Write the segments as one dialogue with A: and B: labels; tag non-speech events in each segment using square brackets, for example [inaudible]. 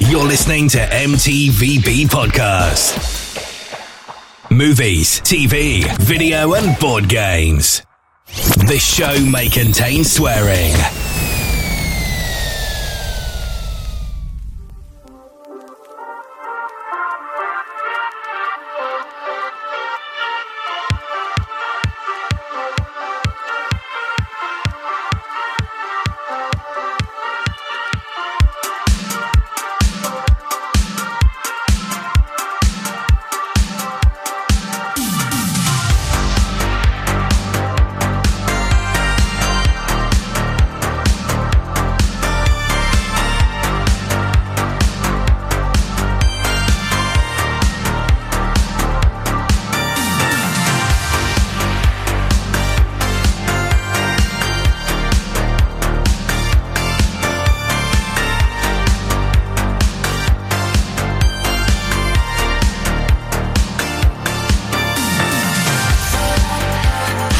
A: You're listening to MTVB Podcast. Movies, TV, video, and board games. This show may contain swearing.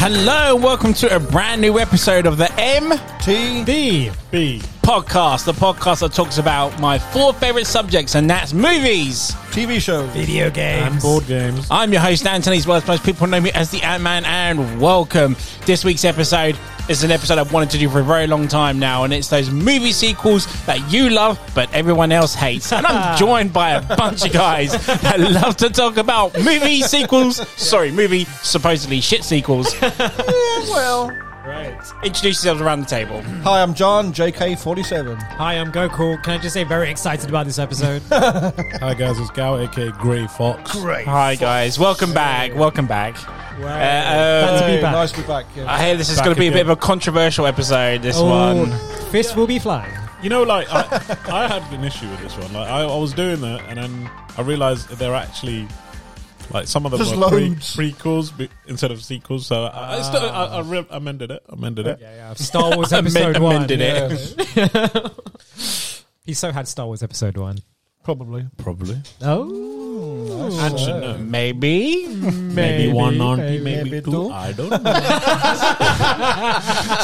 B: Hello, and welcome to a brand new episode of the MTV podcast, the podcast that talks about my four favorite subjects, and that's movies.
C: TV show.
D: video games.
C: And board games.
B: I'm your host, Anthony's Words. Most people know me as the Ant Man, and welcome. This week's episode is an episode I've wanted to do for a very long time now, and it's those movie sequels that you love but everyone else hates. And
D: [laughs]
B: I'm joined by a bunch of guys that love to talk about movie sequels. Sorry, movie supposedly shit sequels.
C: Well.
B: Introduce yourselves around the table.
C: Hi, I'm John, JK47.
D: Hi, I'm Gokul. Can I just say, very excited about this [laughs] episode?
E: Hi guys, it's Gow, aka Grey Fox.
C: Great.
B: Hi guys, welcome back, welcome back. Uh,
D: Glad to be
C: Hey,
D: back.
C: nice to be back. Yeah.
B: I hear this is
E: Back
B: going to be a bit
E: again.
B: of a controversial episode. This
D: Oh,
B: one.
D: fist will be flying.
E: You know, like I, I had an issue with this one. Like I, I was doing that, and then I realized that they're actually like some of them
C: There's
E: were pre-
C: loads.
E: prequels be- instead of sequels. So I, I, still, I, I re- amended it. Amended it.
D: Star [laughs] Wars episode
B: Amend-
D: one.
B: amended it.
D: [laughs] He so had Star Wars episode one.
C: Probably.
E: Probably.
D: Oh,
E: Actually, no.
B: Maybe.
E: Maybe, one on, maybe,
C: maybe
E: two.
C: two.
E: I don't know.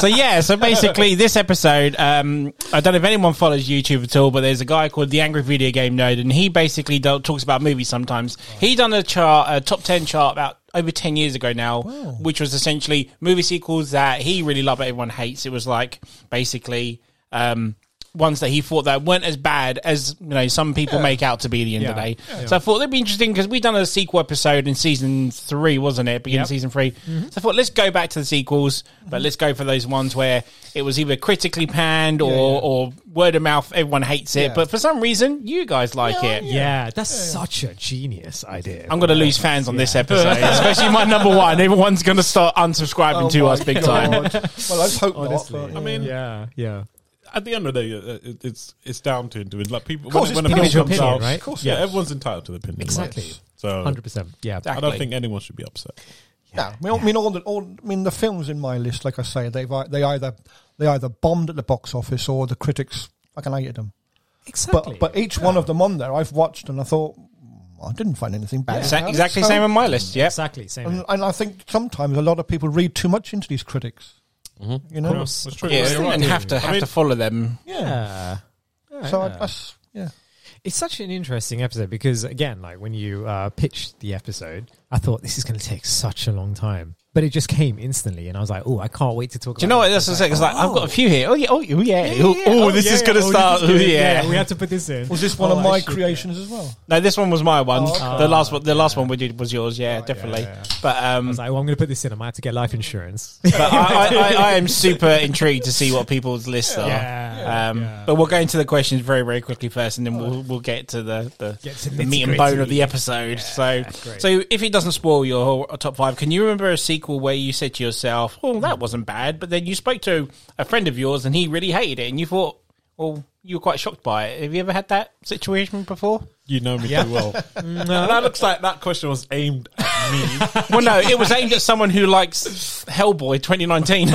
E: [laughs]
B: so yeah. So basically,
D: [laughs]
B: this episode. Um, I don't know if anyone follows YouTube at all, but there's a guy called the Angry Video Game Nerd, and he basically do- talks about movies sometimes. He done a chart, a top ten chart about over ten years ago now, which was essentially movie sequels that he really loved but everyone hates. It was like basically. Um, ones that he thought that weren't as bad as you know some people make out to be at the end of the
D: Yeah.
B: day. So I thought that'd be interesting because we done a sequel episode in season three, wasn't it? Beginning of season 3 So I thought let's go back to the sequels, but let's go for those ones where it was either critically panned or or word of mouth. Everyone hates it,
C: Yeah.
B: but for some reason you guys like it.
D: yeah, that's such a genius idea.
B: I'm going to lose fans on this episode, especially my number one. Everyone's going to start unsubscribing
C: Oh
B: to
C: my
B: us big
C: God.
B: time.
C: Well, let's hope
D: Honestly,
C: not. But,
E: I mean,
D: yeah, yeah.
E: at the end of the day, uh, it, it's it's down to individuals. Like people,
C: course,
E: when,
C: it's
E: when a film
D: individual
E: comes
D: opinion,
E: out,
D: right?
C: Of course,
E: yeah,
C: yes.
E: everyone's entitled to the opinion. right?
D: Exactly.
E: So
D: Hundred percent. Yeah.
E: I don't think anyone should be upset.
C: yeah. I mean, I mean, all the, all, I mean, the films in my list, like I say, they've ei- they either they either bombed at the box office or the critics fucking hated them.
D: Exactly.
C: But but each one of them on there, I've watched and I thought "Mm, I didn't find anything [laughs] bad.
B: Sa-
C: about it."
B: exactly
C: So-
B: same on my list. Yep.
D: exactly same.
C: And, and I think sometimes a lot of people read too much into these critics. You know,
D: course.
E: That's true.
B: Yeah,
E: You're right.
B: and have to have
E: mean-
B: to follow them.
D: yeah. Yeah,
C: so I,
D: yeah.
C: that's yeah.
D: It's such an interesting episode because, again, like when you uh, pitched the episode, I thought this is going to take such a long time, but it just came instantly, and I was like, "Oh, I can't wait to talk."
B: Do you know what? That's what I said. It's like I've got a few here. Oh yeah. Oh yeah. Oh, yeah. Oh, this is gonna start. Oh, yeah.
D: we had to put this in.
C: Was this one
D: one
C: of my creations as well?
B: No, this one was my one.
C: Oh, okay.
B: The last one. The last one we did was yours. Yeah,
D: yeah,
B: definitely.
D: yeah.
B: But um,
D: I was like, "Oh, I'm going to put this in. I might have to get life
B: [laughs]
D: insurance."
B: but I, I, I, I
D: [laughs]
B: am super intrigued to see what people's lists are.
D: Yeah.
B: Um,
D: Yeah.
B: But we'll go into the questions very, very quickly first, and then we'll we'll get to the the,
D: Get to
B: the meat and bone of the episode. so,
D: great.
B: so if it doesn't spoil your whole uh, top five, can you remember a sequel where you said to yourself, "Oh, that wasn't bad," but then you spoke to a friend of yours and he really hated it, and you thought, "Well, you were quite shocked by it." Have you ever had that situation before?
E: You know me too well.
D: No.
E: That looks like that question was aimed at me.
B: Well, no, it was aimed at someone who likes Hellboy
E: [laughs]
B: 2019.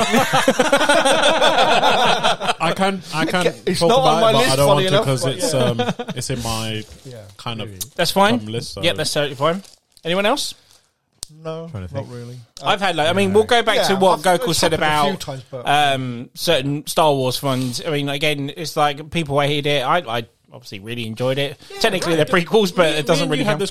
E: I can I can
C: It's
E: talk
C: not on
E: about
C: my
E: it, but
C: list,
E: I don't want
C: funny
E: to
C: enough,
E: because
C: but
E: it's um it's in my
C: [laughs] Yeah.
E: kind of
B: That's fine.
E: Some list, so-
B: Yep, that's totally fine. Anyone else?
C: No,
E: Trying to
C: not
E: think.
C: really.
E: Uh,
B: I've had like I mean we'll go back to
C: Yeah,
B: what
C: I've-
B: Gokul
C: it's
B: said
C: happened a few
B: about
C: times, but-
B: um, certain Star Wars funds. I mean again it's like people hate it. I I obviously really enjoyed it. Technically, they're prequels, but
E: Me-
B: it doesn't
E: me and
B: really
E: you had
B: count.
E: this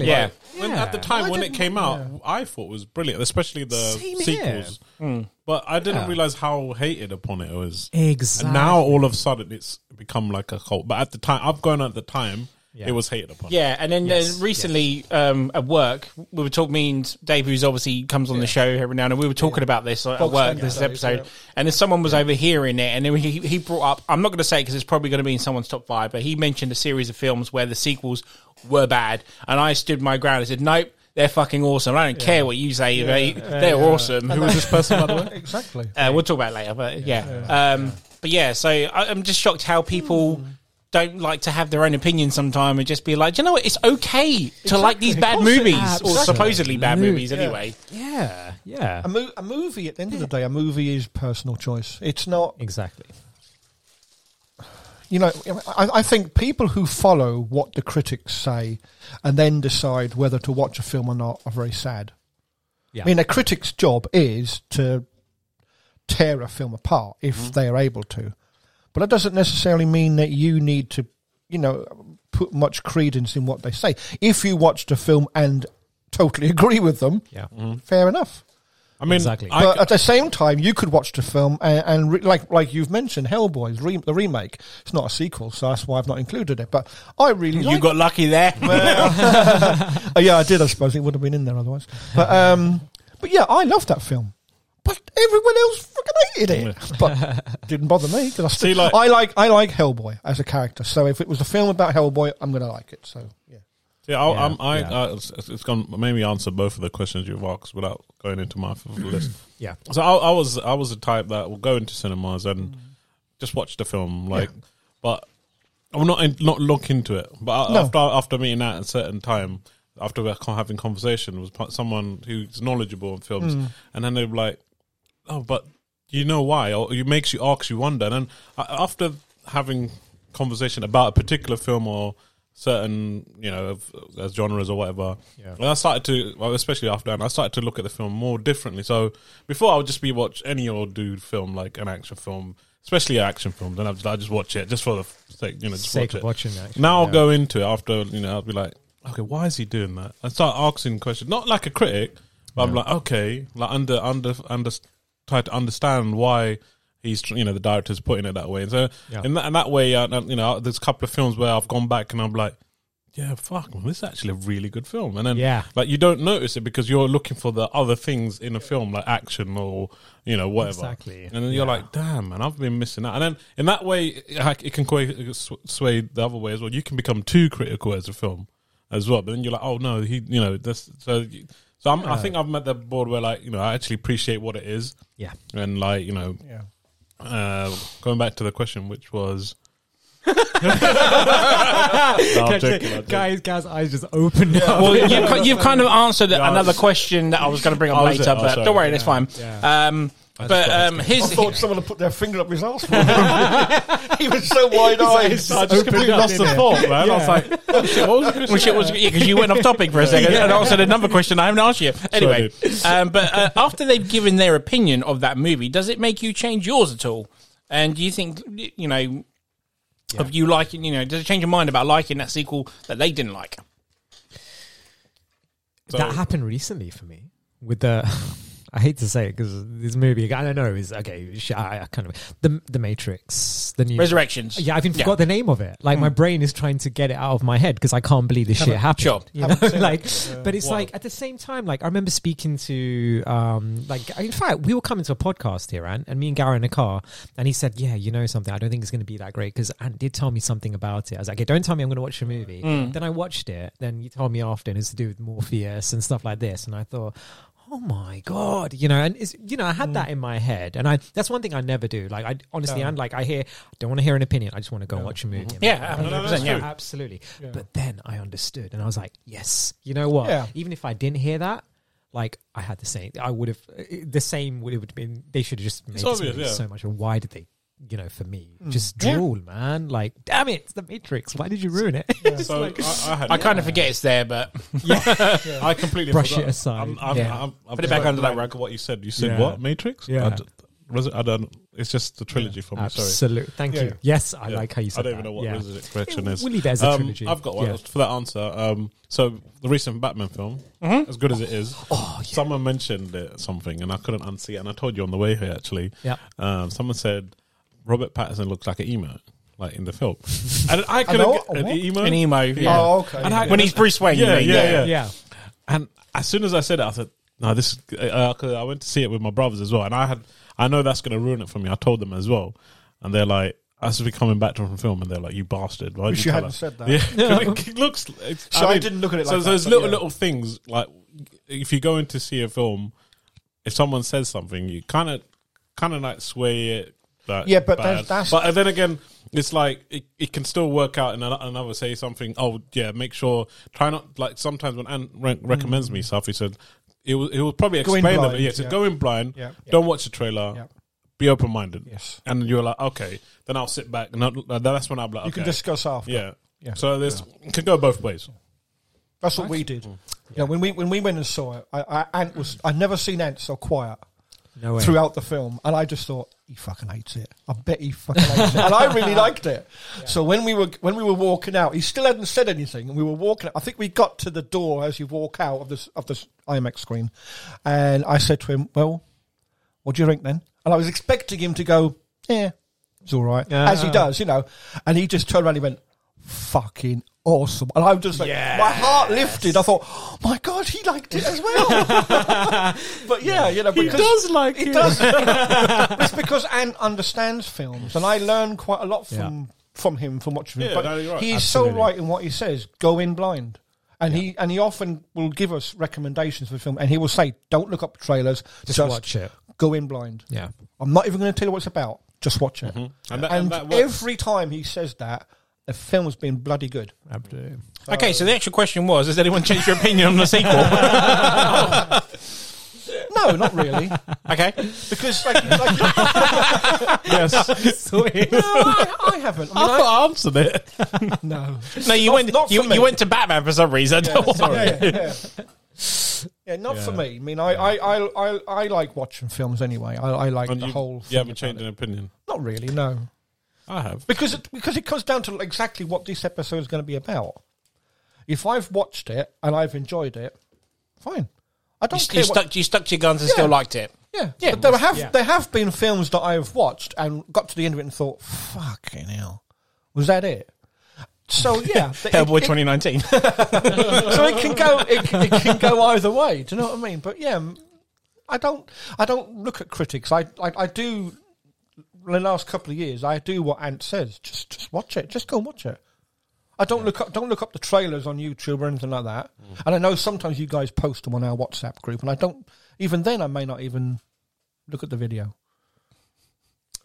D: Exactly.
E: like,
D: Yeah.
E: when-
D: Yeah.
E: At the time
D: I
E: when it
D: didn't-
E: came out, I thought it was brilliant, especially the
D: Same here.
E: sequels.
C: Hmm.
E: But I didn't
D: Yeah.
E: realize how hated upon it was.
D: Exactly.
E: And now all of a sudden it's become like a cult. But at the time, I've gone at the time,
D: Yeah.
E: it was hated upon.
B: Yeah, and then
D: Yes,
B: uh, recently um, at work, we were talking. Me and Dave, who's obviously comes on the show every now and then, we were talking about this at
C: Box
B: work,
C: standard
B: this
C: stuff,
B: episode,
C: yeah.
B: and then someone was overhearing it, and then he, he brought up. I'm not going to say because it's probably going to be in someone's top five, but he mentioned a series of films where the sequels were bad, and I stood my ground. and said, "Nope, they're fucking awesome. I don't care what you say. They, they're awesome." Who was this person, by the way?
C: [laughs] Exactly.
B: Uh, we'll talk about it later, but yeah. Um, But yeah, so I, I'm just shocked how people don't like to have their own opinion sometime and just be like, "Do you know what, it's okay to like these bad
C: course it
B: movies,
D: is.
B: or
D: Exactly.
B: supposedly bad
D: Absolutely.
B: movies anyway.
D: Yeah, yeah,
C: A, mo- a movie, at the end of the day, a movie is personal choice. It's not,
D: exactly.
C: you know, I, I think people who follow what the critics say and then decide whether to watch a film or not are very sad.
D: Yeah,
C: I mean, a critic's job is to tear a film apart if they are able to, but that doesn't necessarily mean that you need to, you know, put much credence in what they say. If you watched a film and totally [laughs] agree with them,
D: yeah,
B: mm-hmm.
C: fair enough.
E: I mean,
D: Exactly.
E: I,
C: but uh, at the same time, you could watch the film and, and re- like like you've mentioned, Hellboy's re- the remake. It's not a sequel, so that's why I've not included it. But I really
B: You
C: like
B: got lucky there.
C: Oh, yeah, I did. I suppose it would have been in there otherwise.
E: [laughs]
C: But um, but yeah, I love that film. But everyone else fucking hated it. But didn't bother me because I still
E: See, like-
C: I like I like Hellboy as a character. So if it was a film about Hellboy, I'm gonna like it. So yeah,
E: yeah, I'll,
D: Yeah,
E: I'm, I,
D: yeah.
E: Uh, it's, it's gone, maybe answer both of the questions you've asked without going into my f- list.
D: yeah,
E: So I, I was I was the type that will go into cinemas and just watch the film, like, but I'm not in, not look into it. But I
C: No.
E: after after meeting at a certain time, after we're co- having conversation with p- someone who's knowledgeable on films, and then they're like, "Oh, but you know why?" Or it makes you ask, you wonder. And then a- after having conversation about a particular film or certain you know of, as genres or whatever
D: Yeah.
E: and i started to well, especially after that i started to look at the film more differently so before i would just be watch any old dude film like an action film especially an action film then i'd, I'd just watch it just for the sake you know just
D: Sake
E: watch
D: of
E: it.
D: watching, actually,
E: now i'll
D: yeah.
E: go into it after you know i'll be like okay why is he doing that i start asking questions not like a critic but i'm like okay like under under under try to understand why he's tr- you know the director's putting it that way and so
D: Yeah.
E: in that, in that way uh, you know there's a couple of films where i've gone back and i'm like yeah, fuck, man, this is actually a really good film. And then,
D: Yeah.
E: like, you don't notice it because you're looking for the other things in a film, like action or, you know, whatever.
D: Exactly.
E: And then you're
D: Yeah.
E: like, damn, man, I've been missing out. And then, in that way, it, like, it can qua- sw- sway the other way as well. You can become too critical as a film as well. But then you're like, oh, no, he, you know, this. So, you- so I'm, I think I've met the board where, like, you know, I actually appreciate what it is.
D: yeah.
E: And, like, you know,
C: yeah.
E: uh, going back to the question,
D: [laughs]
E: which was. No, I'm joking, I'm joking.
D: [laughs] Guys, guys, eyes just opened up.
B: [laughs] [laughs] well, you've, ki- you've kind of answered
E: I
B: another
E: was-
B: question that I was going to bring up
E: Oh, is it?
B: later,
E: Oh,
B: but
E: sorry.
B: don't worry, that's fine.
D: yeah.
B: Um, but um, his
C: someone had put their finger up his ass. [laughs] he was
E: [laughs]
C: so wide eyed.
E: I just completely lost the thought, man. I was like, oh, shit, what was the question?
B: Which it was because you went off topic for a second and answered another question I haven't asked you. Anyway, um, but uh, after they've given their opinion of that movie, does it make you change yours at all? And do you think you know of you liking? You know, does it change your mind about liking that sequel that they didn't like?
E: So-
D: that happened recently for me with the. [laughs] I hate to say it because this movie, I don't know, is okay. sh- I, I kind of the the Matrix, the new
B: Resurrections.
D: Yeah, I even forgot the name of it. Like my brain is trying to get it out of my head because I can't believe this shit happened.
B: sure.
D: you [laughs] know? like, but it's like at the same time, like I remember speaking to, um, like in fact, we were coming to a podcast here, Ant, and me and Gary were in a car, and he said, "Yeah, you know something? I don't think it's going to be that great because Ant did tell me something about it." I was like, "Okay, don't tell me I'm going to watch the movie."
B: Mm.
D: Then I watched it. Then you told me after, and it's to do with Morpheus and stuff like this, and I thought. Oh my god! You know, and it's, you know, I had
B: Mm.
D: that in my head, and I that's one thing I never do. Like, I honestly, and like, I hear, I don't want to hear an opinion. I just want to go and watch a movie. and
B: Yeah,
D: make my own
B: 100%,
D: opinion.
B: yeah.
D: absolutely. But then I understood, and I was like, yes, you know what?
C: Yeah.
D: Even if I didn't hear that, like, I had the same. I would have eh, the same would have been. They should have just made this
E: obvious,
D: movie
E: yeah. Mm.
D: so much. Why did they? You know, for me, just drool, man. Like, damn it, it's the Matrix. Why did you ruin it? Just
E: So
D: like-
E: I, I, had,
B: I kind of forget it's there, but
E: I completely
D: Brush
E: forgot.
D: it aside.
E: I'm, I'm,
B: Yeah.
E: I'm, I'm
B: Put it back under that
E: blank
B: rug.
E: What you said? You said
D: Yeah.
E: what? Matrix?
D: Yeah.
E: I d- Was it? I don't. It's just the trilogy for me.
D: [laughs]
E: Sorry.
D: Absolutely. Thank
C: Yeah,
D: you.
C: yeah.
D: Yes, I
E: Yeah.
D: like how you said
E: I don't
D: that.
E: even know what
D: yeah.
E: Resident Correction is.
D: We'll leave it as a
E: Um,
D: trilogy.
E: I've got one
D: Yeah.
E: for that answer. Um, so the recent Batman film,
D: Mm-hmm.
E: as good as it is,
D: Oh,
E: someone mentioned it, something, and I couldn't unsee it. And I told you on the way here actually.
D: Yeah.
E: Um, someone said Robert Pattinson looks like an emo, like in the film, [laughs] and I couldn't
C: know-
E: get an
C: what?
E: emo.
B: An emo. Yeah.
C: Oh, okay.
E: And I-
B: When he's Bruce Wayne. you
E: Yeah,
B: mean,
E: yeah, yeah.
D: Yeah.
E: And as soon as I said it, I said, "No, this." Is, uh, 'cause I went to see it with my brothers as well, and I had, I know that's going to ruin it for me. I told them as well, and they're like, "As we coming back to from film," and they're like, "You bastard!" Why
C: Wish
E: did
C: you
E: tell
C: hadn't
E: us?"
C: said that.
E: Yeah, 'cause [laughs] it, it looks. It's,
C: So I didn't look at it
E: So
C: like that,
E: those
C: but
E: little
C: yeah.
E: little things, like if you go in to see a film, if someone says something, you kind of, kind of like sway it. Like,
C: Yeah, but
E: bad.
C: that's- that's-
E: but then again. It's like it, it can still work out, and ano- another say something. Oh yeah, make sure try not like sometimes when Ant re- recommends me stuff, he said it will it will probably
C: Mm. Go in
E: explain that. But
C: blind,
E: yeah, so
C: yeah.
E: go in blind,
C: Yeah.
E: don't watch the trailer,
C: Yeah.
E: be open minded.
C: Yes.
E: and you're like okay, then I'll sit back. And I'll- that's when I'm like
C: You can
E: okay.
C: discuss after.
E: Yeah.
C: Yeah.
E: So this could go both ways.
C: That's what we did. Yeah, when we when we went and saw it, I, I Ant was I'd never seen Ant so quiet
D: No way.
C: throughout the film, and I just thought he fucking hates it. I bet he fucking hates it, and I really liked it. So when we were when we were walking out, he still hadn't said anything, and we were walking. out. I think we got to the door as you walk out of this of this IMAX screen, and I said to him, "Well, what do you think then?" And I was expecting him to go, "Yeah, it's all right," as he does, you know, and he just turned around and went, "Fucking." Awesome, and I was just like, my heart lifted. I thought, oh my god, he liked it as well. [laughs] but yeah, you know, because
D: like
C: it
E: [laughs]
C: does. it's because Ant understands films, and I learn quite a lot from from him from watching him.
E: Yeah, no, you're right.
C: He's so
D: Absolutely.
C: right in what he says. Go in blind. And he and he often will give us recommendations for film, and he will say, "Don't look up trailers, just,
D: Just watch it.
C: Go in blind.
D: Yeah.
C: I'm not even going to tell you what it's about. Just watch it."
E: Mm-hmm. And that,
C: And,
E: that works.
C: every time he says that, the film's been bloody good.
D: Absolutely.
C: Oh.
B: Okay, so the actual question was: Has anyone changed your opinion on the
C: [laughs]
B: sequel?
C: No, not
E: [laughs]
C: really,
B: okay,
C: because like, like [laughs]
D: [laughs]
E: yes.
C: no,
E: [laughs]
C: I, I haven't. I mean, I-
E: I answered it.
D: [laughs]
C: no,
B: no, you
C: Not-
B: went
C: not for
B: you,
C: me.
B: you went to Batman for some reason. Don't worry. [laughs]
C: Yeah, yeah, yeah. Yeah, not for me. I mean, I, I, I, I, I like watching films anyway. I, I like
E: And
C: the
E: you,
C: whole.
E: you
C: Thing
E: haven't
C: about
E: changed
C: it.
E: an opinion.
C: Not really, no.
E: I have.
C: Because it, because it comes down to exactly what this episode is going to be about. If I've watched it and I've enjoyed it, fine. I
B: You,
C: don't care.
B: you
C: what,
B: stuck you stuck to your guns and still
C: Yeah.
B: liked it.
C: yeah,
B: Yeah.
C: But there have
D: Yeah.
C: there have been films that I have watched and got to the end of it and thought, "Fucking hell, was that it?" So yeah, it-
B: Hellboy
C: it-
B: 2019.
C: so it can go it, can- it can go either way do you know what i mean but yeah m- i don't i don't look at critics i i, I do the last couple of years i do what ant says just just watch it just go and watch it I don't look up. Don't look up the trailers on YouTube or anything like that.
B: Mm.
C: And I know sometimes you guys post them on our WhatsApp group, and I don't. Even then, I may not even look at the video.
B: [laughs]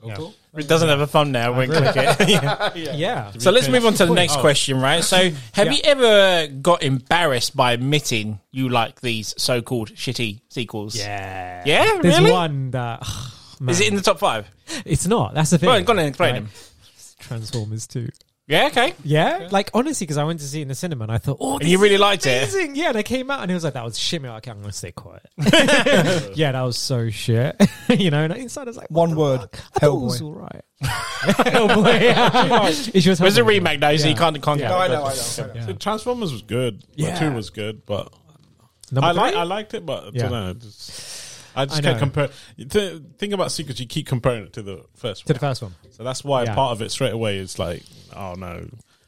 B: it doesn't have a thumbnail when click it.
D: [laughs]
B: Yeah.
D: Yeah.
B: So let's move on to the next question, right? So, have you ever got embarrassed by admitting you like these so-called shitty sequels?
D: Yeah.
B: Yeah,
D: There's
B: really?
D: one that. man.
B: Is it in the top five?
D: It's not. That's the thing.
B: Well, go on and explain them.
D: Transformers 2.
B: Yeah, okay.
D: Yeah? Like, honestly, because I went to see it in the cinema and I thought, oh,
B: And
D: this
B: you really
D: is
B: liked it?
D: amazing. Yeah, and I came out and it was like, that was shit. man. Okay, I'm going to
B: [laughs]
D: stay quiet. [laughs] yeah, that was so shit. [laughs] you know, and inside I was like, what
C: One
D: the
C: word,
D: fuck? I thought it was
C: Hellboy.
D: all right. [laughs] Hellboy. [laughs] Yeah. it's just
B: There's a
D: Hellboy.
B: remake though, so you can't can't count
C: I
B: it.
C: know, I know.
D: Yeah.
E: The Transformers was good.
D: Yeah.
E: The two was good, but
D: Number
E: I like
D: three?
E: I liked it, but I
D: Yeah.
E: don't know. Just, I just
D: I
E: can't
D: know.
E: compare. The thing about sequels, you keep comparing it to the first
D: to
E: one,
D: the first one.
E: so that's why
D: Yeah.
E: part of it straight away is like, oh no.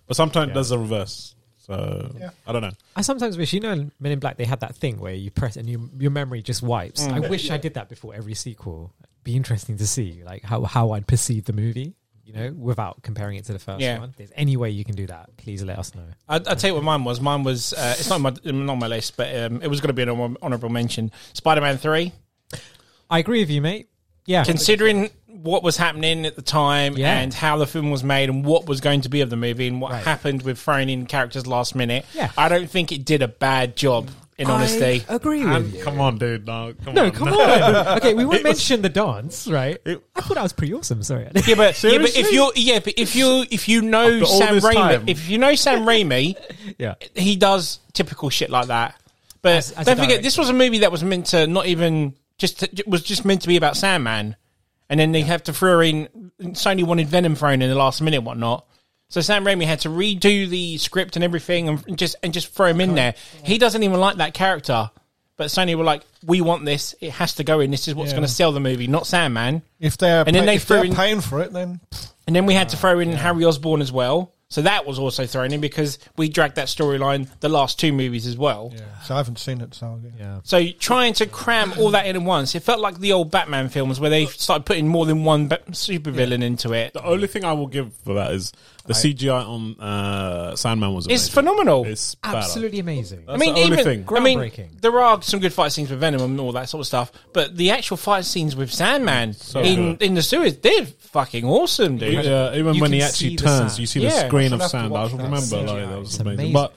E: But sometimes
D: Yeah.
E: it does the reverse. So I don't know.
D: I sometimes wish, you know, in Men in Black, they had that thing where you press and you, your memory just wipes.
E: Mm.
D: I wish I did that before every sequel. Be interesting to see, like how how I'd perceive the movie, you know, without comparing it to the first
B: Yeah.
D: one. If there's any way you can do that, please let us know.
B: I, I'll tell you what mine was. Mine was uh, it's not on my not on my list, but um, it was going to be an honor- honorable mention. Spider Man Three.
D: I agree with you, mate. Yeah,
B: Considering what was happening at the time
D: Yeah.
B: and how the film was made and what was going to be of the movie and what
D: Right.
B: happened with throwing in characters last minute,
D: Yeah.
B: I don't think it did a bad job. In honesty,
D: I agree with
E: And
D: you.
E: Um, come on, dude. No, come
D: No,
E: on.
D: come
E: [laughs]
D: on. okay, we won't mention the dance, right?
E: It-
D: I thought that was pretty awesome.
E: [laughs]
D: Sorry,
B: Yeah, but, yeah, but if
E: Seriously?
B: you yeah, but if you if you know
E: After all
B: Sam
E: this
B: Raimi,
E: time.
B: if you know Sam Raimi,
D: [laughs] yeah,
B: he does typical shit like that. But
D: As- as a
B: don't forget,
D: director.
B: this was a movie that was meant to not even just was just meant to be about Sandman, and then they have to throw in Sony wanted Venom thrown in the last minute, and whatnot. So Sam Raimi had to redo the script and everything, and and just and just throw him in there. He doesn't even like that character, but Sony were like, "We want this. It has to go in. This is what's
C: Yeah.
B: going to sell the movie, not Sandman."
C: If they're
B: And then
C: pay-
B: they
C: if they're
B: threw in-
C: paying for it, then pfft,
B: And then we
D: Ah,
B: had to throw in Harry Osborne as well. So that was also thrown in because we dragged that storyline the last two movies as well.
C: so I haven't seen it. So yeah.
B: So trying to cram all that in at once, it felt like the old Batman films where they started putting more than one ba- supervillain into it.
E: The only thing I will give for that is the CGI on uh, Sandman was
B: It's
E: amazing.
B: phenomenal.
E: It's badass.
D: Absolutely amazing.
B: I
E: That's
B: mean,
E: the only
B: even
E: thing.
B: I mean,
D: Groundbreaking.
B: there are some good fight scenes with Venom and all that sort of stuff, but the actual fight scenes with Sandman in
E: good.
B: in the sewers, they're fucking awesome, dude.
E: Yeah, uh, even
D: You
E: when
D: can
E: he
D: see
E: actually
D: the
E: turns,
D: sand.
E: you see
B: Yeah.
E: the screen
C: I'll
E: of
C: have to
E: sand. I
C: watch that.
E: remember like
D: CGI.
E: that was
D: It's
E: amazing.
D: amazing.
E: But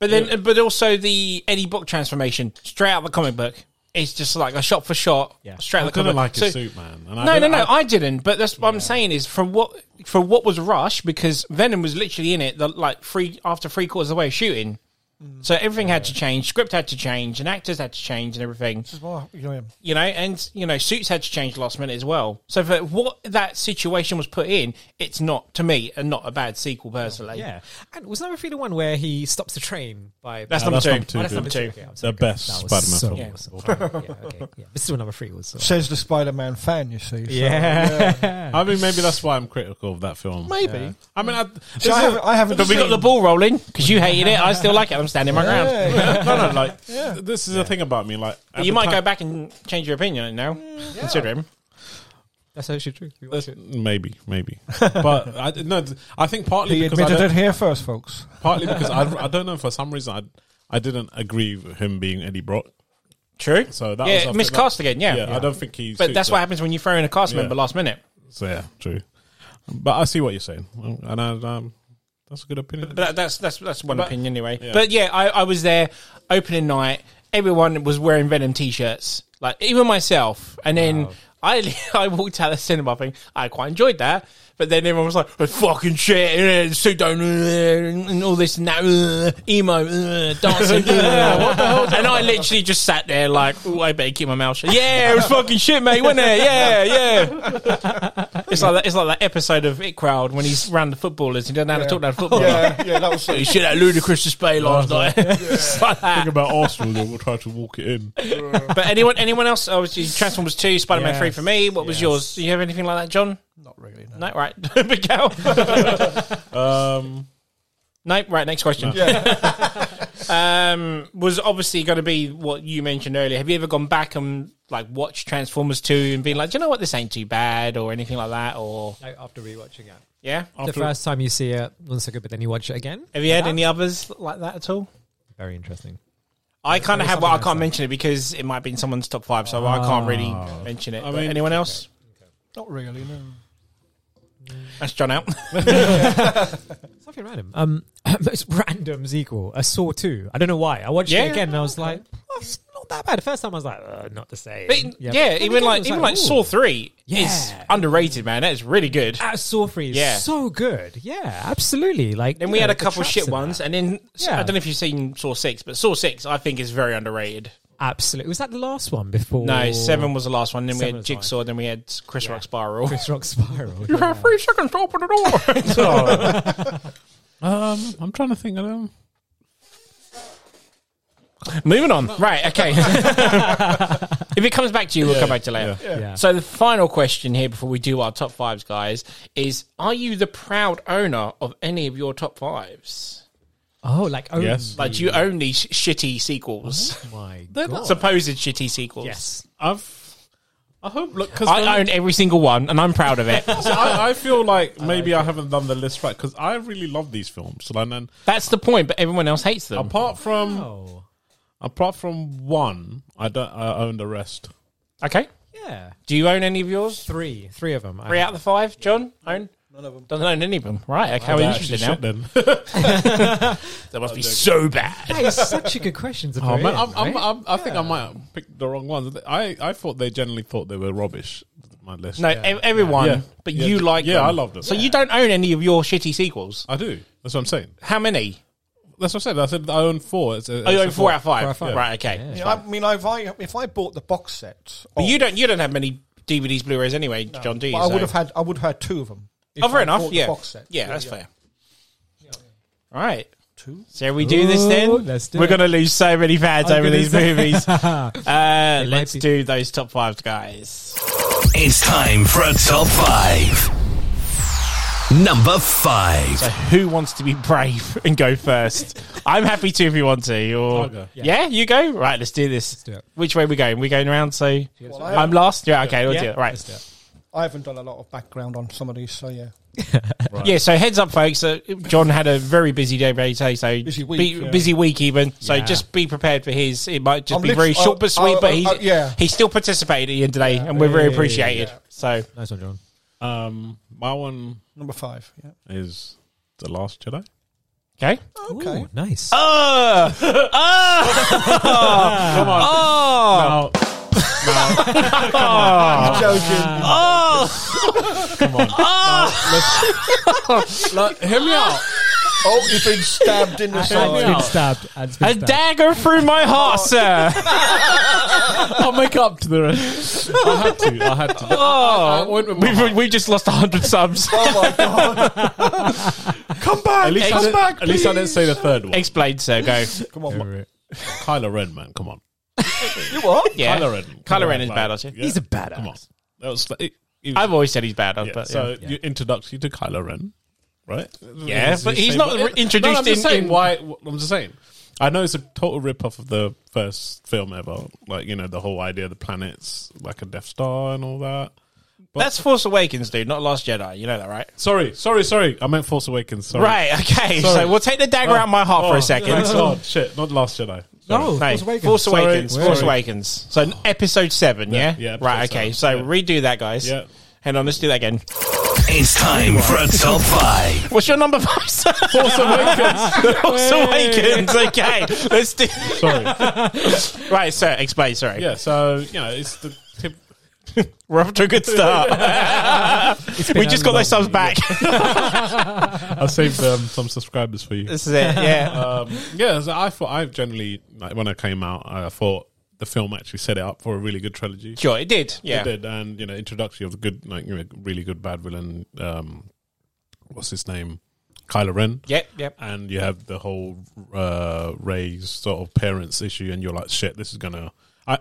B: But then, but also the Eddie Brock transformation straight out of the comic book. It's just like a shot for shot,
D: Yeah.
B: straight out
E: I
B: of the comic.
E: couldn't like
B: So-
E: his suit, man. And I
B: No, no,
E: don't-
B: no,
E: I-
B: I, didn't. But that's what I'm saying is from what for what was Rush because Venom was literally in it the, like three after three quarters of the way of shooting,
E: Mm.
B: so everything had to change, script had to change, and actors had to change and everything.
C: Well, you know,
B: You know, and you know suits had to change last minute as well. So for what that situation was put in, it's not to me and not a bad sequel personally.
D: Yeah. And was number three the one where he stops the train by.
B: That's
E: No,
B: number
E: that's
B: two.
E: number two,
B: Oh, that's
E: dude.
B: number two.
D: Okay, I'm
E: the
D: sorry.
E: best
D: That
E: Spider-Man
D: was so awesome.
E: film.
D: yeah, okay. Yeah. But still, number three was. So
C: says the Spider-Man fan. You see, so-
D: yeah. [laughs]
E: I mean, maybe that's why I'm critical of that film.
C: maybe.
E: I mean, I,
C: See, I haven't, I haven't
B: But we got
C: seen-
B: the ball rolling because you hated it. I still like it. I'm standing my ground.
C: Yeah.
E: no, no,
C: [laughs]
E: like this is the thing about me. Like,
B: But
E: at
B: you
E: the
B: might go
E: time-
B: back and change your opinion now, considering.
D: That's actually true. We watched it.
E: Maybe,
B: [laughs]
E: maybe, but I no. th- I think partly
C: He
E: because I
C: admitted
E: don't,
C: it here first, folks.
E: partly because I,
C: [laughs]
E: I don't know for some reason I I didn't agree with him being Eddie Brock.
B: True.
E: So that
B: yeah,
E: was I think
B: miscast
E: that-
B: again. Yeah.
E: I don't think he.
B: But
E: suits
B: that's
E: it.
B: what happens when you throw in a cast
E: Yeah.
B: member last minute.
E: So yeah, true. But I see what you're saying, Well, and I, um, that's a good opinion.
B: But that, that's that's that's one
E: But-
B: opinion anyway.
E: yeah.
B: But yeah, I, I was there opening night. Everyone was wearing Venom t-shirts, like even myself. And then I [laughs] I walked out of the cinema thing. I quite enjoyed that. But then everyone was like, "Oh, "Fucking shit, eh, so don't eh, and all this and that eh, emo eh, dancing."
E: [laughs]
B: eh." and I literally just sat there like, "Oh, I better keep my mouth shut." Yeah, it was fucking shit, mate, wasn't it? Yeah,
E: [laughs]
B: yeah. It's like that, it's like that episode of It Crowd when he's round the footballers. He doesn't know how to talk to the footballers.
C: [laughs] yeah, yeah, that was.
B: You see that ludicrous display last night. [laughs] It's like
E: Think
B: that.
E: about Arsenal, they will try to walk it in.
B: But anyone, anyone else? Obviously, Transformers Two, Spider Man
D: Yes,
B: Three for me. What was
D: yes.
B: yours? Do you have anything like that, John?
C: Not really. No.
B: No, right, [laughs] Miguel.
E: Um,
B: no, right. Next question. [laughs] um, was obviously going to be what you mentioned earlier. Have you ever gone back and like watched Transformers Two and been like, Do you know what, this ain't too bad, or anything like that, or
D: Like, after rewatching it.
B: yeah?
E: after,
D: the first time you see it, one second, but then you watch it again.
B: Have you had any others like that at all?
D: Very interesting.
B: I kind of
D: there's
B: have, but I
D: something
B: can't
D: else.
B: mention it because it might be in someone's top five, so I can't really mention it. But
E: mean-
B: anyone else?
C: Not really. No.
B: That's John out. [laughs]
D: Something random. Um, [laughs] most random sequel. A Saw two. I don't know why. I watched
B: Yeah.
D: it again and I was like, "Oh, it's not that bad. The first time I was like, uh, not the same.
B: But yeah,
D: Yeah, but
B: even
D: again,
B: like
D: it was
B: even like
D: ooh.
B: Saw Three is
D: Yeah.
B: underrated, man. That is really good.
D: Uh, Saw three is
B: Yeah.
D: so good. Yeah, absolutely. Like
B: Then
D: you
B: we had
D: know,
B: a
D: the
B: couple
D: traps
B: shit
D: in
B: ones,
D: that.
B: and then
D: Yeah.
B: I don't know if you've seen Saw Six, but Saw Six I think is very underrated.
D: Absolutely. Was that the last one before?
B: No, Seven was the last one. Then we
D: Seven
B: had
D: was fine.
B: Jigsaw. Then we had Chris Rock
D: [laughs]
B: Spiral.
D: Chris
B: [laughs]
D: Rock Spiral.
B: You have three seconds to open the door.
E: um, I'm trying to think of them.
B: Moving on. Right.
D: [laughs]
B: Okay. [laughs] if it comes back to you, we'll come back to you later.
D: Yeah.
B: So the final question here before we do our top fives, guys, is: Are you the proud owner of any of your top fives?
D: Oh, like oh
E: Yes.
B: Like, do you own these sh- shitty sequels?
D: Oh my
E: They're
D: god.
B: [laughs]
E: not-
B: Supposed shitty sequels.
D: yes.
E: I've, I hope look because
B: I own every single one, and I'm proud of
E: [laughs]
B: it.
E: So I, I feel
B: [laughs]
E: like maybe I, haven't done the list right because I really love these films. And then
B: That's the point, but everyone else hates them.
E: apart from
D: Oh.
E: apart from one, I don't. I own the rest.
B: Okay.
D: Yeah.
B: Do you own any of yours?
D: Three. Three of them.
B: Three out of the five, John? Own? None of them. Doesn't own any of them. Right, okay. I'm
E: They're
B: interested
E: actually
B: now.
E: shit then.
B: [laughs] That must be so bad.
D: That is such a good question to put
E: Oh,
D: in,
E: man, I'm, I'm,
D: right?
E: I'm, I think I might have picked the wrong ones. I, I thought they generally thought they were rubbish. My list.
B: No, ev- everyone,
E: Yeah.
B: but
E: Yeah.
B: you like
E: Yeah,
B: them.
E: I love them.
B: So you don't own any of your shitty sequels?
E: I do. That's what I'm saying.
B: How many?
E: That's what I said. I said I own four. It's,
B: Oh, you own four out of five.
D: out of five.
B: Right, okay.
C: Yeah, I mean, if I if I bought the box set,
B: But
C: of-
B: you don't, you don't have many DVDs, Blu-rays anyway, John D.
C: But I
B: so-
C: would have had I would have had two of them.
B: Oh, fair enough. Yeah.
C: Box set.
B: yeah, that's fair. All right.
C: Two.
B: Shall we do this
D: Ooh,
B: then?
D: let's do
B: We're
D: it.
B: going to lose so many fans
D: I'm
B: over
D: gonna
B: these
D: say- [laughs]
B: movies. uh, let's
D: be.
B: do those top fives, guys.
A: It's time for a top five. Number five.
B: So who wants to be brave [laughs] and go first? I'm happy to if you want to. Or
E: I'll go.
B: Yeah. you go. Right, let's do this.
D: do it.
B: Which way we going? We going around? So
C: Well, I,
B: I'm last. Yeah, okay, we'll
D: Yeah,
B: do it. Right.
D: let's do it.
C: I haven't done a lot of background on some of these, so yeah.
B: Yeah, so heads up, folks. Uh, John had a very busy day, very day, so
C: Busy week,
B: be,
C: yeah.
B: busy week even. So
D: Yeah.
B: just be prepared for his. It might just
C: I'm
B: be very
C: literally-
B: short but
C: I'll-
B: sweet, but
C: I'll-
B: he's
C: I'll- yeah.
B: he still participated in today, and we're
D: Yeah,
B: very
D: yeah,
B: appreciated. So
D: Nice one, John.
E: Um, my one
C: Number five. Yeah.
E: is the Last
B: [laughs]
E: Jedi.
B: okay.
C: Okay.
D: Ooh, nice.
B: Uh, [laughs] Ah!
E: Come on.
B: oh,
E: Now,
B: Ah!
C: Joking.
B: oh,
E: like, hear me out.
C: Oh, you've been stabbed [laughs] in the
D: It's
C: side.
D: been stabbed. and it's been
B: a
D: stabbed.
B: dagger through my heart, sir.
E: I'll make up to the rest. I had to. I had to. I went with my
B: Oh. We've, we've just lost hundred subs.
C: Oh my god! Come back!
E: At least, I
B: Come
E: didn't,
B: back,
E: at least I didn't say the third one.
B: Explain, sir. Go.
C: Come on,
D: Over it.
E: Kylo Ren, man, come on.
C: you what?
B: [laughs] Yeah,
E: Kylo Ren.
B: Kylo Ren
E: on,
B: is
E: like,
B: badass, yeah.
D: He's a badass.
E: Come on. That was, it, it was-
B: I've always said he's bad,
E: yeah,
B: but
E: so
B: yeah.
E: you introduced you to Kylo Ren, right?
B: Yeah,
E: That's
B: but
E: his
B: he's
E: name.
B: not
E: Yeah.
B: re- introduced
E: No, I'm just
B: in-
E: saying
B: in-
E: why. I'm just saying. I know it's a total rip off of the first film ever. Like you know the whole idea of the planets, like a Death Star and all that.
B: that's Force Awakens, dude. Not Last Jedi. You know that, right?
E: Sorry, sorry, sorry. I meant Force Awakens. Sorry.
B: Right, [laughs] okay.
E: Sorry.
B: So we'll take the dagger out of my heart for
E: Oh,
B: a second.
E: thanks
B: [laughs]
E: a lot. Shit, not Last Jedi. Sorry.
B: No, Oh, Force Awakens. Force
E: Sorry.
B: Awakens.
E: Sorry.
B: So n- episode seven, yeah?
E: yeah, episode
B: right, okay.
E: seven,
B: So
E: yeah.
B: redo that, guys.
E: Yeah.
B: Hang on, let's do that again. [laughs]
A: It's time for a top five.
B: What's your number five?
E: [laughs]
B: sir? Force Awakens. [laughs] Force Awakens. Okay, let's do.
E: Sorry.
B: [laughs] Right, sir. Explain. Sorry,
E: Yeah. So you know, it's the tip.
B: we're off to a
E: [laughs]
B: good start. [laughs] we just got those subs back. [laughs]
E: I saved um, some subscribers for you.
B: this is it.
E: [laughs]
B: Yeah.
E: um, yeah, so I thought I generally like when I came out, I thought the film actually set it up for a really good trilogy.
B: Sure, it did. Yeah.
E: It did, and you know, introduction of the good, like you know, really good bad villain. Um, what's his name? Kylo Ren.
B: Yep. Yep.
E: And you have the whole uh, Ray's sort of parents issue, and you're like, shit, this is gonna. I,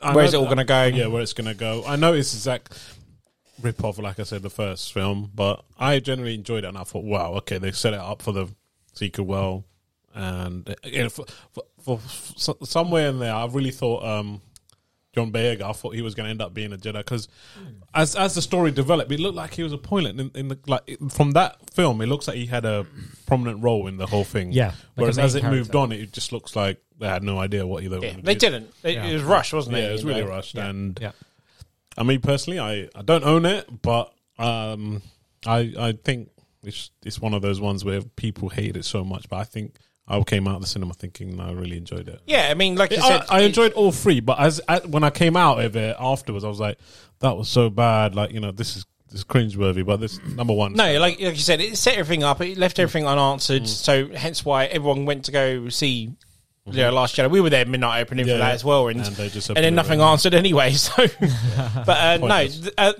E: I
B: Where's
E: know-
B: it all gonna go?
E: Yeah, where it's gonna go. I know it's exact rip off, like I said, the first film, but I generally enjoyed it, and I thought, wow, okay, they set it up for the sequel well, and uh, you know, for, for, for, so- somewhere in there, I really thought um, John Boyega, I thought he was going to end up being a Jedi because as as the story developed, it looked like he was a point in, in the like it- from that film, it looks like he had a prominent role in the whole thing.
D: Yeah, like a
E: Whereas
D: main
E: as it moved
D: character.
E: on, it just looks like they had no idea what they were.
B: Yeah,
E: gonna
B: They
E: do.
B: didn't. It,
D: Yeah.
B: it was rushed, wasn't
E: Yeah,
B: it?
E: it was
B: You
E: really
B: know?
E: rushed, and
D: Yeah.
E: I mean, personally, I, I don't own it, but um, I I think it's it's one of those ones where people hate it so much. But I think I came out of the cinema thinking I really enjoyed it.
B: Yeah, I mean, like you
E: I,
B: said,
E: I
B: it-
E: enjoyed all three, but as, as when I came out of it afterwards, I was like, "That was so bad." Like you know, this is this is cringeworthy. But this number one,
B: No, like like you said, it set everything up. It
E: Mm.
B: left everything unanswered. So hence why everyone went to go see. You know, last Jedi, we were there midnight opening
E: Mm-hmm. Yeah,
B: for that
E: yeah.
B: as well, and,
E: And they just
B: and
E: opened
B: then
E: it
B: nothing
E: right now.
B: answered anyway. [laughs]
E: [laughs]
B: So, but uh, no,
E: Pointless.
B: th- uh,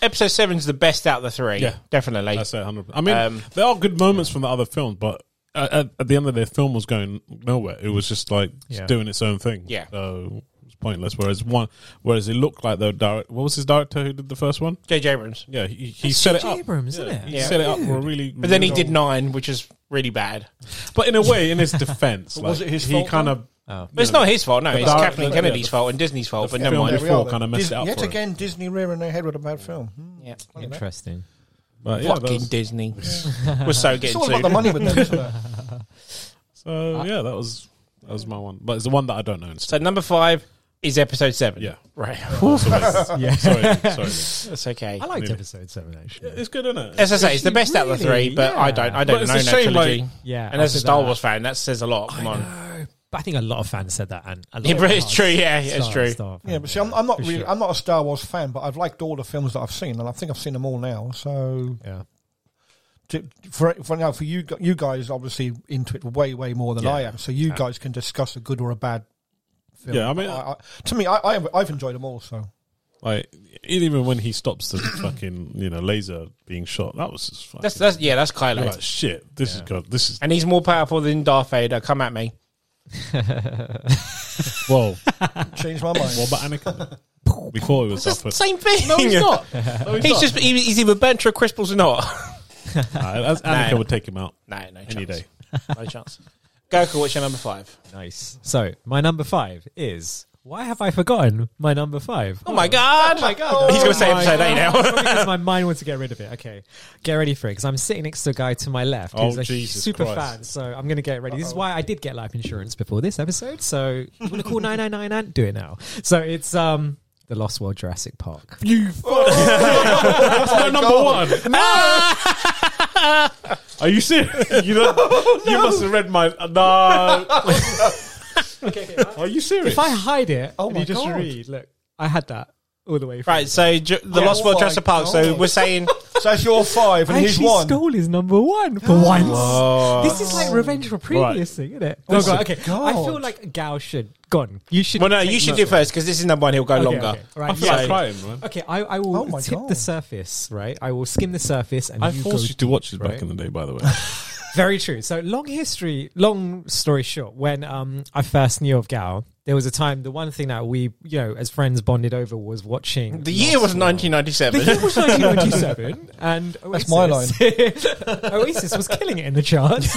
B: episode seven's the best out of the three.
E: Yeah.
B: definitely.
E: That's it, hundred. I mean,
B: Um,
E: there are good moments from the other films, but at, at, at the end of their film was going nowhere. It was just like it's
D: Yeah.
E: doing its own thing.
B: Yeah.
E: so it's pointless. Whereas one, whereas it looked like the direct. What was his director who did the first one?
B: JJ Abrams,
E: Yeah, he, he set it
D: J.J.
E: up.
D: Abrams, isn't
E: Oh, yeah,
D: it?
E: He
B: Yeah.
E: set it up for a really.
B: but then he did nine, which is really bad.
E: But in a way, in his
B: [laughs]
E: defense, like,
C: was it his
E: he
C: fault,
E: kind of.
B: But it's not his fault. No, it's
E: direct-
B: Kathleen
E: the- yeah,
B: Kennedy's
E: the-
B: fault and Disney's fault. But never
E: film
B: mind.
E: that-
C: There we are.
E: Kinda messed it up
C: Yet
E: for us.
C: again, Disney rearing their head with a bad film. Hmm.
B: Yeah.
D: Interesting.
E: But uh, yeah, that
B: Fucking
E: was-
B: Disney. [laughs] we're so
C: It's
B: getting
C: all about the
B: sued.
C: money [laughs] with them, isn't it?
E: So yeah, that was that was my one, but it's the one that I don't know.
B: Uh, So
E: Instead.
B: number five is episode seven.
E: Yeah. [laughs]
B: right. [laughs]
E: yeah, sorry, sorry.
B: That's okay.
D: I liked
E: Maybe.
D: episode seven actually.
E: It's good, isn't it?
B: As I say, it's the best out of the
D: Really?
B: three, but I don't, I don't
E: But it's
B: know
E: a
B: that
E: shame,
B: trilogy.
E: like-
D: Yeah,
B: and as
D: after
B: a Star
D: that-
B: Wars fan, that says a lot. Come [laughs] on,
D: But I think a lot of fans said that, and a lot
B: yeah,
D: of
B: but it's
D: Star-
B: true. Yeah, yeah, it's
D: Star-
B: true.
D: Star fans.
C: Yeah, but see, I'm, I'm not
D: For
C: really,
D: sure.
C: I'm not a Star Wars fan, but I've liked all the films that I've seen, and I think I've seen them all now. So
D: Yeah.
C: to, for for now, for you, gu- you guys obviously into it way, way more than
D: Yeah.
C: I am. So you guys can discuss a good or a bad. film.
E: Yeah, I mean-
C: to me, I, I, I've enjoyed them all. So
E: Like e-, even when he stops the [coughs] fucking you know laser being shot, that was just fucking.
B: That's that's yeah, that's Kylo.
E: like, shit. This is god. This is
B: And he's more powerful than Darth Vader. Come at me.
E: whoa.
C: Change my
E: [coughs]
C: mind.
E: What about Anakin? we thought it was
B: It's the
E: up.
B: same thing. [laughs] No,
E: he's not.
B: he's just he- he's either burnt to a crisp or not. [laughs]
E: Anakin would take him out
B: no, no chance.
E: any day.
B: No chance. Goku, what's your number five?
D: Nice. So my number five is. Why have I forgotten my number five?
B: Oh my god! Oh my god! He's gonna say
D: my
B: episode eight now.
D: Probably because my mind wants to get rid of it. Okay, get ready for it because I'm sitting next to a guy to my left
E: Oh,
D: who's a
E: Jesus
D: super
E: Christ.
D: fan. So I'm going to get ready. This is why I did get life insurance before this episode. So you want to call 999 and [laughs] do it now. So it's um the Lost World Jurassic Park.
E: [laughs] That's my number one. Are
D: [laughs]
E: you serious? You, don't, you must have read my no. Are you serious?
D: If I hide it, oh
C: my
D: my you just
C: God.
D: read. Look, I had that all the way. Through.
B: Right, so ju- the
C: Oh
B: Lost World
C: my
B: Jurassic Park. So
C: God.
B: we're
D: [laughs]
B: saying
C: So that's your five, and
D: I
C: he's
D: actually
C: one.
D: stole his number one for once.
E: Oh.
D: This is like revenge for previous thing, isn't it? Oh,
C: Listen,
D: God, okay, I feel
C: God.
D: like Gao should gone. You should.
B: Well, no,
D: take
B: you should
D: notes.
B: do first because this is number one. He'll go
D: Okay,
B: longer.
D: okay. Right,
E: I feel
D: yeah.
E: like crying, man.
D: Okay, I, I will
C: Oh my
D: tip
C: God.
D: the surface, right? I will skim the surface, and
E: I
D: you
E: forced
D: go-
E: you to watch this
D: right?
E: back in the day, by the way.
D: Very true. So long history, long story short, when um I first knew of Gao, there was a time. The one thing that we, you know, as friends bonded over was watching.
B: The year was
E: [laughs]
D: The year
B: 1997.
D: was 1997, and Oasis,
C: That's my
D: [laughs] Oasis was killing it in the charts.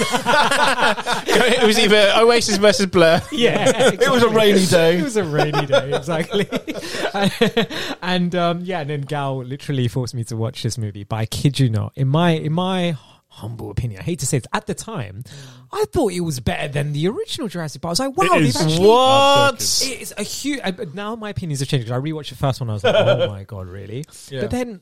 B: [laughs] it was either Oasis versus Blur.
D: yeah,
C: It was a rainy
D: [laughs] It
C: day.
D: was a rainy day, exactly. [laughs] and um, yeah, and then Gal literally forced me to watch this movie. But I kid you not, in my in my humble opinion, I hate to say this, at the time, I thought it was better than the original Jurassic Park. I was like, wow,
E: It
D: they've
E: is
D: actually.
B: What?
D: It is a huge. I, but now my opinions have changed because I rewatched the first one. I was like, [laughs] oh my god, really? But then,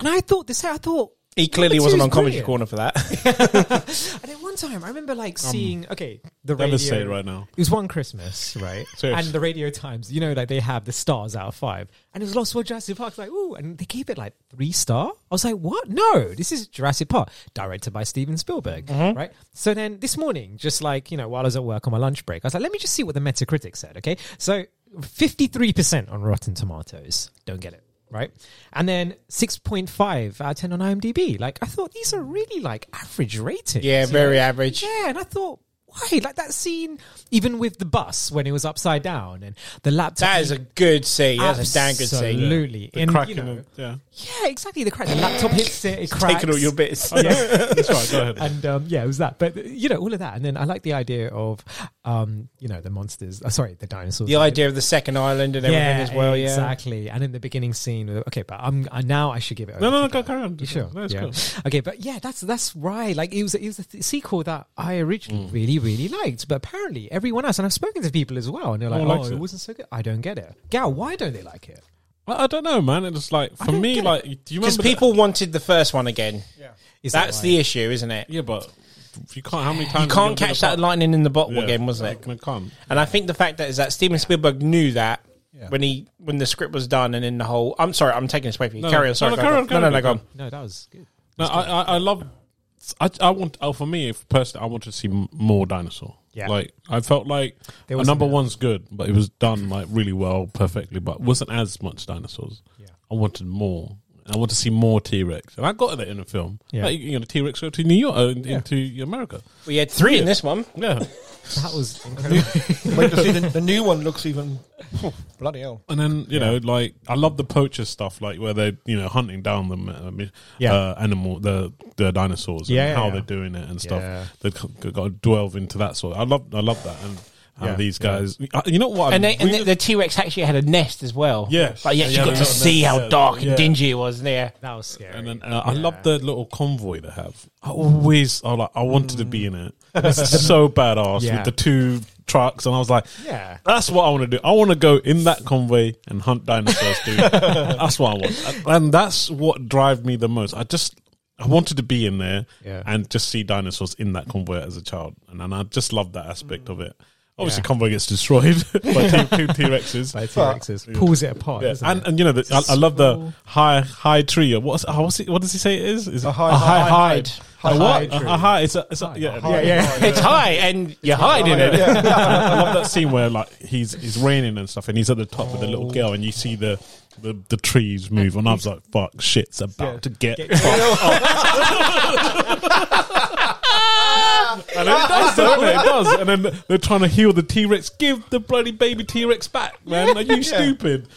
D: and I thought this. I thought
B: He clearly
D: Number
B: wasn't
D: two's
B: on Comedy Corner
D: brilliant.
B: for
E: [laughs]
B: that.
D: And then one time, I remember like seeing okay the
E: Um, Devastated
D: radio.
E: right now.
D: It was one Christmas, right?
E: [laughs] Serious.
D: And the Radio Times, you know, like they have the stars out of five, and it was Lost World Jurassic Park. Like, ooh, and they gave it like three star. I was like, what? No, this is Jurassic Park, directed by Steven Spielberg,
E: Mm-hmm.
D: right? So then this morning, just like you know, while I was at work on my lunch break, I was like, let me just see what the Metacritic said. Okay, so fifty three percent on Rotten Tomatoes. Don't get it. Right, and then six point five out of ten on IMDb. Like I thought, these are really like average ratings.
B: yeah, very average.
D: Yeah, and I thought, why? Like that scene, even with the bus when it was upside down and the laptop.
B: That is a good scene. That's a damn good scene.
D: Absolutely.
E: The
D: And,
E: crack
D: you
E: in
D: know-
E: it, yeah.
D: yeah, exactly. The crack.
B: [laughs]
D: The laptop hits it. It cracks. Oh,
B: Taking all your bits.
D: [laughs] Yeah.
E: That's right. Go ahead.
D: and um, yeah, it was that. But you know, all of that. And then I like the idea of, um, you know, the monsters. Uh, sorry, the dinosaurs.
B: The idea of the second island and everything as well. Yeah,
D: exactly. And in the beginning scene, okay, but I'm I, now I should give it. Over
E: no,
D: to
E: no, no.
D: Gao.
E: Go carry on.
D: You sure?
E: No, it's
D: yeah.
E: cool.
D: [laughs] Okay, but yeah, that's that's right. Like it was it was a th- sequel that I originally really really liked, but apparently everyone else, and I've spoken to people as well, and they're like,
E: one
D: "Oh,
E: likes
D: it
E: it."
D: wasn't so good. I don't get it, Gal. Why don't they like it?
E: I, I don't know, man. It's like for
D: don't
E: me,
D: get it.
E: like do you
B: Because
E: remember that-
B: people wanted the first one again.
D: Is that
B: That's
D: why?
B: the issue, isn't it?
E: Yeah, but you can't. How many
B: You
E: times
B: can't catch that lightning in the bottle
E: Yeah.
B: again, wasn't it?
E: I, I can't.
B: And I think the fact that is that Steven Spielberg knew that when he when the script was done and in the whole. I'm sorry, I'm taking this away from you.
E: No,
B: carry
E: no.
B: on, sorry.
E: No, no,
B: go on.
E: carry
B: no,
E: on, carry
B: no,
E: on,
B: no, go
E: carry
B: on.
D: No, that was good.
E: No, I, I, I love. I, I want. Oh, for me, if personally, I want to see m- more dinosaur.
D: Yeah.
E: Like I felt like
D: There
E: a
D: wasn't
E: number
D: that.
E: one's good, but it was done like really well, perfectly, but wasn't as much dinosaurs.
D: Yeah.
E: I wanted more. I want to see more T Rex, and I got it in a film.
D: Yeah.
E: Like, you know, T Rex go to New York, uh, in- into America.
B: We had three in this one.
E: Yeah,
D: That [laughs] was incredible.
C: Wait to see the, the new one looks even bloody hell.
E: and then you know, like I love the poacher stuff, like where they're you know hunting down the uh,
D: Yeah.
E: uh, animal, the the dinosaurs, and
D: Yeah, yeah,
E: how
D: yeah.
E: they're doing it and stuff.
D: Yeah.
E: They've c- got to delve into that sort. I love, I love that, and how
D: Yeah,
E: these
D: yeah.
E: guys. Uh, You know what? I
B: And, they, and
E: really-
B: the, the T Rex actually had a nest as well.
E: Yes.
B: But you
E: Yeah,
B: actually got
E: yeah, they
B: to
E: got a
B: see
E: nest,
B: how
E: yeah.
B: dark and
E: Yeah.
B: dingy it was there.
D: that was scary.
E: and then uh, I love the little convoy they have. I always, I like, I wanted to be in it.
D: [laughs]
E: It's so badass
D: Yeah.
E: with the two trucks, and I was like,
D: Yeah.
E: that's what I want to do. I want to go in that convoy and hunt dinosaurs,
D: [laughs]
E: dude. that's what I want, and that's what drive me the most. I just, I wanted to be in there
D: Yeah.
E: and just see dinosaurs in that convoy as a child, and, and I just love that aspect of it. Obviously,
D: Mm. Yeah.
E: convoy gets destroyed [laughs] by two, two T Rexes.
D: By T-Rexes. pulls it apart.
E: Yeah,
D: doesn't
E: and
D: it?
E: and you know the, I, I love the high high tree. Or what's oh, what's it, what does he say? It is is it- a
C: high- high
E: hide?
C: hide.
E: A
C: High
E: what?
C: hide
E: A-
C: tree.
E: A high. It's a, it's a yeah. Oh, yeah.
B: It's high and you're hiding it.
E: [laughs] I love that scene where like he's he's raining and stuff, and he's at the top with a little girl, and you see the the, the trees move, and I was like, "Fuck, shit's about to get." and then it does, doesn't it? It does. And then they're trying to heal the T Rex. Give the bloody baby T Rex back, man! Are you stupid?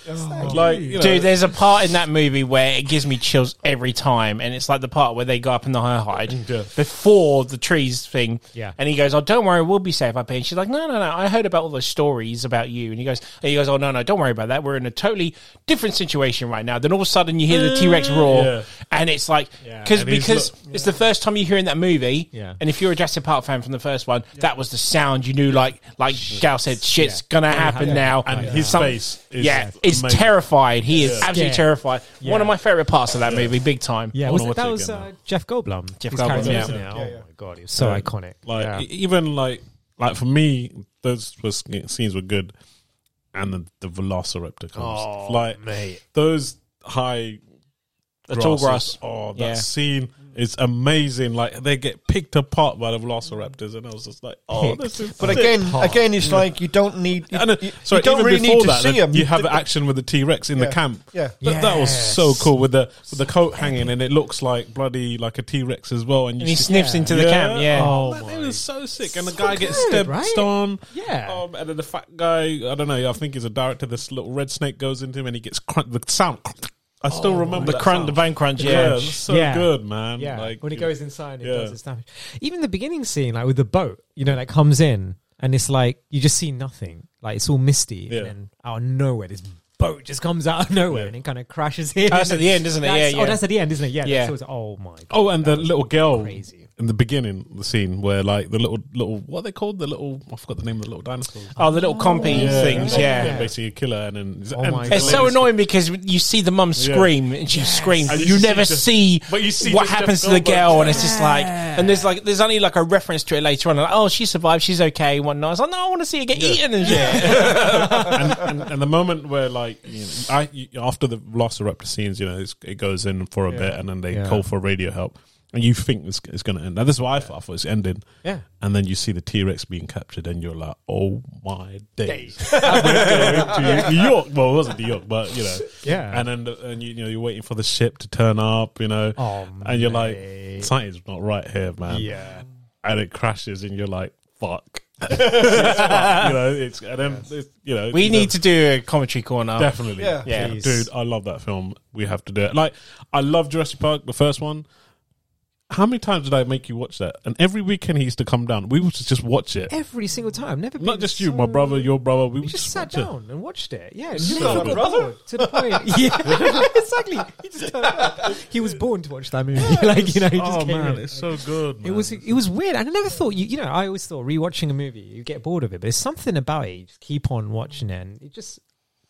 E: Like, you know,
B: Dude, there's a part in that movie where it gives me chills every time, and it's like the part where they go up in the high hide
E: Yeah.
B: before the trees thing.
D: Yeah.
B: And he goes, "Oh, don't worry, we'll be safe up here." And she's like, "No, no, no. I heard about all those stories about you." And he goes, and "He goes, oh no, no, don't worry about that. We're in a totally different situation right now." Then all of a sudden, you hear the T Rex roar,
E: Uh, Yeah.
B: and it's like
E: Yeah.
B: cause,
E: And he's
B: because it's the first time you hear in that movie.
D: Yeah.
B: And if you're a Jurassic Park fan from the first one, that was the sound you knew, like like Gal said, shit's gonna happen
D: happen.
B: now.
E: and his
B: Some-
E: face, is
B: yeah, it's
E: amazing.
B: terrified. He is absolutely
D: Scared.
B: terrified. One of
D: Yeah.
B: my favorite parts of that movie, big time.
D: Yeah,
E: I
D: was
E: wanna
D: it, that
E: watch it
D: was
E: again
D: uh, Jeff Goldblum.
B: Jeff
D: His
B: Goldblum,
D: character,
B: yeah.
D: wasn't it?
E: Yeah,
D: Oh my god, he was so iconic.
E: Like
D: Yeah.
E: e- even like like for me, those was, scenes were good, and the, the Velociraptor comes.
B: Oh,
E: like those high
B: The tall grass.
E: grasses, Oh, that
B: Yeah.
E: scene is amazing. Like they get picked apart by the Velociraptors, and I was just like, oh, this is.
C: But
E: sick.
C: again, again, it's like you don't need.
E: [laughs]
C: You,
E: And, uh,
C: you-
E: sorry,
C: you don't
E: even
C: really
E: before
C: need to
E: that,
C: see
E: the-
C: them.
E: you have action with the T Rex in
C: Yeah.
E: the camp.
C: Yeah.
E: Th- that was so
D: Yes.
E: cool with the with the coat hanging, and it looks like bloody like a T Rex as well. And, you
B: And he
E: see-
B: sniffs into the camp. Yeah.
D: Oh
E: Man, it
D: my.
E: was so sick, and the
D: So
E: guy gets
D: good,
E: stepped
D: right?
E: on.
D: Yeah.
E: um, and then the fat guy, I don't know. I think he's a director. This little red snake goes into him, and he gets crunch. The sound, I still remember
B: the
E: that
B: crunch,
E: sound.
B: the bone crunch.
E: Yeah,
B: Yeah.
E: it's so
D: Yeah.
E: good, man.
D: Yeah,
E: like,
D: when he goes inside, and
E: yeah.
D: it does its damage. Even the beginning scene, like with the boat, you know, that comes in and it's like you just see nothing, like it's all misty,
E: Yeah.
D: and then out of nowhere, this boat just comes out of nowhere
E: Yeah.
D: and it kind of crashes in.
B: That's at the end, isn't it?
D: That's-
B: Yeah,
D: Oh,
B: yeah.
D: that's at the end, isn't it? Yeah,
B: Yeah.
D: yeah. That's, oh my god,
E: Oh, and the little girl
D: crazy.
E: in the beginning, the scene where like the little little what are they called? The little I forgot the name of the little dinosaurs.
B: Oh, the little compy things.
E: and
B: Yeah.
E: then basically you kill her, and then
D: Oh
E: and
D: my
E: the
D: God.
B: It's so
E: lady's-
B: annoying because you see the mum scream and she screams.
E: And
B: And
E: you
B: you,
E: see
B: never
E: just-
B: see,
E: but you see
B: what
E: just Jeff
B: happens to the
E: Goldblum.
B: girl, and it's just like, and there's like, there's only like a reference to it later on. Like, oh, she survived, she's okay, whatnot. It's like, no, I want to see her get eaten and shit.
E: and, and the moment where like you know, I you, after the Velociraptor scenes, you know, it's, it goes in for a bit, and then they
D: Yeah.
E: call for radio help, and you think it's, it's going to end. Now, this is what I thought, I thought it was ending.
D: Yeah.
E: And then you see the T Rex being captured, and you're like, "Oh my days!" [laughs] We're going to New York. Well, it wasn't New York, but you know.
D: Yeah.
E: And then the, and you, you know you're waiting for the ship to turn up, you know,
D: Oh,
E: and you're like,
D: mate.
E: "Something's not right here, man."
D: Yeah.
E: And it crashes, and you're like,
D: [laughs]
E: "Fuck." It's fucked, you know, it's and then it's, you know
B: We
E: the-
B: need to do a commentary corner.
E: Definitely.
B: Oh.
C: Yeah.
B: Yeah.
D: Please.
E: Dude, I love that film. We have to do it. Like, I love Jurassic Park, the first one. How many times did I make you watch that? And every weekend he used to come down. We would just watch it.
D: every single time. Never
E: Not
D: been
E: just you,
D: so-
E: my brother, your brother. We would
D: He just sat
E: watch It. [laughs]
D: down and watched it. Yeah, and
E: So
D: never got
E: good.
D: bored, to the point. [laughs] Yeah, exactly. He just turned up. He was born to watch that movie. [laughs] like you know, he just
E: Oh,
D: came
E: man,
D: in.
E: it's so good.
D: It was it was weird. I never thought you you know I always thought rewatching a movie you get bored of it, but there's something about it. You just keep on watching it, and it just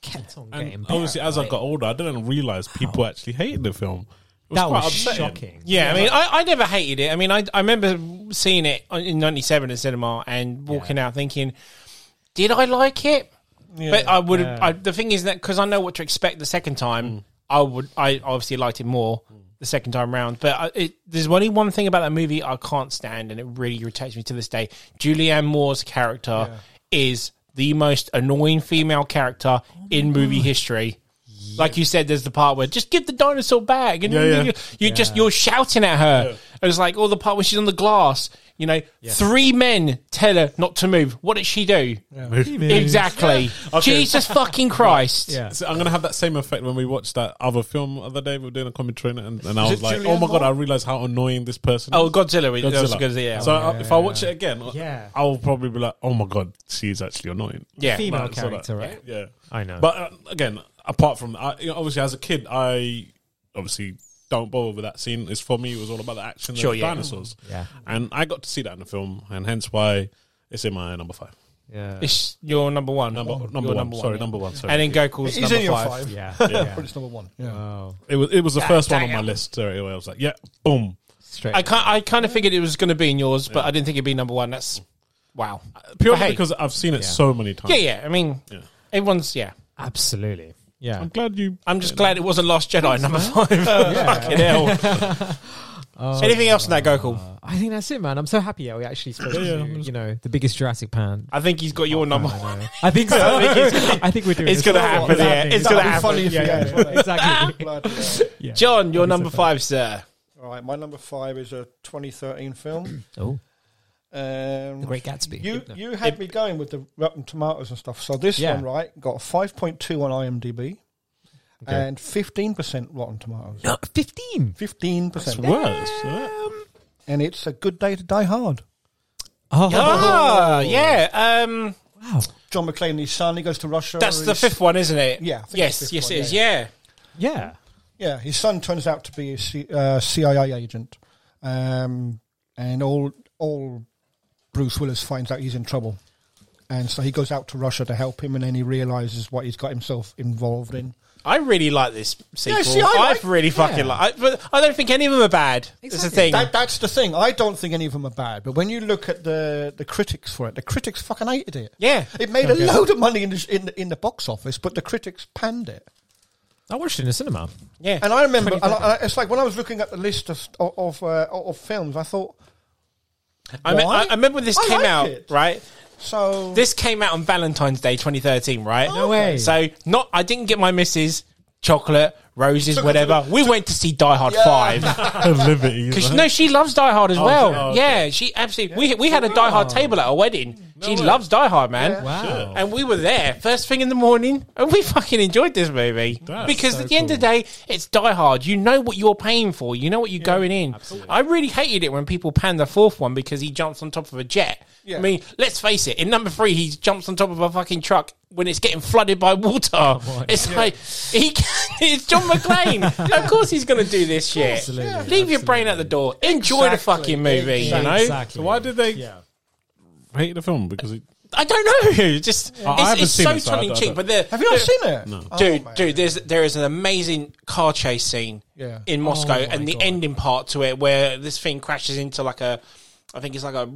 D: kept on getting.
E: And
D: better,
E: obviously, as I
D: right?
E: got older, I didn't realize people actually hated the film. It was
D: that
E: quite
D: was
E: upsetting.
D: shocking.
B: Yeah, I mean, I, I never hated it. I mean, I, I remember seeing it on- in '97 at cinema and walking out thinking, "Did I like it?" But I would. have I, the thing is that because I know what to expect the second time,
E: Mm.
B: I would. I obviously liked it more the second time round. But I, it, there's only one thing about that movie I can't stand, and it really irritates me to this day. Julianne Moore's character is the most annoying female character
E: Oh
B: in movie history. Like you said, there's the part where just give the dinosaur back, and
E: Yeah, yeah.
B: you, you just you're shouting at her. It was like all the part when she's on the glass. You know, three men tell her not to move. What did she do? Exactly. Jesus fucking Christ.
D: Yeah.
E: So I'm going to have that same effect when we watched that other film the other day. We were doing a commentary on it, and, and I
C: Is
E: was
C: it
E: like,
C: Julianne
E: oh my God,
C: Moore?
E: I realized how annoying this person
B: Oh,
E: is.
B: Godzilla. we- that was
E: Godzilla.
B: Godzilla, yeah.
E: So I- if I watch it again, uh,
D: Yeah.
E: I'll probably be like, "Oh my god, she's actually annoying."
B: yeah. Uh-huh.
D: Female
E: Like, so that-
D: character, right?
E: Yeah,
D: I know.
E: But uh, again, apart from I, you know, obviously as a kid, I obviously don't bother with that scene. It's for me, it was all about the action, and
B: Sure,
E: the
B: yeah.
E: dinosaurs,
D: Yeah.
E: And I got to see that in the film, and hence why it's in my number five.
D: Yeah,
B: It's your number one.
E: Number
D: Oh,
E: number,
B: Your
E: one,
B: number
E: Sorry,
B: yeah.
E: number one. Sorry.
B: And then Goku's
C: He's
B: number
C: in your
B: five.
C: five.
D: yeah,
C: But it's number one. Yeah.
D: Oh,
E: it was it was the first one on my
B: damn.
E: list. Sorry, I was like, yeah, boom.
D: straight.
B: I can't, I kind of figured it was going to be in yours, but I didn't think it'd be number one. That's wow.
E: Purely
B: But hey,
E: because I've seen it so many times.
B: yeah, yeah. I mean, everyone's yeah.
D: Absolutely. Yeah.
E: I'm glad you. [laughs]
B: I'm just glad it
C: [laughs]
D: [laughs]
B: wasn't Last Jedi number five. Fucking hell. Anything else in that Goku?
D: I think that's it, man. I'm so happy that we actually spoke
E: Yeah, yeah.
D: to you know the biggest Jurassic pan.
B: I think he's got
C: Oh,
B: your number.
D: I, know. I think so. I think, it's- [laughs] I think we're doing.
B: It's
D: this.
B: gonna happen,
D: It's
B: yeah.
D: happening.
B: It's
C: That'd
B: gonna
C: be funny if
D: Yeah,
C: you
D: yeah,
C: had, wouldn't it?
D: exactly.
C: Bloody
B: [laughs]
C: hell.
B: John, you're
D: That'd
B: number
D: be so funny.
B: five, sir.
C: All right, my number five is a 2013 film.
D: Oh,
C: Um,
D: The Great Gatsby.
C: You
D: No.
C: you had me going with the Rotten Tomatoes and stuff. So this
D: Yeah.
C: one, right, got a 5.2 on IMDb
D: Okay.
C: and 15% Rotten Tomatoes.
D: No, [gasps] fifteen.
C: 15%.
E: worse.
B: [laughs]
C: and it's a good day to die hard.
D: Oh,
B: Ah, yeah. Um,
D: wow.
C: John McClane's son, he goes to Russia.
B: that's the
C: His-
B: fifth one, isn't it?
C: Yeah, I think it's the
B: Yes,
C: fifth
B: yes,
C: one,
B: it is.
C: yeah.
B: Yeah.
D: [laughs] Yeah.
C: Yeah, his son turns out to be a C, uh, CIA agent, um, and all all Bruce Willis finds out he's in trouble, and so he goes out to Russia to help him, and then he realizes what he's got himself involved in.
B: I really like this sequel.
C: see, I like-
B: have really fucking
D: yeah.
B: like. I, but I don't think any of them are bad. It's the
D: Exactly.
B: thing.
C: That, that's the thing. I don't think any of them are bad, but when you look at the the critics for it, the critics fucking hated it.
B: yeah.
C: It made
D: Okay.
C: a load of money in the, in the in the box office, but the critics panned it.
D: I watched it in the cinema.
B: Yeah.
C: And I remember, and I, and I- it's like when I was looking at the list of of uh, of films, I thought,
B: I, me-
C: Why?
B: I, I remember when this
C: I
B: came
C: like
B: out,
C: it.
B: right?
C: so
B: This came out on Valentine's Day 2013, right?
D: No way.
B: So not I didn't get my missus chocolate, roses,
C: Took her
B: whatever. we went to see Die Hard
C: [laughs]
B: 5.
E: Liberty.
B: Cuz no, she loves Die Hard as well.
E: oh,
B: Yeah, she absolutely We we had a Die Hard table at our wedding. she loves Die Hard, man.
D: Wow.
B: And we were there first thing in the morning, and we fucking enjoyed this movie
E: That's
B: because
E: so
B: at the end of the day, it's Die Hard. You know what you're paying for. You know what you're going in. I really hated it when people panned the fourth one because he jumps on top of a jet.
C: Yeah.
B: I mean, let's face it. In number three, he jumps on top of a fucking truck when it's getting flooded by water. it's like he. [laughs] it's John McClane. Of course, he's going to do this shit.
D: Absolutely,
B: Leave your brain at the door. Enjoy
C: Exactly.
B: the fucking movie. You know.
D: Exactly.
E: So why did they hate the film? Because it,
B: I don't know. [laughs] Just
E: I
B: it's,
E: haven't
B: it's
E: seen
B: so
E: it, so I
B: tongue in
E: don't-
B: cheek. But the
C: have you not seen it?
E: No.
C: Oh,
B: dude,
C: man.
B: dude, there's there is an amazing car chase scene
C: Yeah.
B: in Moscow,
D: Oh my
B: and the
D: God.
B: ending part to it where this thing crashes into like a, I think it's like a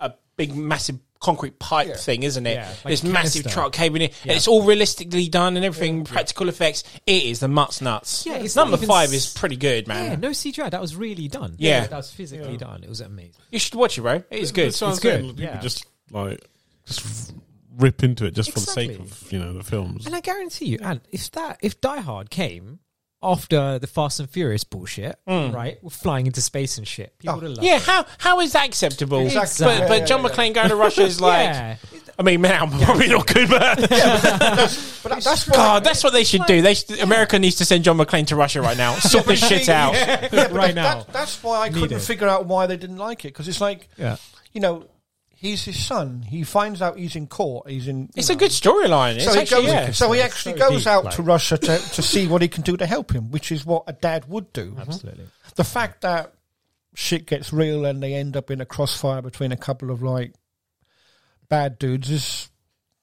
B: a big massive concrete pipe thing, isn't it?
D: Yeah, like
B: this
D: a
B: massive
D: canister.
B: truck caving in, and it's all realistically done and everything, practical effects. It is the mutt's nuts.
D: Yeah, it's
B: number
D: not even
B: five
D: s-
B: is pretty good, man.
D: Yeah, no CGI. That was really done.
B: Yeah.
D: that was physically done. It was amazing.
B: You should watch it, bro. It is good.
E: That's what I'm
D: It's good,
E: saying, People
D: yeah.
E: just like just rip into it just for the sake
D: Exactly.
E: of you know the films.
D: And I guarantee you, and if that if Die Hard came after the Fast and Furious bullshit, right, we're flying into space and shit, people would have loved
B: Mm. Oh, Yeah,
D: it.
B: how how is that acceptable?
D: Exactly.
B: But
D: Yeah,
B: but John
C: yeah,
B: McClane going to Russia
D: [laughs]
B: is like,
D: yeah.
B: I mean, now [laughs] probably not good, but
C: But that- that's what
B: God, that's what they should do. They should, America needs to send John McClane to Russia right now. Sort this shit out.
D: right now.
C: That, that's why I couldn't
D: Needed.
C: figure out why they didn't like it because it's like,
D: Yeah.
C: you know, he's his son. He finds out he's in court. He's in. you
B: It's
C: know.
B: a good storyline. It's
C: So he,
B: actually,
C: goes,
B: yeah.
C: so he
D: It's
C: actually
D: so
C: goes
D: deep,
C: out
D: like-
C: to Russia to, to see what he can do to help him, which is what a dad would do.
D: Absolutely.
C: The fact that shit gets real and they end up in a crossfire between a couple of like bad dudes is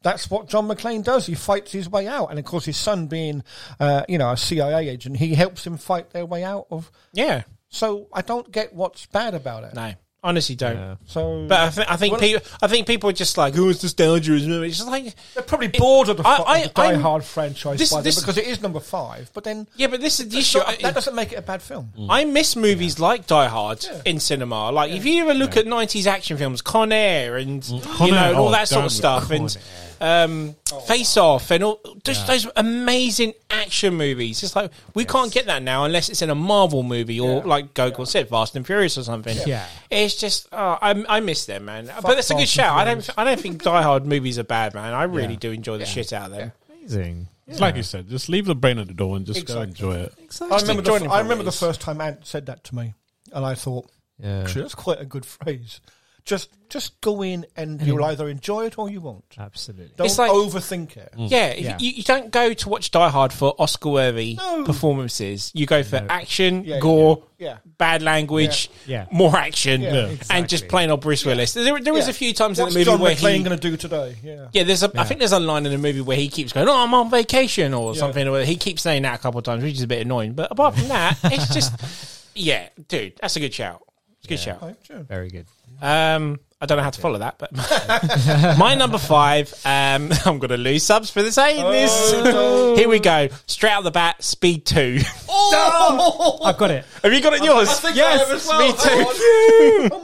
C: that's what John McClane does. He fights his way out, and of course, his son being uh, you know a CIA agent, he helps him fight their way out of.
B: yeah.
C: So I don't get what's bad about it.
B: No, honestly, don't.
D: Yeah.
C: So
B: But I, th- I think
C: Well-
B: people, I think people are just like, oh, it's nostalgia. It's just like,
C: they're probably bored of the,
B: I-
C: fu- of
B: I-
C: the Die
B: I'm-
C: Hard franchise
B: this-
C: by then
B: this-
C: because it is number five. But then
B: yeah, Mm. but this is the
C: that's
B: issue.
C: not- that doesn't make it a bad film.
B: I miss movies like Die Hard in cinema. Like if you ever look at '90s action films, Con Air and
E: Con
B: you know
E: Air,
B: and all
E: oh,
B: that sort
E: damn
B: of
E: it,
B: stuff, and um, Face Off, and all just those amazing action movies. It's like we can't get that now unless it's in a Marvel movie or like Gogol said, Fast and Furious or something.
D: Yeah.
B: it's just oh, I, I miss them, man. but that's a
C: Fast
B: good
C: and
B: shout. I don't I don't think Die Hard movies are bad, man. I really do enjoy the shit out of them.
D: Amazing.
E: It's like you said, just leave the brain at the door and just
C: Exactly.
E: go enjoy it.
C: I
D: Exactly.
C: remember, the,
B: enjoying
C: f-
B: it
C: I
B: for
C: remember the
B: what it is.
C: first time Ant said that to me, and I thought,
D: Yeah.
C: actually, that's quite a good phrase. Just, just go in, and you'll either enjoy it or you won't.
D: Absolutely.
C: Don't
B: It's like- Mm.
C: overthink it.
B: Yeah, if
D: Yeah.
B: You, you don't go to watch Die Hard for Oscar-worthy
C: No.
B: performances. You go for action,
C: Yeah, yeah,
B: gore,
C: yeah.
B: bad language,
D: Yeah. Yeah.
B: more action,
C: Yeah, Yeah.
B: and just plain old Bruce Willis. There, there was
C: Yeah.
B: a few times in
C: What's
B: the movie
C: John
B: where
C: McClane
B: he.
C: going to do today? Yeah.
B: yeah, there's a. I think there's a line in the movie where he keeps going, "Oh, I'm on vacation" or something. Or he keeps saying that a couple of times, which is a bit annoying. But
C: [laughs]
B: apart from that, it's just, yeah, dude, that's a good shout. It's a good shout.
C: Right, sure.
D: Very good.
B: Um, I don't know how to follow that, but [laughs] my number five. Um, [laughs] I'm going to lose subs for this. Ain't this?
F: Oh,
B: Here we go. Straight out the bat, speed two. [laughs]
D: I've got it.
B: Have you Oh! got it in yours?
F: think I
B: yes,
F: have as well.
C: [laughs]
F: Oh,
B: speed two.
C: Oh,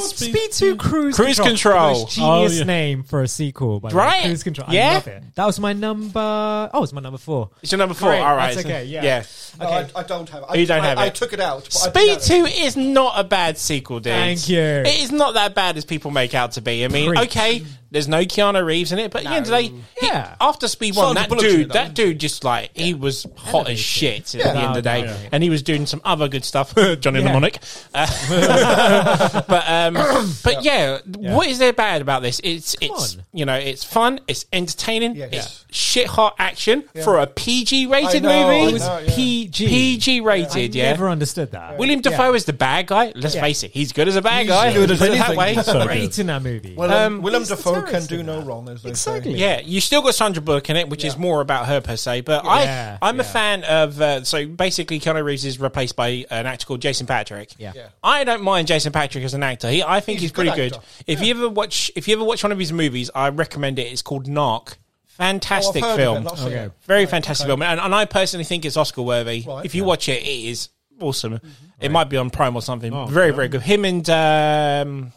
D: Speed Two Cruise
B: Cruise
D: The
B: Control.
D: most genius
E: Oh, yeah.
D: name for a sequel, by the
B: Right.
D: way. Cruise Control.
B: Yeah.
D: I love it. That was my number. Oh, it's my number four.
B: It's your number four.
D: Great,
B: All right.
D: that's okay, yeah.
B: yeah.
F: No, I, I don't have it. I,
B: You don't
F: I,
B: have
F: I
B: it.
F: took it out. but I did
B: Speed
F: have it.
B: 2 is not a bad sequel, dude.
D: Thank you.
B: It is not that bad as people make out to be. I mean,
D: Preach.
B: okay, there's no Keanu Reeves in it, but at the end of the day, he-
D: Yeah.
B: after Speed 1,
F: Sandra
B: that
F: Bullock's in it,
B: dude,
F: though.
B: that dude just like, he was hot as shit at the end of the day.
D: Yeah.
B: And he was doing some other good stuff. [laughs] Johnny Mnemonic. Uh, [laughs] but, um,
D: [coughs]
B: but yeah. what is there bad about this? It's, it's,
D: on.
B: you know, it's fun, it's entertaining,
C: Yes.
B: it's shit hot action for a PG rated
F: I know,
B: movie.
F: I
D: It was
F: know, yeah.
D: PG.
B: PG rated, yeah.
D: Never understood that.
B: William Dafoe is the bad guy. Let's
D: Yeah.
B: face it, he's good as a bad
C: He's
B: guy.
C: good as
B: Put it that
C: anything.
E: [laughs]
B: way.
E: That's so
D: great
E: good.
D: in that movie.
B: Um,
C: Willem, Willem
D: he's a
C: Dafoe can
D: terrorist
C: do
D: in
C: no
D: that.
C: wrong, as they
D: Exactly.
C: say. Oh,
B: Yeah, you still got Sandra Bullock in it, which is more about her per se. But
D: Yeah,
B: I, I'm a
D: yeah.
B: fan of. Uh, so basically, Keanu Reeves is replaced by an actor called Jason Patrick.
D: Yeah. Yeah.
B: I don't mind Jason Patrick as an actor. He, I think he's,
F: He's a
B: pretty
F: good
B: good.
F: actor.
B: If you ever watch, if you ever watch one of his movies, I recommend it. It's called Narc.
F: Oh, I've
B: Fantastic
F: heard of it,
B: film.
F: not seen it.
B: Very fantastic film, and, and I personally think it's Oscar worthy.
F: Right.
B: if you watch it, it is awesome.
D: Mm-hmm.
B: It might be on Prime or something.
D: Oh,
B: very, very good. Him and um,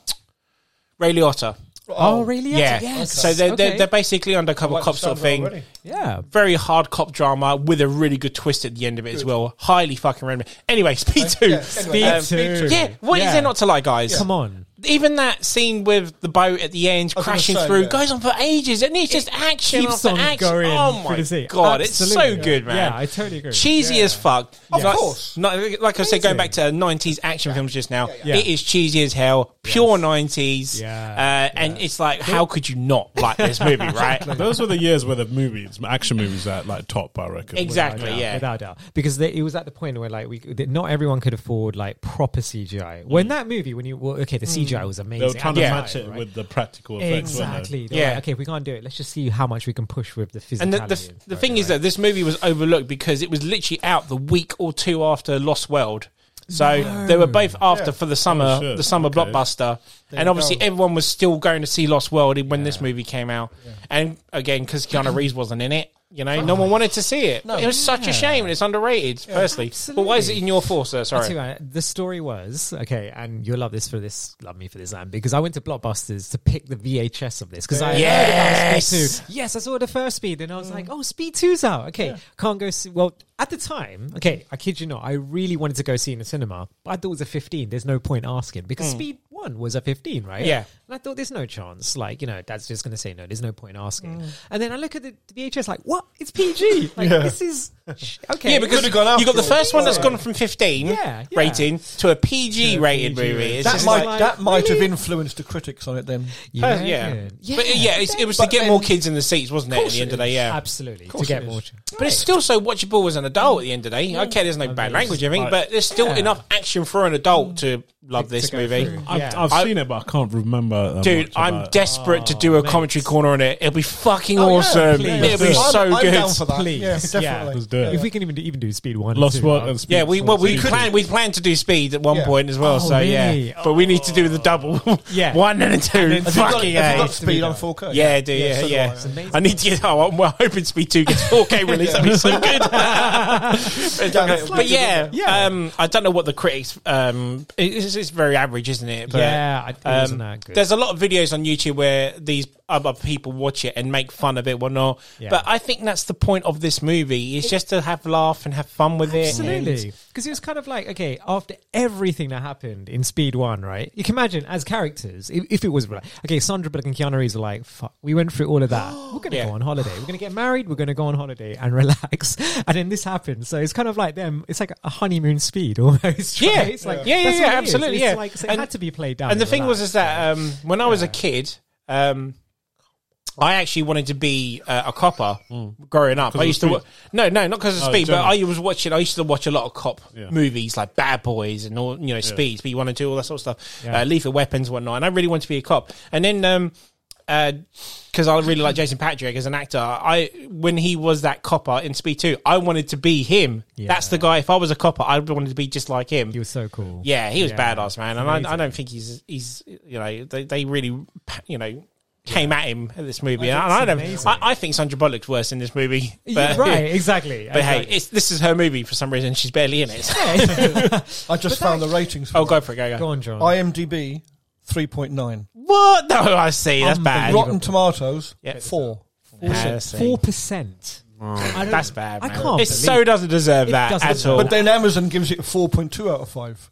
B: Ray Liotta.
D: Oh, really?
B: Yeah.
D: Yes. Yes.
B: So they're, they're
D: Okay.
B: they're basically undercover
F: Like the
B: cop sort of
F: sound
B: thing.
F: already.
D: yeah.
B: Very hard cop drama with a really good twist at the end of it as well. Highly fucking random. Anyway, [laughs] Speed Two.
F: yeah,
D: Um, Speed
F: anyway.
D: Two.
F: Speed
B: Yeah, what is
D: Yeah.
B: there not to like, guys?
D: Come on.
B: Even that scene with the boat at the end
F: was gonna
B: crashing
F: say,
B: through
F: yeah.
B: goes on for ages, and it's just action
D: keeps
B: after
D: on
B: action.
D: going
B: oh
D: through
B: my
D: the sea.
B: god, it's so
D: Absolutely.
B: good, man.
D: Yeah, I totally agree.
B: Cheesy as fuck. Of
F: course.
B: like I said, going back to nineties action films just now,
D: yeah.
B: it is cheesy as hell, pure nineties.
D: Yeah,
B: uh, and it's like, how could you not like this
D: [laughs]
B: movie, right?
E: Those were the years where the movies, action movies, are like top. I reckon.
B: exactly.
D: Without a doubt,
B: Yeah.
D: without a doubt, because they, it was at the point where like we, that not everyone could afford like proper CGI.
B: Mm.
D: When that movie, when you well, okay, the CGI was
E: They
D: amazing.
E: were trying
B: Yeah.
E: to match it
D: Right.
E: with the practical effects. weren't they?
D: Exactly.
B: Yeah.
D: Yeah. okay, if we can't do it, let's just see how much we can push with the physicality.
B: And the, the, the thing is that this movie was overlooked because it was literally out the week or two after Lost World. So they were both after for the summer,
E: Oh, shit.
B: the summer
E: Okay.
B: blockbuster, and obviously everyone was still going to see Lost World when this movie came out. And again, because Keanu Reeves wasn't in it, you know, no one wanted to see it. it was such a shame, and it's underrated. Firstly, but why is it in your four, sir?
D: Tell you
B: Sorry,
D: what, the story was okay, and you'll love this for this, love me for this, and because I went to Blockbusters to pick the VHS of this because I
B: Yes!
D: heard about Speed Two. Yes, I saw the first Speed, and I was like, oh, Speed Two's out. Okay, can't go. See, well, at the time, okay, I kid you not, I really wanted to go see it in the cinema, but I thought it was a fifteen. There's no point asking because Speed One was a fifteen, right?
B: Mm. Yeah.
D: And I thought there's no chance, like you know, Dad's just going to say no. There's no point asking.
B: Mm.
D: And then I look at the VHS, like, what?
B: [laughs]
D: It's PG. Like this is okay.
B: yeah, because you got the first one that's gone from fifteen
D: Yeah, yeah.
B: rating to a PG rated
D: PG
B: movie. It's
C: That
B: just
C: might,
B: like-
C: that might have influenced the critics on it then.
B: Yeah. yeah. But uh, yeah, it's, it was to
C: But
B: get
C: then-
B: more kids in the seats, wasn't it, at the end of the day? Yeah.
D: Absolutely. To get more.
B: But it's still so watchable as an adult at the end of the day. Okay, there's no bad language, I think, but there's still
D: Yeah.
B: enough action for an adult to love this
D: go
B: movie.
D: through.
E: I've,
D: Yeah.
E: I've
B: I-
E: seen it, but I can't remember. that
B: Dude,
E: much
B: I'm
E: about it.
B: desperate to do a commentary corner on it. It'll be fucking
C: Oh,
B: awesome.
D: please.
B: It'll be
E: Let's
B: so
F: I'm, I'm
B: good.
F: down for that.
D: Please.
C: Yeah,
D: Yeah.
C: definitely.
E: Let's do it.
D: If we can even do, even do speed one, and
E: Lost
D: two,
E: World
D: I'll-
E: and Speed.
B: Yeah, we well we
E: Speed.
B: planned we planned to do speed at one
C: Yeah.
B: point as well.
D: Oh,
B: so
D: really?
B: yeah, but we need to do the double. [laughs]
D: Yeah.
B: one and a two.
D: then- Have you got-
B: fucking
C: Have you
B: A.
C: got speed on 4K?
B: Yeah, I do. Yeah, yeah.
C: so do I.
D: It's amazing.
B: I need to get. Oh, I'm well, hoping Speed Two gets
C: [laughs]
B: 4K release. That'd be so good. But,
C: Yeah,
B: but yeah,
D: Yeah.
B: Um, I don't know what the critics. Um, it- it's, it's very average, isn't it? But, um,
D: Yeah, I- it wasn't that good.
B: There's a lot of videos on YouTube where these other people watch it and make fun of it, whatnot.
D: Yeah.
B: But I think that's the point of this movie: is just to have laugh and have fun with it. and-
D: Absolutely, because it was kind of like okay, after everything that happened in Speed One, right? You can imagine as characters, if, if it was like okay, Sandra Bullock and Keanu Reeves were like, "Fuck, we went through all
B: [gasps]
D: of that. We're gonna
B: Yeah.
D: go on holiday. We're gonna get married. We're gonna go on holiday and [laughs] relax." And then this happened, so it's kind of like them. It's like a honeymoon speed [laughs] almost. right?
B: Yeah.
D: it's like
B: Yeah, yeah,
D: that's
B: yeah,
D: what it is.
B: absolutely,
D: It's
B: yeah.
D: like so it
B: And-
D: had to be played down.
B: and the thing was
D: relaxed.
B: is that um, when I was a kid, um, I actually wanted to be uh, a copper growing up. I
E: Mm. of
B: used to wa-
E: Speed?
B: no, no, not because of
E: Oh,
B: speed, but
E: general.
B: I was watching. I used to watch a lot of cop
E: Yeah.
B: movies like Bad Boys and all you know, Speed, Speed One and Two, all that sort of stuff,
D: Yeah.
B: uh, Lethal Weapons, whatnot. And I really wanted to be a cop. And then um, because I really like Jason Patrick as an actor. I when he was that copper in Speed Two, I wanted to be him.
D: Yeah.
B: That's the guy. If I was a copper, I wanted to be just like him.
D: He was so cool.
B: Yeah, he was
D: Yeah,
B: badass, man. And
D: it's
B: I, I
D: amazing.
B: don't think he's he's you know they, they really you know came at him at this movie.
D: I
B: And
D: think
B: I
D: it's
B: don't.
D: amazing.
B: I, I think Sandra Bullock's worse in this movie.
D: [laughs]
B: But,
D: Yeah, right, exactly.
B: [laughs] But hey,
D: exactly.
B: it's, this is her movie for some reason. She's barely in it.
C: I just found the ratings. For
B: oh,
C: it.
B: go for it, go go.
D: go on, John.
C: IMDb three point nine.
B: What? No, I see. That's bad.
D: Unbelievable.
C: Rotten Tomatoes
B: Yeah.
C: four.
B: Nah, that's-
D: Four percent.
B: That's bad.
D: I
B: Man.
D: can't
B: It so
D: believe-
B: doesn't deserve
D: It
B: that
D: doesn't
B: at all.
D: deserve
C: But then Amazon gives it a four point two out of five.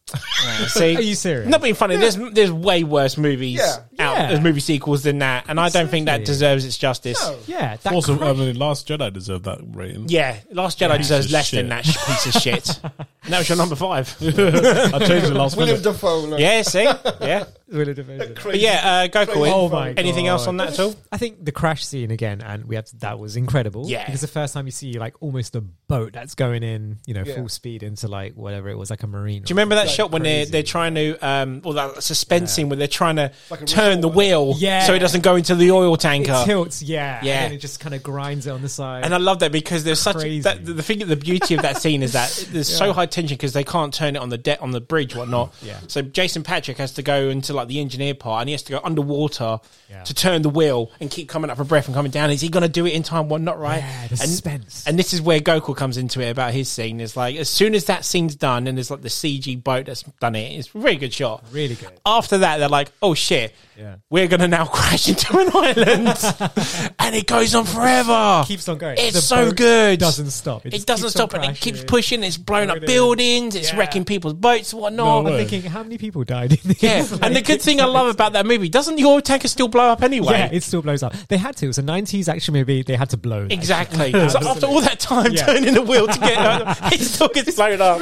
B: See,
D: Are you serious?
B: Not being funny. There's there's way worse movies
C: Yeah.
B: out
D: Yeah.
B: as movie sequels than that, and I don't think that
D: Exactly.
B: deserves its justice.
D: Yeah, that
E: also,
D: crash-
E: I mean, Last Jedi deserved that rating.
B: Yeah, Last Jedi deserves
E: Piece of
B: less
E: shit.
B: than that sh- [laughs] piece of shit. And that was your number five.
E: I changed it last minute.
C: Dafoe.
B: [laughs]
C: look.
B: yeah, see, yeah, but yeah, uh, go cool.
D: Oh my
B: Anything
D: God.
B: else on that at all?
D: I think the crash scene again, and we have to, that was incredible.
B: Yeah.
D: because the first time you see like almost a boat that's going in, you know,
C: Yeah.
D: full speed into like whatever it was, like a marine.
B: Do you remember that shot when they're they're trying to um well that suspense scene where they're trying to
C: Like a
B: turn the
C: resort.
B: wheel
D: Yeah.
B: so it doesn't go into the oil tanker?
D: It tilts, yeah,
B: Yeah.
D: and then it just kind of grinds it on the side.
B: And I love that because there's such
D: Crazy.
B: that, the thing. The beauty of that scene is
D: [laughs]
B: that there's so high tension because they can't turn it on the debt on the bridge, whatnot.
D: Yeah.
B: So Jason Patrick has to go into like the engineer part, and he has to go underwater
D: Yeah.
B: to turn the wheel and keep coming up for breath and coming down. Is he going to do it in time? What not right?
D: Yeah, the
B: and,
D: suspense.
B: And this is where Gokul comes into it about his scene. Is like as soon as that scene's done, and there's like the CG boat that's done it. It's a really good shot.
D: Really good.
B: After that, they're like, oh shit.
D: Yeah.
B: We're gonna now [laughs] crash into an
D: [laughs]
B: island, and it goes on forever.
D: keeps on going.
B: It's
D: The
B: so
D: boat
B: good.
D: Doesn't stop.
B: It
D: just
B: doesn't
D: keeps on
B: stop, and it keeps
D: crashing.
B: pushing. It's blowing up
D: Right in.
B: buildings. It's
D: Yeah.
B: wrecking people's boats, and whatnot.
D: I'm thinking, how many people died in this?
B: yeah, and the good thing I love about that movie doesn't the oil tanker still blow up anyway?
D: [laughs] yeah, it still blows up. They had to. It was a 90s action movie. They had to blow.
B: [laughs]
D: that [laughs]
B: exactly. so after all that time
D: Yeah.
B: turning the wheel to get,
D: [laughs]
B: out, it still gets blown up.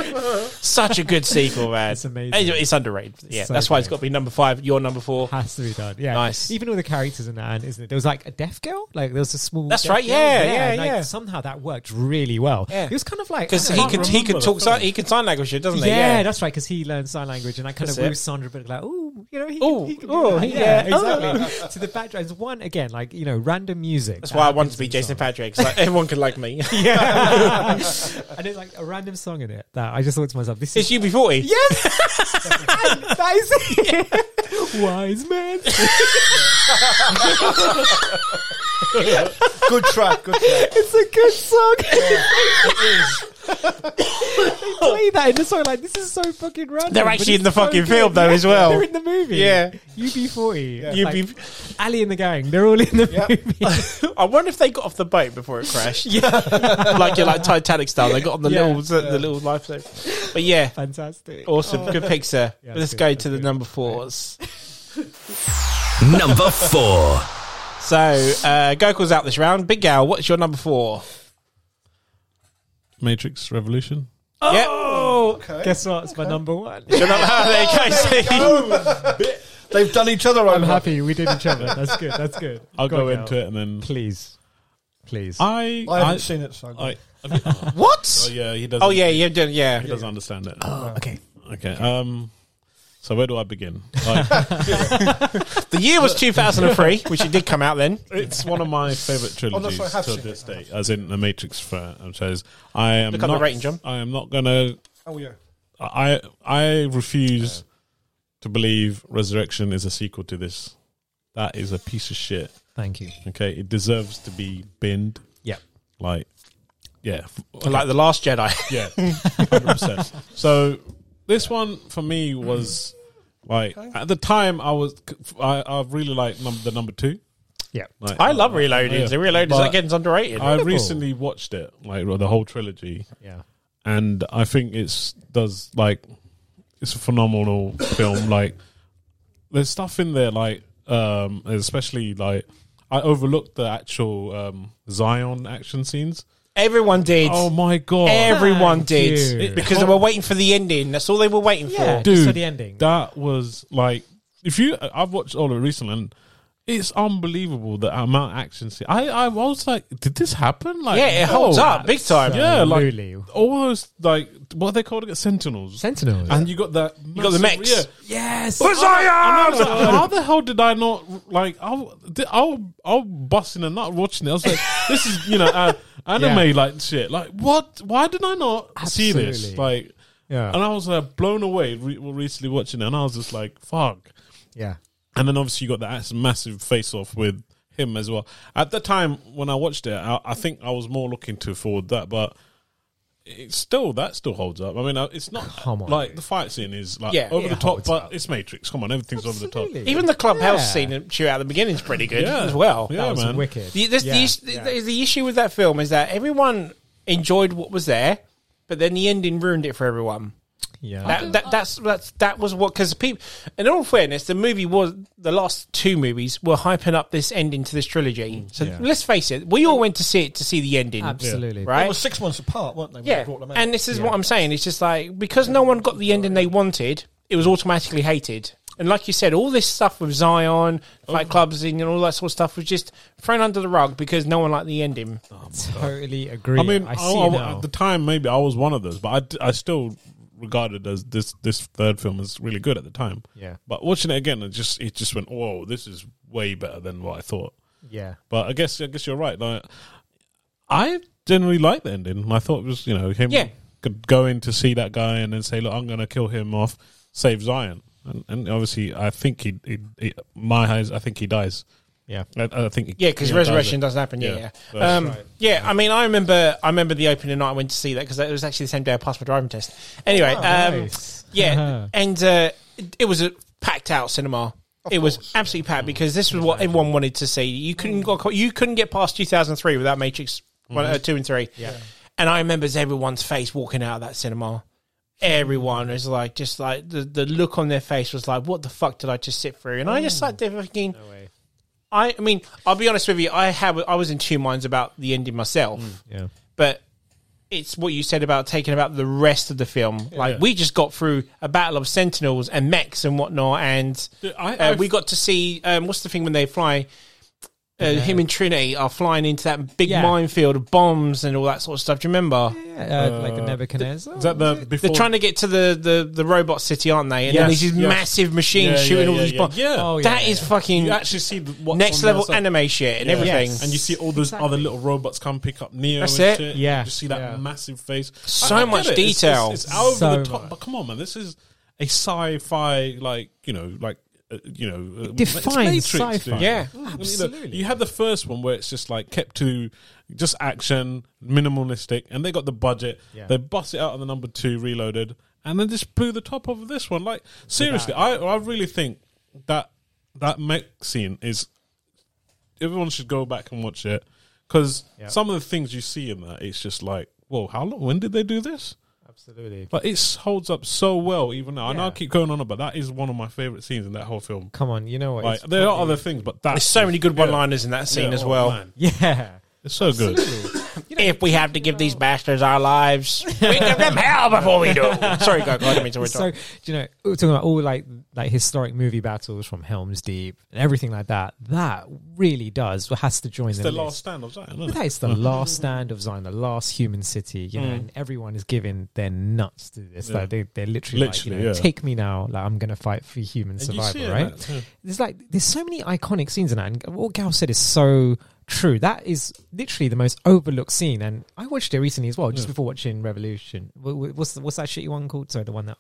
B: Such a good sequel, man.
D: It's amazing.
B: It's, it's underrated. Yeah,
D: so
B: that's why it's
D: good.
B: got to be number five. Your number four.
D: Has to be done. Yeah.
B: Nice.
D: Even all the characters in that, isn't it? There was like a deaf girl. Like there was a small.
B: That's
D: deaf
B: right,
D: girl
B: yeah,
D: there,
B: yeah,
D: and, like,
B: yeah.
D: Somehow that worked really well.
B: Yeah.
D: It was kind of like
B: Because
D: I
B: he
D: don't
B: can
D: know.
B: he can
E: remember
B: talk
E: the
B: sign,
E: film.
B: he can sign language, shit, doesn't
D: Yeah,
B: he?
D: that's right. Because he learned sign language, and I kind
B: That's
D: of
B: it.
D: woo Sandra Bullock like, oh, you know, he,
B: Ooh,
D: can, he can do
B: ooh,
D: that."
B: yeah, [laughs]
D: exactly. so the background is one again, like you know, random music.
B: That's
D: that
B: why I
D: happens
B: wanted to be
D: in
B: Jason
D: songs.
B: Patrick. So [laughs] everyone could like me.
D: [laughs]
B: [laughs]
D: Yeah, and it's like a random song in it that I just thought to myself, this is
B: It's UB40.
D: Yes, that is it. Wise man.
C: Good track. Good track.
D: It's a good song. they play that in the song like this is so fucking random.
B: They're
D: but
B: actually
D: it's
B: in the
D: so
B: fucking
D: good.
B: film, though,
D: Yeah,
B: as well.
D: They're in the movie.
B: Yeah.
D: UB40.
B: UB
D: Like, Ali and the gang. They're all in
C: [laughs]
D: the movie.
B: I wonder if they got off the boat before it [laughs] crashed. like you like Titanic style. They got on the
D: Yeah.
B: little the, the little lifeboat. But yeah,
D: Fantastic.
B: awesome, good pick, sir.
D: Yeah,
B: Let's
D: that's
B: go
D: good,
B: to the number fours.
A: Number four.
B: So uh, Gokul's out this round. Big Gal, what's your number four?
E: Matrix Revolution.
B: Oh,
D: Guess what? It's my number one.
B: yep. Your number- [laughs] Ah, there you go, see?
C: They've done each other
D: I'm
C: over.
D: happy we did each other. That's good. That's good.
E: I'll
D: Go
E: go,
D: on, Gal.
E: into it and then
D: Please. Please.
E: I.
C: I haven't
E: I-
C: seen it, so
E: I-
B: What?
C: [laughs]
E: oh yeah, he doesn't.
B: Oh yeah, yeah, yeah.
E: he
B: yeah.
E: doesn't understand it.
C: Oh,
D: okay.
E: okay. Um. So where do I begin?
C: [laughs]
E: Like,
B: The year was 2003, which it did come out then.
E: it's one of my favorite trilogies
C: right, Oh, I have
E: to
C: seen it,
E: this day, as in the Matrix franchise. I am
B: Look up
E: not.
B: the rating, John.
E: I am not gonna.
C: oh yeah.
E: I I refuse to believe Resurrection is a sequel to this. That is a piece of shit.
D: Thank you.
E: Okay, it deserves to be binned.
D: Yep.
E: Like, yeah,
B: Like the Last Jedi.
E: yeah, hundred percent. So this one for me was like at the time I was I, I really liked num- the number two.
D: Yep.
E: Like,
B: I love Reloaded.
E: Yeah.
B: The Reloaded is
E: But
B: again is underrated.
E: I recently watched it, like the whole trilogy,
D: Yeah.
E: and I think it's does like it's a
D: [coughs]
E: phenomenal film. Like there's stuff in there, like um especially like I overlooked the actual um Zion action scenes.
B: Everyone did.
E: Oh my god!
B: Everyone
D: Thank
B: did
D: you.
B: because they were waiting for the ending. That's all they were waiting
D: Yeah.
B: for.
D: Just
E: dude,
D: for the ending.
E: That was like if you I've watched all of it recently and It's unbelievable the amount of action scene. I, I was like, did this happen? Like,
B: Yeah, it
E: whoa.
B: holds up big time.
E: Yeah, like
D: Absolutely.
E: all those like what are they called again? Sentinels.
D: Sentinels.
E: And you got that. You
B: got the mechs.
E: Yeah.
D: yes.
E: I was like, how the hell did I not like? I I'll I'll busting and not watching it. I was like, this is you
D: [laughs]
E: know uh, anime like shit. Like what? Why did I not see this?
D: Absolutely.
E: Like
D: Yeah.
E: and I was uh, blown away re- recently watching it, and I was just like, fuck.
D: yeah.
E: And then obviously you got that massive face off with him as well. At the time when I watched it, I, I think I was more looking to forward that, but it's still that still holds up. I mean, uh, it's not
D: Come on,
E: like
D: dude.
E: the fight scene is like
B: Yeah.
E: over
B: It
E: the top,
D: holds
E: but
D: up.
E: it's Matrix. Come on, everything's over the top.
D: Absolutely.
B: Even the clubhouse
D: Yeah.
B: scene and chew out the beginning is pretty good
E: Yeah.
B: as well.
E: Yeah.
D: That was
E: man.
D: wicked.
B: The, this,
D: Yeah,
B: the, is-
D: yeah.
B: the, the issue with that film is that everyone enjoyed what was there, but then the ending ruined it for everyone.
D: Yeah.
E: Uh-huh.
B: That, that that's that's that was what because people. In all fairness, the movie was the last two movies were hyping up this ending to this trilogy. So let's face it, we all went to see it to see the ending,
D: Absolutely.
B: right?
C: They were six months apart, weren't they? when they
B: yeah,
C: brought them out?
B: and this is
D: Yeah.
B: what I'm saying. It's just like because no one got the ending they wanted, it was automatically hated. And like you said, all this stuff with Zion,
C: Oh.
B: fight clubs, and you know, all that sort of stuff was just thrown under the rug because no one liked the ending.
D: Totally agree.
E: I mean,
D: I see
E: I- I-
D: now.
E: at the time, maybe I was one of those, but I d- I, still regarded as this this third film as really good at the time.
D: Yeah.
E: But watching it again, it just it just went, whoa, this is way better than what I thought.
D: yeah.
E: But I guess I guess you're right. Like, I generally like the ending. I thought it was you know him
B: Yeah.
E: g- going to see that guy and then say, look, I'm going to kill him off, save Zion, and, and obviously I think he, he, he my eyes, I think he dies.
D: Yeah.
E: I, I think he,
B: Yeah, because
E: he
B: resurrection
E: dies.
B: doesn't happen. Yeah, yeah.
E: Yeah,
B: Yeah.
E: that's
B: Um, yeah, I mean, I remember, I remember the opening night I went to see that because it was actually the same day I passed my driving test. Anyway, um,
D: nice.
B: yeah, and uh, it- it was a packed out cinema. it was absolutely packed because this was what everyone wanted to see. You couldn't go, you couldn't get past 2003 without Matrix one, uh, two and three. Yeah, and I remember everyone's face walking out of that cinema. Everyone was like, just like the, the look on their face was like, what the fuck did I just sit through? And I just sat there thinking, I, I mean, I'll be honest with you. I have, I was in two minds about the ending myself,
E: Mm.
D: Yeah.
B: but it's what you said about taking about the rest of the film. Like we just got through a battle of sentinels and mechs and whatnot, and
E: Dude, I-
B: uh,
E: I've-
B: we got to see um, what's the thing when they fly. Uh, Him and Trinity are flying into that big
D: Yeah.
B: minefield of bombs and all that sort of stuff. Do you remember?
D: Yeah, uh, like a Nebuchadnezzar.
E: Is that the before?
B: They're trying to get to the, the, the robot city, aren't they? And then
E: Yes,
B: there's these
E: yes.
B: massive machines
E: Yeah, yeah,
B: shooting all
E: yeah,
B: these
E: yeah.
B: bombs.
E: Yeah.
D: Oh, yeah,
B: that
D: yeah,
B: is fucking
E: you actually see the, what's
B: next
E: on the
B: level
E: other side.
B: anime shit and
E: Yeah.
B: everything.
E: and you see all those other little robots come pick up Neo.
B: That's
E: and
B: it.
E: Shit.
D: Yeah.
E: you just see that
D: Yeah.
E: massive face.
B: So
E: get
B: much
E: it. It's-
B: detail.
E: It's, it's over
D: So
E: the top.
D: much.
E: But come on, man, this is a sci-fi like you know like. Uh, you know, uh, it's
D: defines
E: Matrix, dude.
D: sci-fi.
B: Yeah.
E: You, know,
D: Absolutely.
E: you had the first one where it's just like kept to just action, minimalistic, and they got the budget.
D: Yeah.
E: They bust it out of the number two, reloaded, and then just blew the top off of this one. Like seriously, I I really think that that mech scene is everyone should go back and watch it because
D: Yeah.
E: some of the things you see in that it's just like whoa how long when did they do this
D: Absolutely.
E: but it holds up so well even now and
D: Yeah.
E: i'll keep going on about that is one of my favorite scenes in that whole film
D: Come on, you know what?
E: like
D: it's
E: there are
D: probably-
E: other things but that's
B: There's so many good
E: yeah.
B: one-liners in that scene
E: Yeah,
B: as
E: oh,
B: well.
E: man.
D: Yeah.
E: it's so
D: [laughs]
E: good
B: if we have to give these bastards our lives, [laughs] we give them hell before we do. [laughs] Sorry, God, God, I didn't mean to
D: So
B: interrupt.
D: do you know, we we're talking about all like like historic movie battles from Helm's Deep and everything like that. That really does has to join
E: it's
D: the
E: the
D: list.
E: last stand of zion isn't
D: That
E: it? [laughs] Mm.
D: is the last stand of Zion, the last human city, you know, and everyone is giving their nuts to this.
E: Yeah.
D: Like they, they're literally, like,
E: Literally,
D: you know,
E: yeah.
D: take me now, like I'm going to fight for human
E: And you see
D: survival,
E: it,
D: right?
E: that's it.
D: There's like, there's so many iconic scenes in that, and what Gal said is so true. That is literally the most overlooked scene, and I watched it recently as well, just before watching Revolution. Wh- wh- What's the, what's that shitty one called? Sorry, the one that.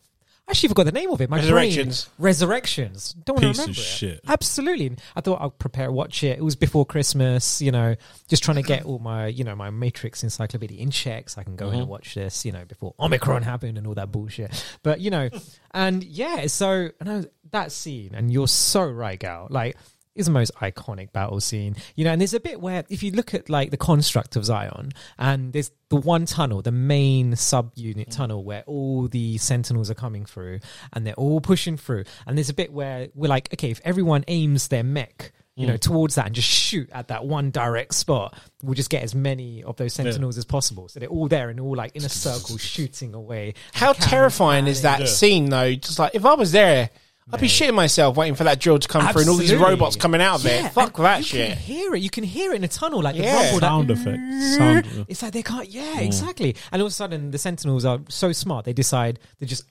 D: I actually forgot the name of it. My brain-
B: Resurrections.
D: Resurrections. Don't want to
E: Piece of
D: remember it.
E: shit.
D: Absolutely. And I thought I'll prepare, watch it. It was before Christmas, you know, just trying to get all my, you know, my Matrix encyclopedia in check so I can go in and watch this, you know, before Omicron happened and all that bullshit. But, you know, and yeah, so and I was, that scene, and you're so right, Gal. Like, is the most iconic battle scene, you know. And there's a bit where, if you look at like the construct of Zion, and there's the one tunnel, the main sub-unit tunnel where all the Sentinels are coming through, and they're all pushing through. And there's a bit where we're like, okay, if everyone aims their mech, you know, towards that and just shoot at that one direct spot, we'll just get as many of those Sentinels as possible. So they're all there and all like in a circle shooting away.
B: How
D: Cameras
B: terrifying is
D: panning.
B: that scene, though? Just like if I was there, I'd be shitting myself waiting for that drill to come through and all these
D: Absolutely.
B: robots coming out of it. Fuck
D: and
B: that
D: you
B: shit.
D: Can hear it. You can hear it in a tunnel, like
B: Yeah.
D: the rumble.
E: Sound
D: like, [laughs]
E: effect. Sound.
D: It's like they can't. Yeah, exactly. And all of a sudden, the Sentinels are so smart. They decide they just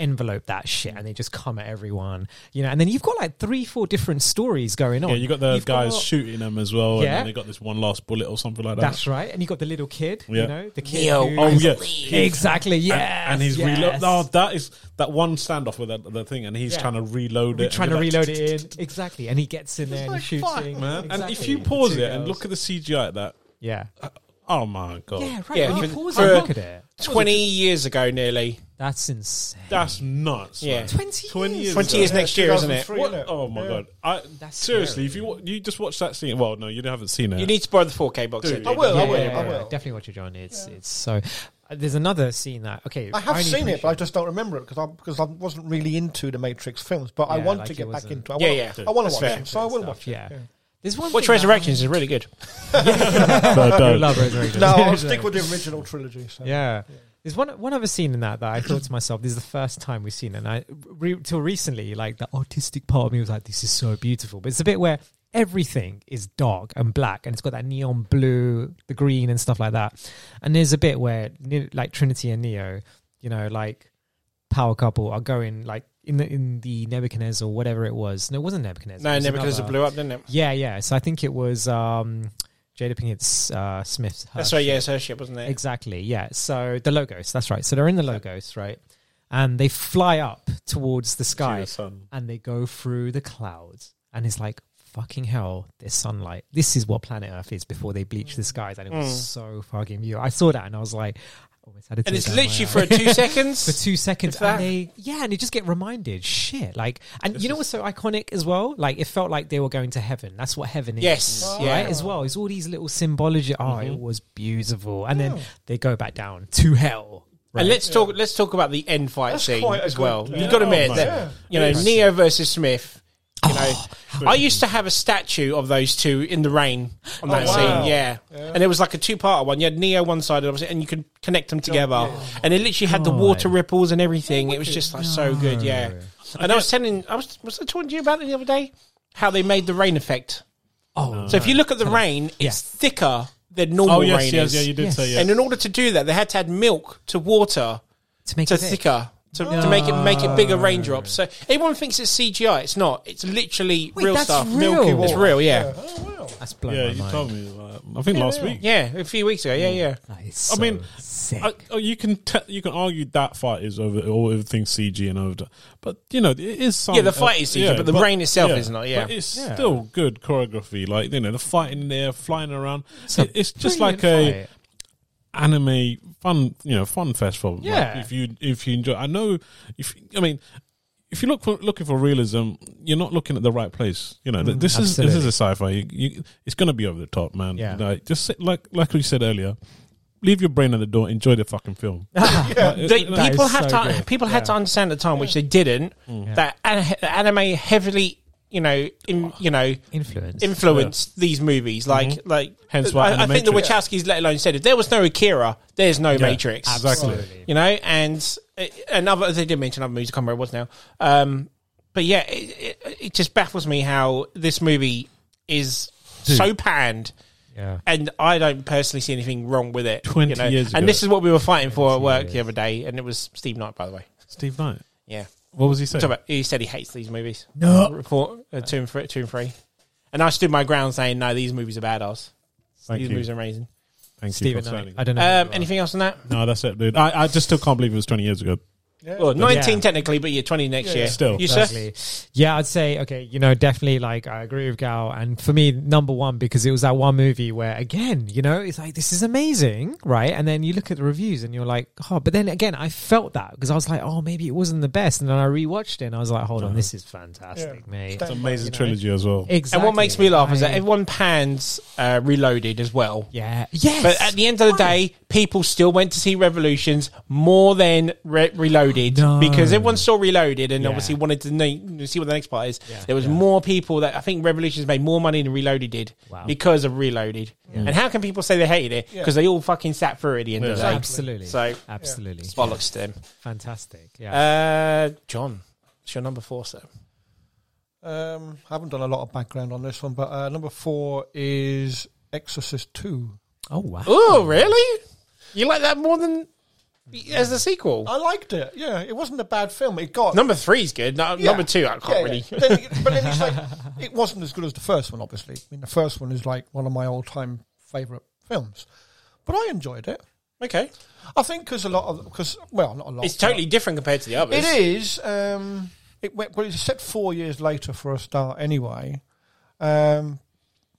D: envelope that shit and they just come at everyone. You know, and then you've got like three, four different stories going on.
E: Yeah, you got the
D: You've
E: guys
D: got-
E: shooting them as well, and
D: Yeah.
E: then they got this one last bullet or something like that.
D: That's right. And you got the little kid.
E: Yeah.
D: You know, the kid.
B: Neo.
D: who-
E: Oh yeah,
D: Exactly. Yeah.
E: and he's reload. Oh, that is that one standoff with that, the thing, and he's
D: Yeah.
E: trying to reload it.
D: We're
E: and
D: trying
E: be
D: to reload
E: like, [laughs]
D: it in exactly, and he gets in there and he shoots it.
E: man. And if
D: Exactly.
E: you
D: The
E: pause
D: two
E: it and
D: girls.
E: look at the CGI at that,
D: yeah,
E: oh my god,
D: yeah, right.
B: Yeah,
D: when you
B: for-
D: pause
B: for-
D: it, and look at it.
B: 20 years ago, nearly.
D: That's insane.
E: that's nuts.
B: Yeah.
E: man.
D: 20
E: 20
D: years.
E: years.
B: 20
E: ago.
B: years next year, isn't it?
C: 2003,
E: What?
C: innit?
E: Oh my
C: Yeah.
E: god! I
D: That's
E: seriously,
D: scary.
E: if you wa- you just watch that scene, well, no, you haven't seen it.
B: You need to borrow the 4K box set.
E: Dude,
C: I will, I will,
D: yeah,
C: I will.
D: Definitely watch it, John. It's it's so. Uh, there's another scene that okay.
C: I have
D: only
C: seen it,
D: appreciate-
C: but I just don't remember it because I because I wasn't really into the Matrix films. But I
D: Yeah,
C: want
D: like
C: to
D: it
C: get back
D: wasn't-
C: into. I
B: Yeah,
C: wanna,
B: yeah.
C: I want
B: That's
C: to watch
B: fair.
C: it, so I will watch it.
D: Yeah. There's one.
B: Watch
D: thing that-
B: Resurrections is really good.
D: [laughs]
E: no,
D: I
E: don't.
D: love Resurrections.
C: uh, [laughs]
D: [laughs]
C: No,
E: [laughs]
C: I'll stick with the original trilogy. So.
D: Yeah. There's one one other scene in that that I thought to myself, this is the first time we've seen it. And I, re, till recently, like the artistic part of me was like, this is so beautiful. But it's a bit where everything is dark and black and it's got that neon blue, the green and stuff like that. And there's a bit where, Ne- like Trinity and Neo, you know, like power couple are going like in the in the Nebuchadnezzar or whatever it was. No, it wasn't Nebuchadnezzar.
B: No,
D: it was
B: Nebuchadnezzar
D: another-
B: blew up, didn't it?
D: Yeah, yeah. So I think it was um, Jada Pinkett uh, Smith's. her
B: That's right, yeah, it's her ship, wasn't it?
D: Exactly. Yeah. So the logos. That's right. So they're in the logos, right? And they fly up towards the
E: See
D: sky
E: the sun.
D: and they go through the clouds. And it's like, fucking hell, there's sunlight. This is what planet Earth is before they bleach the skies. And it was
B: Mm.
D: so fucking beautiful. I saw that and I was like, I almost had a
B: And
D: tear
B: it's
D: down my
B: literally
D: eye.
B: for two
D: [laughs] For
B: seconds.
D: two seconds,
B: If that-
D: and they yeah, and you just get reminded, shit. Like, and
E: This
D: you know
E: is-
D: what's so iconic as well? Like, it felt like they were going to heaven. That's what heaven is
B: Yes, yeah.
D: right? As well, it's all these little symbology. Oh, it was beautiful, and then they go back down to hell.
B: And let's talk. Let's talk about the end fight
C: That's
B: scene
C: quite a
B: as
C: good-
B: well.
C: yeah.
B: You've got to
E: Oh
B: admit
E: my
B: that
E: God.
B: you know
E: Yes.
B: Neo versus Smith. You
E: Oh.
B: know, I used to have a statue of those two in the rain on that
C: Oh, wow.
B: scene. Yeah. and it was like a two-part one. You had Neo one side, obviously, and you could connect them together. And it literally had the water
D: God.
B: ripples and everything. It was just like so good. Yeah.
D: No.
B: And I was telling, I was was I talking to you about it the other day? How they made the rain effect.
D: Oh,
B: So if you look at the rain, it's
D: Yeah.
B: thicker than normal
E: Uh-huh. Oh yes,
B: rain
E: yes,
B: is.
E: yeah, you did
D: Yes.
E: say yes.
B: And in order to do that, they had to add milk to water
D: to make
B: to
D: it thick.
B: thicker to, to make it make it bigger raindrops. So everyone thinks it's CGI. It's not. It's literally
D: Wait,
B: real
D: that's
B: stuff.
D: real? Milky
B: It's
D: water.
B: real. Yeah.
D: That's blown
E: yeah,
D: my
E: you
D: mind.
E: told me. uh, I think last week.
B: yeah, A few weeks ago. Yeah, yeah.
D: That is
E: I
D: so
E: mean,
D: sick.
E: I, oh, you can te- you can argue that fight is over, or everything's CG and over, but you know it is. Some, uh,
B: Yeah, the fight is CG, but the rain itself is not, yeah.
E: but it's still good choreography. Like you know, the fighting in there, flying around. It- it's just like a
D: Brilliant fight.
E: anime fun, you know, fun festival. Like,
D: Yeah.
E: if you if you enjoy, I know. If I mean, if you look for looking for realism, you're not looking at the right place. You know,
B: Mm,
E: th- this is this is a sci-fi. You, you, it's going to be over the top, man.
D: Yeah.
E: Like, just sit, like like we said earlier. Leave your brain at the door. Enjoy the
B: [laughs]
E: fucking film.
B: They,
D: that
B: people
D: is
B: have
D: so
B: to
D: good.
B: people had to understand at the time, which they didn't. That an- the anime heavily, you know, in, you know,
D: influence.
B: influenced these movies. Like, like.
E: Hence why
B: I, I think the
E: Animatrix-
B: Wachowskis, let alone said, if there was no Akira, there's no
E: Yeah,
B: Matrix.
E: Exactly.
D: Absolutely.
B: you know and uh, another they did mention other movies i can't remember what now um but yeah it, it, it just baffles me how this movie is so panned
D: Yeah.
B: and i don't personally see anything wrong with it
E: 20
B: you know?
E: years ago.
B: and this is what we were fighting for at
D: 20
B: work the
D: years.
B: other day and it was steve knight by the way
E: Steve Knight.
B: yeah
E: What was he saying?
B: Talk about, he said he hates these movies no report uh, two and three two and three and i stood my ground saying no these movies are badass
E: Thank
B: these
E: you.
B: movies are amazing
E: Thank you
D: Stephen
E: for
D: Knight.
E: signing.
D: I don't know.
B: um, anything else on that
E: No, that's it, dude. I, I just still can't believe it was 20 years ago.
B: well 19
D: Yeah.
B: technically but you're 20 next year
E: Still.
B: you sir?
D: Exactly. Yeah, I'd say okay. You know, definitely. Like, I agree with Gal, and for me, number one because it was that one movie where, again, you know, it's like this is amazing, right? And then you look at the reviews, and you're like, oh. But then again, I felt that because I was like, oh, maybe it wasn't the best, and then I rewatched it, and I was like, hold on, this is fantastic, mate.
E: It's an amazing trilogy as
B: [laughs]
E: well.
D: Exactly.
B: And what makes me laugh is that
D: I-
B: everyone pans uh, Reloaded as well.
D: Yeah. Yes.
B: But at the end of the day, people still went to see Revolutions more than Re- Reloaded
D: No.
B: because everyone saw Reloaded and
D: Yeah.
B: obviously wanted to know, see what the next part is.
D: Yeah.
B: There was
D: Yeah.
B: more people that I think Revolutions made more money than Reloaded did
D: Wow.
B: because of Reloaded. And how can people say they hated it because they all fucking sat through it at the end of the day?
D: absolutely.
B: So
D: absolutely
B: bollocks to them.
D: fantastic. Yeah.
B: Uh, John,
G: It's your number four, sir.
C: Um, I haven't done a lot of background on this one, but uh, number four is Exorcist Two.
D: Oh wow!
G: Oh, really? You like that more than as a sequel?
C: I liked it. Yeah, it wasn't a bad film. It got
G: Number three's good. No,
C: Yeah.
G: Number two, I can't
C: Yeah, yeah.
G: really.
C: But then- but then
G: [laughs]
C: it's like it wasn't as good as the first one. Obviously, I mean, the first one is like one of my all-time favorite films, but I enjoyed it.
G: Okay,
C: I think because a lot of because well, not a lot.
G: it's totally different compared to the
C: but
G: others.
C: It is. Um, it went, well, it's set four years later for a start, anyway. Um,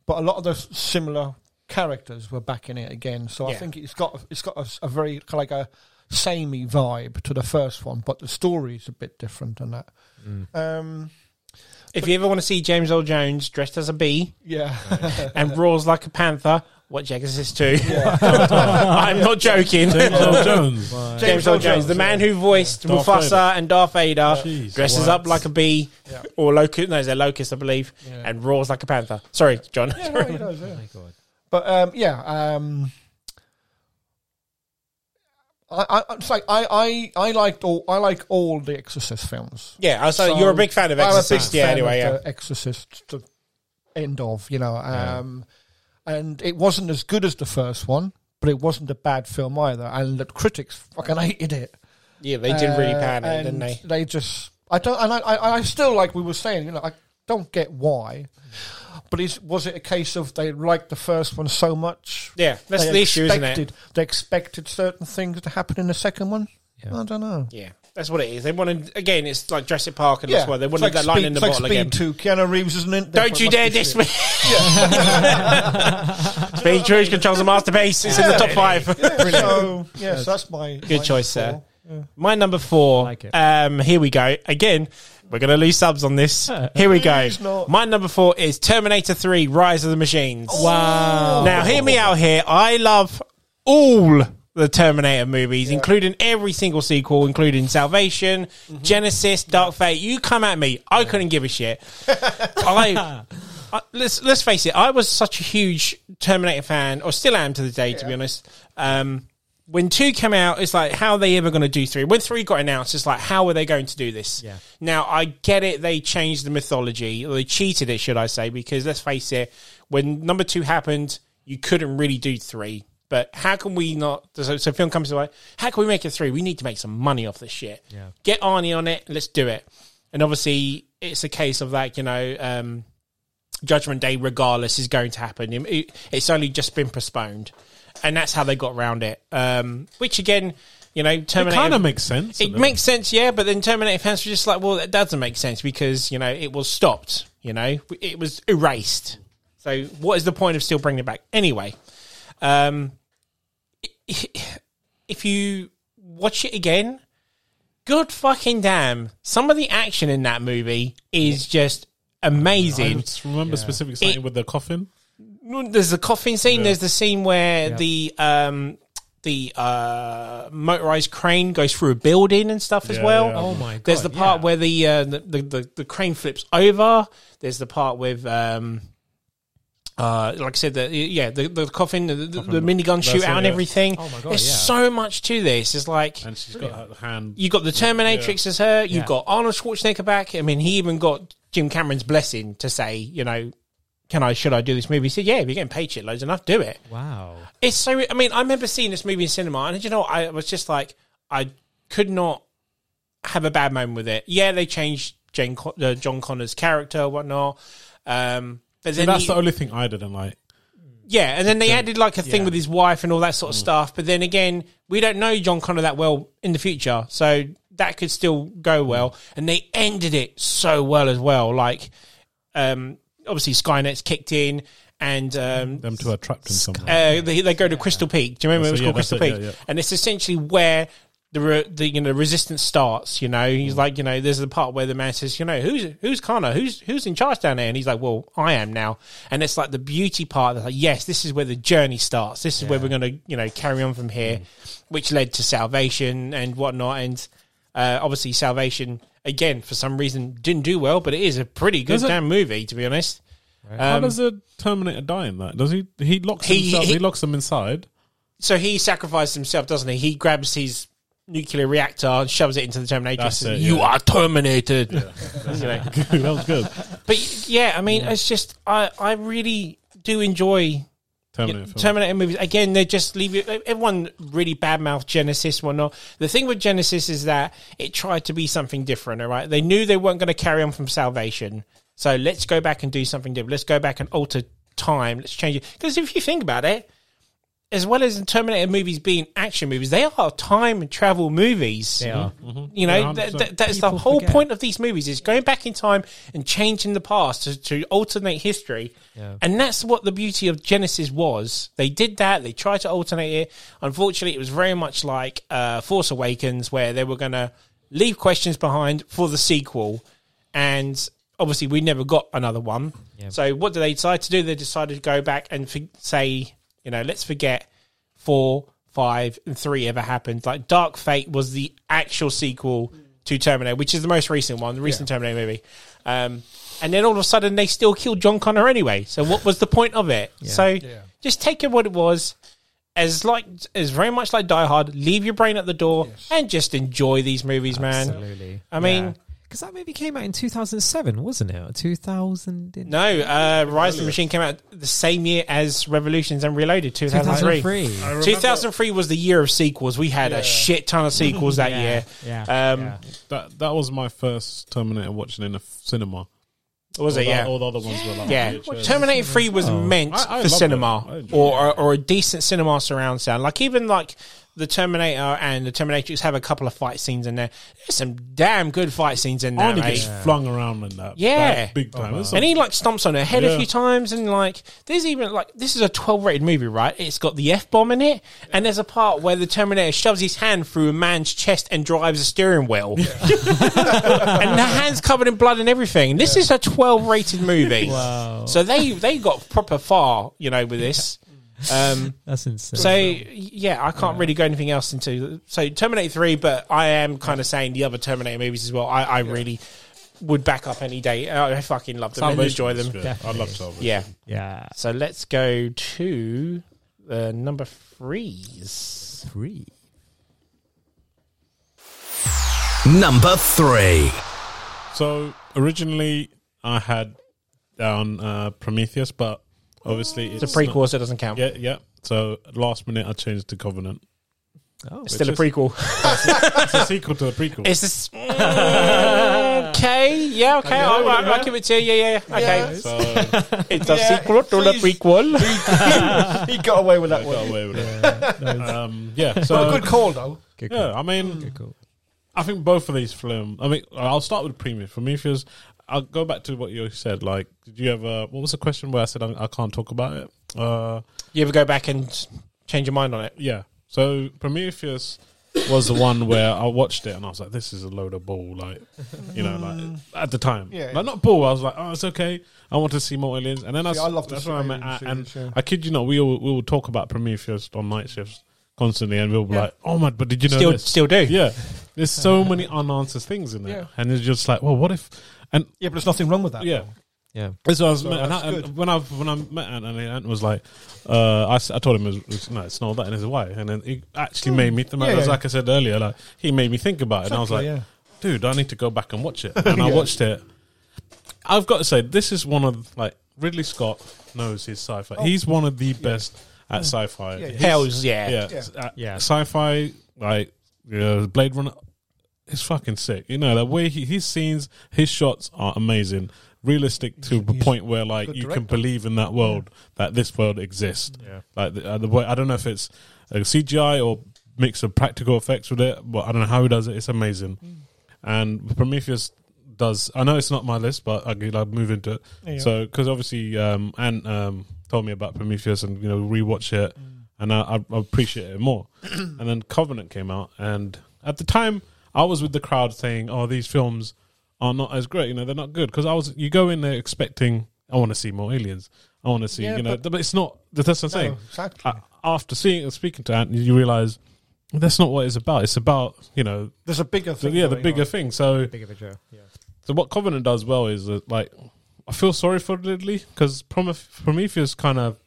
C: but a lot of the s- similar characters were back in it again, so I
G: Yeah.
C: think it's got it's got a, s- a very kind of like a samey vibe to the first one, but the story's a bit different than that.
G: Mm.
C: Um,
B: If you ever want to see James Earl Jones dressed as a bee
C: yeah.
B: and roars like a panther, watch Exorcist 2. [laughs] I'm not joking. James [laughs]
E: Earl Jones.
B: James Earl Jones, the man who voiced
E: Darth
B: Mufasa
E: Vader.
B: and Darth Vader,
E: Jeez,
B: dresses
E: what?
B: up like a bee
C: Yeah.
B: or locust. No, they're locust, I believe,
C: Yeah.
B: and roars like a panther. Sorry, John.
C: [laughs] Yeah, no, he does,
D: Oh
C: yeah.
D: my god!
C: But um, yeah, um, I, I it's like I, I, I liked all I like all the Exorcist films.
B: Yeah, I was like, you're a big fan of
C: I'm a
B: Exorcist.
C: big
B: yeah,
C: fan
B: anyway,
C: of
B: yeah.
C: the Exorcist. To end of you know, um, and it wasn't as good as the first one, but it wasn't a bad film either. And the critics fucking hated it.
B: Yeah, they did really
C: Uh,
B: pan it,
C: and
B: didn't they?
C: They just I don't and I, I I still like we were saying you know I don't get why. But is, was it a case of they liked the first one so much
B: Yeah, that's the issue, isn't it?
C: They expected certain things to happen in the second one.
D: Yeah.
C: I don't know.
B: Yeah, that's what it is. They wanted again. It's like Jurassic Park and that's why they
C: it's
B: wanted
C: like
B: that line
C: Speed-
B: in the
C: it's like
B: bottle
C: Speed
B: again.
C: Two, Keanu Reeves isn't it?
B: Don't you dare diss me. [laughs] Speed Truth controls a masterpiece. It's in the top five.
C: Yeah, so yes, that's my
B: Good
C: my
B: choice,
C: four.
B: sir. My number four.
D: like it.
B: Um, here we go. Again, we're going to lose subs on
D: [laughs]
B: this. Here we go.
C: Please not.
B: My number four is Terminator 3 Rise of the Machines.
D: Wow!
B: Now, hear me out here. I love all the Terminator movies, including every single sequel, including Salvation, Genesis, Dark Fate. You come at me, I couldn't give a shit. I, I let's let's face it. I was such a huge Terminator fan, or still am to the day, to be honest. Um, when two came out, it's like how are they ever going to do three? When three got announced, it's like how are they going to do this?
D: Yeah.
B: Now I get it. They changed the mythology, or they cheated it, should I say? Because let's face it, when number two happened, you couldn't really do three. But how can we not? So, so film comes away. How can we make it three? We need to make some money off this shit.
D: Yeah.
B: Get Arnie on it. Let's do it. And obviously, it's a case of like you know. Um, Judgment Day, regardless, is going to happen. It- it- It's only just been postponed, and that's how they got around it. Um, which again, you know,
E: It
B: Terminator
E: kind of makes sense.
B: It makes sense, yeah, but then Terminator fans were just like, well, that doesn't make sense because you know it was stopped. You know, it was erased. So what is the point of still bringing it back anyway? Um, if you watch it again, good fucking damn, some of the action in that movie is just
E: I
B: amazing.
E: just remember specifically something
B: It-
E: with the coffin.
B: There's the coffin scene.
E: Yeah.
B: There's the scene where the um the uh motorized crane goes through a building and stuff as
E: Yeah,
B: well.
E: yeah. Oh
D: my God,
B: There's the part
D: yeah.
B: where the, uh, the, the the the crane flips over. There's the part with um uh like I said the yeah the the coffin the, the, the minigun
E: That's it,
B: shootout and
E: yeah.
B: everything.
D: Oh my God,
B: There's
D: yeah.
B: so much to this. It's like
E: And she's got her hand.
B: you got the Terminatrix as her. You've
D: Yeah.
B: got Arnold Schwarzenegger back. I mean, he even got Jim Cameron's blessing to say, you know, can I, should I do this movie? He said, yeah, if you're getting paid shitloads enough, do it.
D: Wow!
B: It's so, I mean, I remember seeing this movie in cinema and you know, what? I was just like, I could not have a bad moment with it. Yeah, they changed Jane Con- uh, John Connor's character and whatnot. Um, but then
E: That's
B: he-
E: the only thing I didn't like.
B: yeah, and then they added like a thing
D: yeah.
B: with his wife and all that sort of stuff. But then again, we don't know John Connor that well in the future, so that could still go well. And they ended it so well as well. Like, um, obviously Skynet's kicked in, and um,
E: Them two are trapped in something.
B: uh, they, they go to Crystal Peak. Do you remember it was
E: That's it,
B: called
E: yeah, that's
B: Crystal
E: it,
B: Peak?
E: yeah, yeah.
B: And it's essentially where the re- the you know resistance starts. You know,
E: Mm.
B: he's like you know, there's the part where the man says, you know, who's who's Kana, who's who's in charge down there, and he's like, well, I am now. And it's like the beauty part. That's like, yes, this is where the journey starts. This is where we're gonna you know carry on from here,
E: Mm.
B: which led to salvation and whatnot. And uh, obviously, salvation again for some reason didn't do well, but it is a pretty good
E: Does it-
B: damn movie to be honest.
E: How
B: Um,
E: does the Terminator die in that? Does he? He locks
B: He-
E: himself.
B: he-
E: He, locks them inside. [laughs]
B: so he sacrificed himself, doesn't he? He grabs his nuclear reactor and shoves it into the Terminator.
E: That's
B: and
E: it,
B: you
E: yeah.
B: are terminated. You know.
E: that was good.
B: But yeah, I mean, it's just I I really do enjoy
E: Terminator.
B: yeah,
E: film.
B: Terminator movies again. They just leave you. Everyone really badmouth Genesis, whatnot. The thing with Genesis is that it tried to be something different. All right, they knew they weren't going to carry on from Salvation, so let's go back and do something different. Let's go back and alter time. Let's change it because if you think about it, as well as the Terminator movies being action movies, they are time travel movies.
D: They are.
B: You know,
E: Yeah,
B: that,
E: 100%.
B: that, that's the
D: People
B: whole
D: forget.
B: point of these movies is going back in time and changing the past to, to alternate history.
D: Yeah.
B: And that's what the beauty of Genesis was. They did that. They tried to alternate it. Unfortunately, it was very much like uh, Force Awakens, where they were going to leave questions behind for the sequel. And obviously, we never got another one.
D: Yeah.
B: So, what did they decide to do? They decided to go back and for- say, you know, let's forget four, five, and three ever happened. Like Dark Fate was the actual sequel to Terminator, which is the most recent one, the recent Terminator movie. Um, and then all of a sudden, they still killed John Connor anyway. So what was the point of it? So just take it what it was. As like as very much like Die Hard, leave your brain at the door and just enjoy these movies, man.
D: Absolutely.
B: I mean,
D: Because that movie came out in 2007, wasn't it? Or 2000. and-
B: no, uh, Rise of the Machine came out the same year as Revolutions and Reloaded, two thousand three. Oh,
D: 2003.
E: I remember
B: 2003 was the year of sequels. We had a shit ton of sequels that
D: Yeah,
B: year.
D: yeah,
B: um,
D: yeah.
E: That that was my first Terminator watching in a f- cinema.
B: Was
E: all
B: it?
E: the-
B: Yeah.
E: All the other ones were like
B: yeah.
E: VHS.
B: Terminator 3 was meant
E: Oh. I- I
B: for
E: love it. I
B: cinema
E: enjoy
B: or, or or a decent cinema surround sound. Like even like the Terminator and the Terminatrix have a couple of fight scenes in there. There's some damn good fight scenes in there.
E: Arnie
B: mate.
E: gets flung around in that.
B: Yeah.
E: Like, big time. It's
B: and
E: like-
B: he like stomps on her head a
E: Yeah.
B: few times, and like there's even like this is a 12 rated movie, right? It's got the f bomb in it, and there's a part where the Terminator shoves his hand through a man's chest and drives a steering wheel, [laughs] and the hand's covered in blood and everything. This is a 12 rated movie,
D: Wow.
B: so they they got proper far, you know, with this. Um,
D: That's insane.
B: so yeah, I can't really go anything else into so Terminator Three, but I am kind of saying the other Terminator movies as well. I, I really would back up any day. I fucking love them. and
E: Salvation's
B: enjoy them.
E: good. I love Salvation.
B: Yeah.
D: yeah.
B: So let's go to the number threes.
D: Three.
A: Number three.
E: So originally I had down uh, Prometheus, but obviously it's,
B: It's a prequel, so it doesn't count.
E: not- yeah, yeah. So last minute I changed to Covenant.
D: Oh,
B: Still a
C: [laughs]
B: prequel.
E: It's a sequel to the prequel.
B: Is this okay? Yeah, okay. All right, I'll give it to you. Yeah, yeah. Okay,
C: [laughs]
E: so I
B: it's a
C: Yeah,
B: sequel to the
C: please.
B: prequel.
C: [laughs] he got
B: [laughs]
C: away with that
E: got
C: one.
E: away with it. Um, yeah. So
C: But a good call though.
D: good
E: Yeah,
D: call.
E: I mean,
D: Good call.
E: I think both of these films. I mean, I'll start with Prometheus. Prometheus. I'll go back to what you said. Like, did you ever? What was the question where I said I, I can't talk about it? Uh,
B: You ever go back and change your mind on it?
E: yeah. So Prometheus was the one where I watched it and I was like, "This is a load of bull." Like, you know, like at the time,
C: Mm. Yeah, yeah.
E: like not bull. I was like, "Oh, it's okay. I want to see more aliens." And then I,
C: See,
E: s-
C: I love the
E: that's where I'm
C: alien
E: at. And
C: series, yeah.
E: I kid you not, we all we will talk about Prometheus on night shifts constantly, and we'll be like, "Oh my!" But did you know
B: Still,
E: this?
B: still do.
E: Yeah. There's so many unanswered things in there.
C: Yeah.
E: And it's just like, well, what if. And
C: Yeah, but there's nothing wrong with
B: Uh,
C: that.
E: yeah.
D: Yeah.
E: That's what I was
C: So
E: meant- and
C: that's
E: I- and
C: good.
E: when I when I met Ant and Ant was like, uh, I, s- I told him it was, it was- no, it's not that, and it's why, and then it actually made me. The matter
C: Hmm. Yeah,
E: is,
C: yeah.
E: like I said earlier, like he made me think about it, and I was like,
C: Exactly, yeah.
E: dude, I need to go back and watch
C: [laughs]
E: it, and I
C: Yeah.
E: watched it. I've got to say, this is one of like Ridley Scott knows his sci-fi. He's one of the best at sci-fi.
C: Oh. Yeah, yeah.
B: Hells yeah.
E: yeah,
C: Yeah.
E: uh,
D: Yeah.
E: sci-fi like you know, Blade Runner. It's fucking sick, you know. The way he, his scenes, his shots are amazing, realistic to the point where like
C: good
E: you can
C: director.
E: believe in that world that this world exists. Yeah, like the, uh, the way I don't know if it's a CGI or mix of practical effects with it, but I don't know how he does it. It's amazing, and Prometheus does. I know it's not my list, but I could like, move into it.
C: Yeah.
E: So because obviously, um, and um, told me about Prometheus, and you know, rewatch it, and I, I I appreciate it more. and then Covenant came out, and at the time, I was with the crowd saying, "Oh, these films are not as great. You know, they're not good." Because I was, you go in there expecting, "I want to see more aliens. I want to see,"
C: Yeah,
E: you know,
C: but-
E: but, it's not. That's what I'm saying.
C: exactly.
E: A- after seeing and speaking to Anthony, you realize that's not what it's about. It's about you know,
C: There's a bigger
E: the,
C: thing.
E: yeah, the
C: going
E: bigger
C: on.
E: thing. So
D: Bigger picture. Yeah.
E: so what Covenant does well is that like I feel sorry for Ridley because Prometheus kind of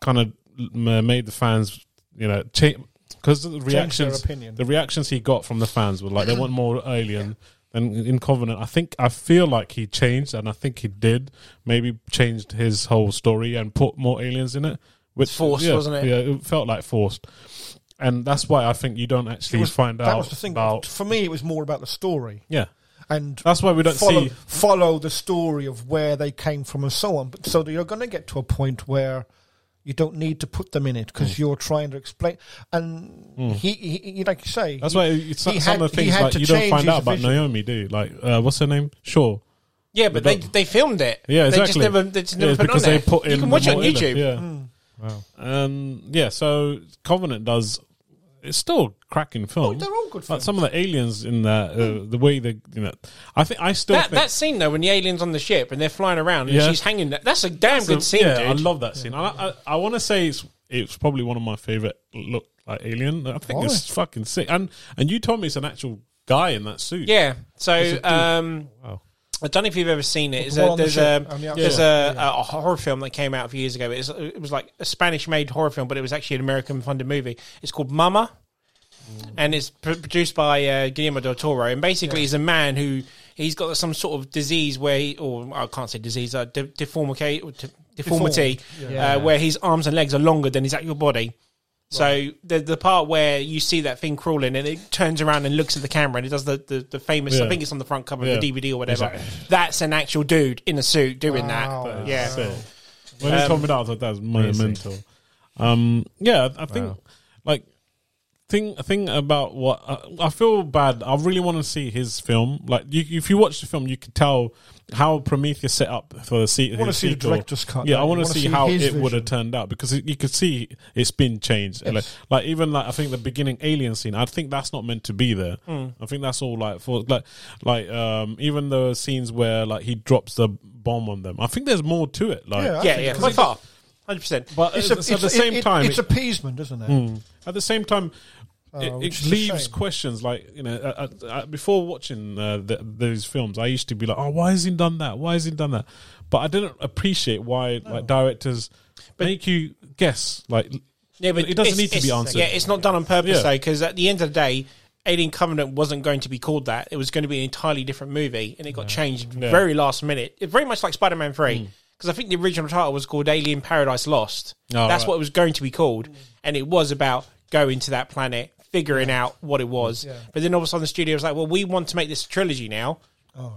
E: kind of made the fans you know cha- because the
C: their
E: reactions,
C: opinion.
E: the reactions he got from the fans were like they want
C: [clears throat]
E: more Alien. And in Covenant, I think I feel like he changed, and I think he did maybe changed his whole story and put more aliens in it. Which
B: forced,
E: yeah,
B: wasn't it?
E: Yeah, it felt like forced, and that's why I think you don't actually find
C: that
E: out
C: was the thing.
E: about.
C: For me, it was more about the story
E: Yeah,
C: and
E: that's why we don't
C: follow,
E: see.
C: follow the story of where they came from and so on. But so that you're going to get to a point where you don't need to put them in it
E: Hmm.
C: because you're trying to explain. And he, he, he- like you say,
E: That's
C: he-
E: why it's
C: he
E: some some
C: had-
E: of the
C: he
E: things
C: had
E: like
C: to
E: you don't
C: change
E: find
C: his
E: out about
C: vision.
E: Naomi, do you? Like uh, what's her name? Sure.
B: Yeah, but they
E: don't-
B: they filmed it.
E: Yeah,
B: They
E: exactly.
B: just never, they just
E: Yeah,
B: never put
E: it's
B: it on
E: because
B: there.
E: they put in
B: you can watch it on
E: more in
B: YouTube. Mm.
E: Yeah. Um, yeah, so Covenant does. It's still a cracking film.
C: they're all good
E: Like
C: films.
E: some of the aliens in there, uh, the way they, you know, I think I still
B: That,
E: think
B: that scene though, when the aliens on the ship and they're flying around and
E: Yeah.
B: she's hanging, there, that's a damn
E: So,
B: good scene,
E: yeah,
B: dude.
E: I love that scene. I, I, I want to say it's it's probably one of my favorite look like alien. I think it's fucking sick. And and you told me it's an actual guy in that suit.
B: yeah. So um,
D: Wow.
B: I don't know if you've ever seen it. It's
C: The
B: a-
C: one on the
B: there's
C: ship,
B: a
C: on the outside.
B: there's a, a horror film that came out a few years ago. But it's, it was like a Spanish-made horror film, but it was actually an American-funded movie. It's called Mama,
C: Mm.
B: and it's pr- produced by uh, Guillermo del Toro. And basically, he's a man who he's got some sort of disease where, he, or I can't say disease, uh, de- deformica- or de- deformity,
D: Yeah.
B: Uh, where his arms and legs are longer than his actual body. So the the part where you see that thing crawling and it turns around and looks at the camera and it does the, the, the famous I
E: Yeah.
B: think it's on the front cover
E: Yeah.
B: of the DVD or whatever.
E: It's
B: That's an actual dude in a suit doing
C: Wow.
B: that. Yeah.
E: So, when
C: Um,
E: you told me that, I thought that was monumental. Um, yeah, I think like thing thing about what uh, I, I feel bad. I really want to see his film. Like, you, if you watch the film, you could tell how Prometheus set up for the seat. I
C: wanna see the director's cut,
E: Yeah, I
C: don't you?
E: want to
C: Wanna
E: see
C: see
E: how
C: his
E: it would have
C: vision.
E: turned out because it, you could see it's been changed. Like, like even like I think the beginning alien scene. I think that's not meant to be there.
C: Hmm.
E: I think that's all like for like like um even the scenes where like he drops the bomb on them. I think there's more to it. Like
C: Yeah, I
B: Yeah,
C: think
B: yeah,
C: it's
B: by
C: like-
B: far. Hundred percent.
E: but
C: It's,
E: at,
C: a-
E: the- at the
C: it's-
E: same
C: it- it-
E: time,
C: it's
E: it- Hmm.
C: appeasement, isn't it?
E: at the same time, it,
C: Oh, which is
E: it
C: a
E: leaves
C: shame.
E: questions like you know. Uh, uh, uh, before watching uh, th those films, I used to be like, "Oh, why has he done that? Why has he done that?" But I didn't appreciate why like directors make you guess. Like,
B: Yeah, but
E: it doesn't
B: it's-
E: need to be
B: it's-
E: answered.
B: Yeah, it's not done on purpose
E: Yeah.
B: though, because at the end of the day, Alien Covenant wasn't going to be called that. It was going to be an entirely different movie, and it got changed very last minute. It, very much like Spider Man
E: Mm.
B: Three, because I think the original title was called Alien Paradise Lost.
E: Oh,
B: That's
E: right.
B: what it was going to be called, and it was about going to that planet, figuring out what it was. But then all of a sudden, the studio was like, "Well, we want to make this trilogy now.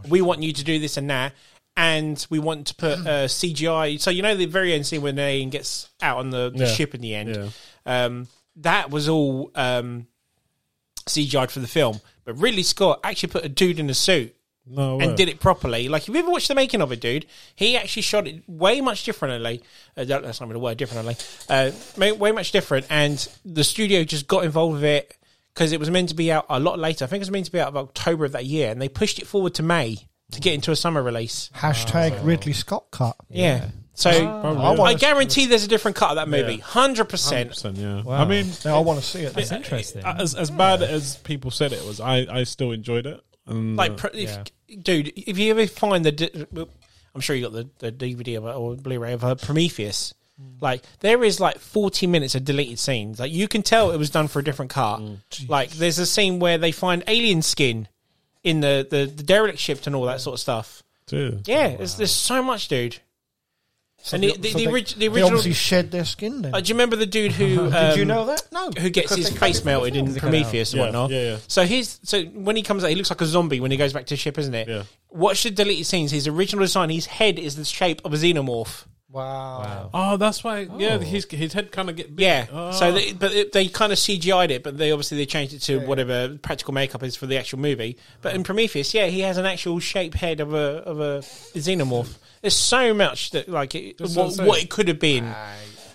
B: we want you to do this and that." And we want to put uh, CGI. So you know the very end scene when the alien gets out on the, the
E: Yeah.
B: ship in the end
E: Yeah.
B: um, that was all um, CGI'd for the film. But Ridley Scott actually put a dude in a suit
E: no,
B: and did it properly. Like, if you ever watched the making of it, dude, he actually shot it way much differently. Uh, that- that's not even a word, differently. Uh, ma- way much different. And the studio just got involved with it because it was meant to be out a lot later. I think it was meant to be out of October of that year, and they pushed it forward to May to get into a summer release.
E: Ah.
C: Hashtag Ridley Scott cut.
B: Yeah. So
C: I
B: I
C: wanna-
B: guarantee there's a different cut of that movie. 100%.
E: Yeah,
D: Wow.
E: I mean,
C: Now I want to see it.
B: Uh,
D: That's interesting.
E: Uh, as as bad as people said it was, I I still enjoyed it. And, uh,
B: like, pr if, dude, if you ever find the, di- I'm sure you got the, the DVD of it or Blu-ray of uh, Prometheus.
C: Mm.
B: Like, there is like 40 minutes of deleted scenes. Like, you can tell it was done for a different car.
C: Mm.
B: like, there's a scene where they find alien skin in the the, the derelict ship and all that sort of stuff.
E: too.
B: Yeah, there's, there's so much, dude. and the, the,
C: So
B: the,
C: they-
B: orig- the
C: They
B: original.
C: obviously shed their skin then.
B: Uh, do you remember the dude who? Um,
C: [laughs] Did you know that? No.
B: who gets his face melted in Prometheus and
E: Yeah,
B: whatnot.
E: yeah, yeah.
B: So his so when he comes out, he looks like a zombie when he goes back to ship, isn't it?
E: Yeah.
B: Watch the deleted scenes. His original design, his head is the shape of a xenomorph.
C: Wow.
E: Oh, that's why. Yeah, his his head kind of get big.
B: Yeah.
E: Oh.
B: So, they, but it, they kind of CGI'd it, but they obviously they changed it to whatever practical makeup is for the actual movie. But in Prometheus, yeah, he has an actual shape head of a of a xenomorph. There's so much that like it,
E: what
B: what,
E: I'm saying.
B: what it could have been.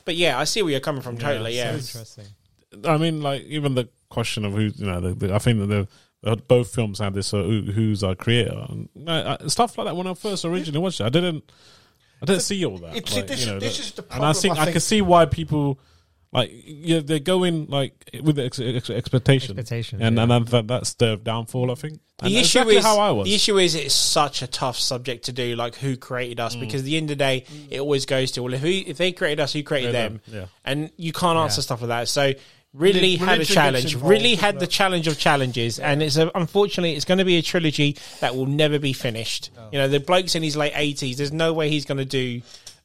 B: But yeah, I see where you're coming from. Totally. Yeah.
D: interesting.
E: I mean, like even the question of who you know, the, the, I think that the uh, both films had this uh, who, who's our creator and uh, uh, stuff like that. When I first originally watched it, I didn't, I didn't see all that.
C: it's-
E: like,
C: this-
E: you know,
C: this
E: that-
C: is the
E: and I
C: problem,
E: think
C: I
E: I, can
C: think.
E: see why people like yeah, they go in like with the ex- ex- expectation,
D: Expectation,
E: and
D: yeah.
E: and that- that, that's their downfall. I think
B: The
E: And
B: issue
E: that's exactly
B: is
E: how I was.
B: the issue is it's such a tough subject to do, like who created
E: Mm.
B: us, because at the end of the day, it always goes to well, if who, if they created us, who created
E: Yeah,
B: them?
E: them, yeah.
B: and you can't answer stuff like that. So Ridley
C: Rid-
B: had a
C: religion gets
B: challenge.
C: involved,
B: Ridley
C: isn't
B: had the
C: it?
B: challenge of challenges, and it's a, unfortunately it's going to be a trilogy that will never be finished. You know, the bloke's in his late eighties. There's no way he's going to do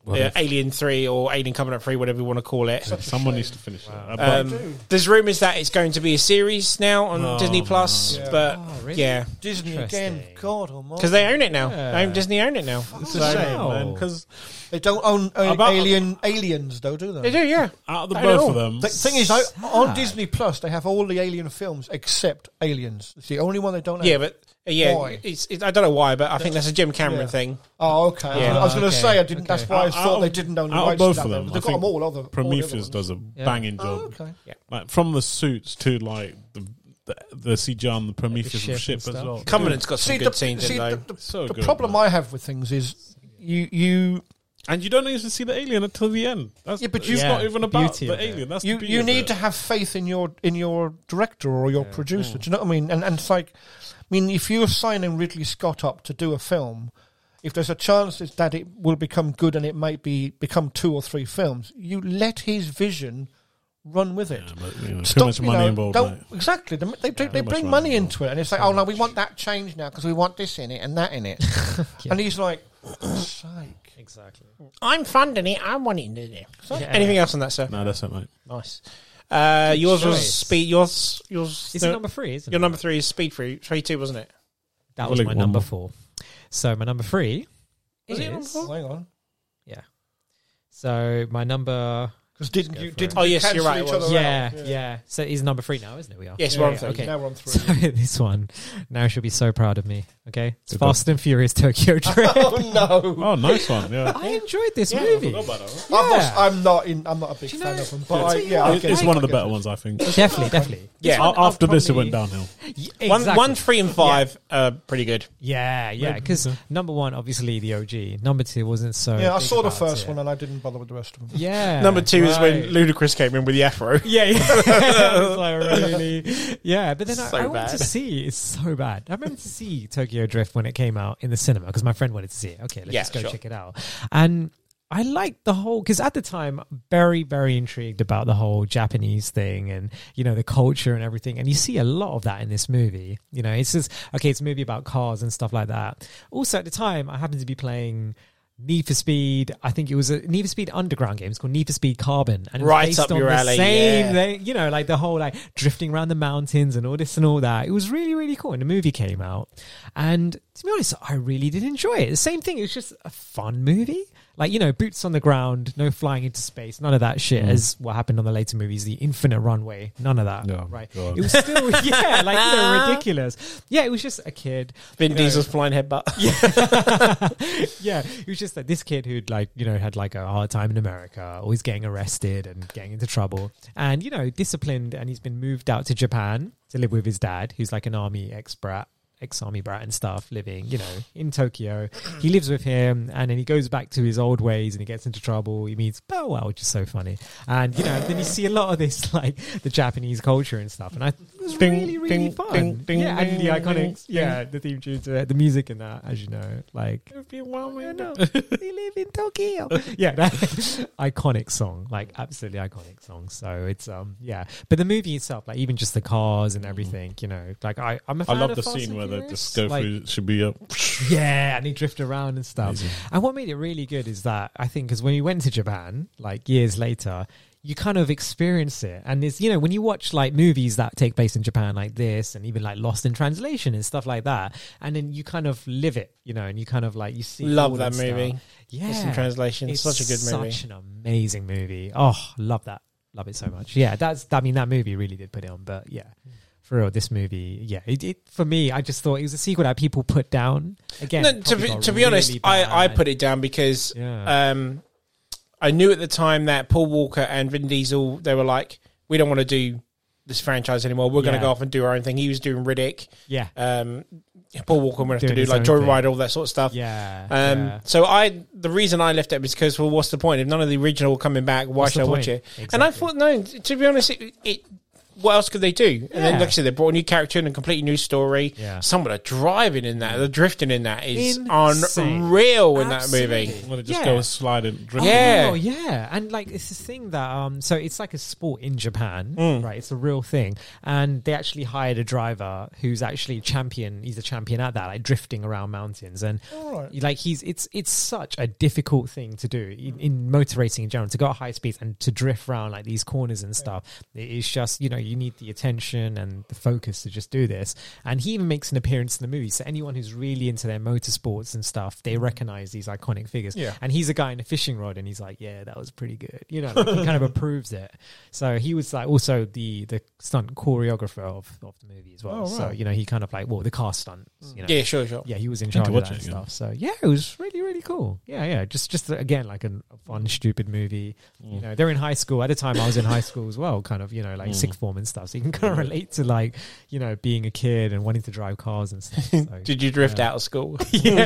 B: uh, Alien Three or Alien Covenant Three, whatever you want to call it.
E: Someone needs to Oh, finish that. But
B: Um, there's rumors that it's going to be a series now on Disney Plus,
C: Yeah.
B: but
D: really?
B: yeah,
C: Disney again. God almighty.
B: because they own it now.
D: Yeah.
B: They own- Disney own it now.
E: it's a shame,
D: oh.
B: um,
E: man, because
C: They don't own uh,
E: About-
C: alien aliens, though, do they?
B: They do, yeah.
E: out of the
B: I don't
E: both of
B: know.
E: them,
C: The thing is, I,
E: Ah.
C: on Disney Plus, they have all the Alien films except Aliens. It's the only one they don't have.
B: Yeah, but uh, yeah,
C: Why?
B: it's, it, I don't know why, but I think that's a Jim Cameron
C: Yeah.
B: thing.
C: Oh, okay.
B: Yeah.
C: I was going to
D: Okay,
C: say I didn't. That's why I
E: Out-
C: thought
E: out
C: they
E: of-
C: didn't own the
E: out of
C: rights
E: both
C: to
E: of
C: that.
E: them.
C: They've
E: I
C: got them
E: think
C: all. Other all the other
E: Prometheus
C: ones.
E: does a
D: Yeah.
E: banging job.
C: Oh, okay.
E: Like from the suits to like the the, the CGI on the Prometheus
D: ship and
E: ship, as
D: stuff.
E: well.
B: Covenant's got some
C: See,
B: good
C: the,
B: scenes
C: see,
B: in though.
C: the, the,
E: So
C: the
E: Oh, good,
C: problem
E: man.
C: I have with things is you you
E: And you don't need to see the alien until the end. That's,
C: Yeah, but
E: it's
C: you-
E: not
D: Yeah.
E: even about
D: Beauty
E: the
D: of it.
E: alien. That's the
C: you,
E: beauty
C: you
E: of
C: need
E: it.
C: to have faith in your in your director or your producer. Do you know what I mean? And and it's like, I mean, if you're signing Ridley Scott up to do a film, if there's a chance is that it will become good and it might be become two or three films, you let his vision run with it.
E: Yeah, but, you know,
C: Stop,
E: too much
C: you
E: money
C: know,
E: involved.
C: don't-
E: mate.
C: exactly. They, they, they, they
E: much
C: bring
E: money
C: money
E: involved.
C: into it, and it's like, oh no, we want that change now because we want this in it and that in it. [laughs] And he's like, sake.
D: Exactly.
B: I'm funding it. I'm wanting to do it.
D: Yeah.
B: Anything else on that, sir?
E: No, that's it, mate.
B: Nice. Uh, yours was
D: choice.
B: speed. Yours, yours.
D: Is
B: no,
D: it number three? Isn't
B: your
D: it?
B: number three is speed three, three two, wasn't it?
D: That was
E: Well,
D: my
E: one
D: number
E: more.
D: four. So my number three.
B: Was it
D: is-
B: number four?
C: Hang on,
D: Yeah. So my number.
C: because didn't
D: Go
C: you
D: for
C: did
D: it.
B: Oh, yes, you're right, it
C: Each
B: was.
C: other out?
D: Yeah, yeah, So he's number three now, isn't it? We are.
B: Yes,
C: Yeah,
B: we're on
C: yeah,
B: three.
D: okay.
C: Now we're on three.
D: So [laughs] this one, now she'll be so proud of me. Okay, it's
E: Good
D: Fast and Furious Tokyo Drift.
C: oh [laughs] no.
E: Oh, nice one.
C: [laughs]
E: Yeah.
D: [laughs] I enjoyed this movie.
C: I've
D: Yeah.
C: also, I'm not in. I'm not a big
D: Do you
C: fan
D: know-
C: of them,
D: I'll
C: but I,
D: tell you
C: yeah,
D: what,
C: I
E: It-
C: get
E: it's
C: it.
E: one
C: I
E: of the
C: get
E: better
C: it.
E: ones, I think.
D: Definitely, definitely.
B: Yeah.
E: A- After this, it
D: probably-
E: went downhill.
D: Y-
B: One,
D: exactly.
B: one, three, and five are pretty good.
D: Yeah, yeah. Because number one, obviously the OG. Number two wasn't so.
C: Yeah, I
D: big
C: saw the
D: about
C: first
D: it.
C: one and I didn't bother with the rest of them.
D: Yeah.
B: Number two is when
D: right.
B: Ludacris came in with the
D: [laughs]
B: afro. [laughs]
D: Yeah, yeah. I was like, really? Yeah, but then
B: So
D: I, I went to
B: bad.
D: see it's so bad. I remember to see Tokyo Drift when it came out in the cinema because my friend wanted to see it. Okay, let's
B: Yeah,
D: just go
B: sure.
D: check it out. And I liked the whole because at the time, very very intrigued about the whole Japanese thing and you know the culture and everything. And you see a lot of that in this movie. You know, it's just okay. It's a movie about cars and stuff like that. Also, at the time, I happened to be playing. Need for Speed, I think it was a Need for Speed Underground game. It's called Need for Speed Carbon, and it was
B: Right
D: based
B: up
D: on
B: your
D: the
B: alley,
D: Same,
B: yeah.
D: they, you know, like the whole like drifting around the mountains and all this and all that. It was really, really cool. And the movie came out, and to be honest, I really did enjoy it. The same thing. It was just a fun movie. Like you know, boots on the ground, no flying into space, none of that shit.
B: Mm.
D: As what happened on the later movies, the infinite runway, none of that.
E: Yeah,
D: right?
E: God.
D: It was still [laughs] yeah, like you
B: [laughs]
D: know, ridiculous. Yeah, it was just a kid
B: Vin
D: you know,
B: Diesel's flying
D: [laughs]
B: headbutt.
D: yeah, it was just like this kid who'd like you know had like a hard time in America, always getting arrested and getting into trouble, and you know disciplined, and he's been moved out to Japan to live with his dad, who's like an army ex brat. Ex army brat and stuff living, you know, in Tokyo. He lives with him and then he goes back to his old ways and he gets into trouble. He meets Bow Wow, which is so funny. And, you know, then you see a lot of this, [laughs] like the Japanese culture and stuff. And I it was
E: Ding,
D: really, really
E: ding,
D: fun.
E: ding, ding,
D: yeah, and the
E: ding,
D: iconics.
E: ding,
D: yeah, the theme tune to it, the music and that, as you know, like you know, [laughs] we live in Tokyo. [laughs] yeah, that iconic song, like absolutely iconic song. So it's um, yeah. But the movie itself, like even just the cars and everything, you know, like I, I'm a
E: I
D: fan
E: love
D: of
E: the
D: Fast
E: scene
D: and
E: where they
D: Furious.
E: just go
D: Like,
E: through. Should be a [laughs]
D: [laughs] yeah, and he drift around and stuff.
E: Amazing.
D: And what made it really good is that I think because when we went to Japan, like years later, you kind of experience it. And it's you know when you watch like movies that take place in Japan, like this, and even like Lost in Translation and stuff like that, and then you kind of live it, you know, and you kind of like you see.
B: Love
D: all
B: that
D: stuff.
B: movie.
D: Yeah,
B: Lost in Translation, such a good movie.
D: Such an amazing movie. Oh, love that. Love it so much. Yeah, that's. I mean, that movie really did put it on. But yeah.
B: Hmm.
D: For real, this movie, yeah, it, it for me, I just thought it was a sequel that people put down again.
B: No, to
D: probably
B: be,
D: got
B: to be
D: really
B: honest, I, I
D: bad.
B: put it down because
D: Yeah.
B: um, I knew at the time that Paul Walker and Vin Diesel they were like, we don't want to do this franchise anymore. We're going to
D: Yeah.
B: go off and do our own thing. He was doing Riddick.
D: yeah,
B: Um, Paul Walker would have
D: Doing
B: to do
D: his
B: like
D: own
B: Joyride,
D: thing.
B: all that sort of stuff.
D: yeah.
B: Um,
D: yeah.
B: So I, the reason I left it was because, well, what's the point? If none of the original are coming back, why
D: What's
B: should I
D: the
B: watch
D: point?
B: it? And I
D: Exactly.
B: thought, no, to be honest, it, it what else could they do? And then,
D: Yeah.
B: like I said, they brought a new character in, a completely new story.
D: Yeah.
B: Some of the driving in that, the drifting in that is
D: Insane.
B: unreal in that movie.
D: Absolutely.
E: When it just
D: Yeah.
E: goes sliding, drift.
B: Yeah.
D: Oh yeah, and like it's this thing that um, so it's like a sport in Japan, right? It's a real thing, and they actually hired a driver who's actually a champion. He's a champion at that, like drifting around mountains, and
C: Alright.
D: like he's it's it's such a difficult thing to do in, in motor racing in general to go at high speeds and to drift around like these corners and stuff. It's just you know you need the attention and the focus to just do this, and he even makes an appearance in the movie. So anyone who's really into their motorsports and stuff, they recognize these iconic figures.
C: Mm. Yeah.
D: And he's a guy in a fishing rod, and he's like, "Yeah, that was pretty good." You know, like, he
C: [laughs]
D: kind of approves it. So he was like also the the stunt choreographer of, of the movie as well.
C: Oh, Mm.
D: So
C: right.
D: you know, he kind of like well the car stunts. You know,
B: Yeah, sure, sure.
D: yeah, he was in charge of
E: watch
D: that
E: it
D: and
E: again.
D: stuff. So yeah, it was really really cool. Yeah, yeah, just just again like an, a fun stupid movie. You know, they're in high school at the time. I was in high school as well, kind of you know like sixth form and stuff. So you can kind of relate to like you know being a kid and wanting to drive cars and stuff. [laughs] So,
B: [laughs] Did you drift out of school?
D: [laughs] yeah,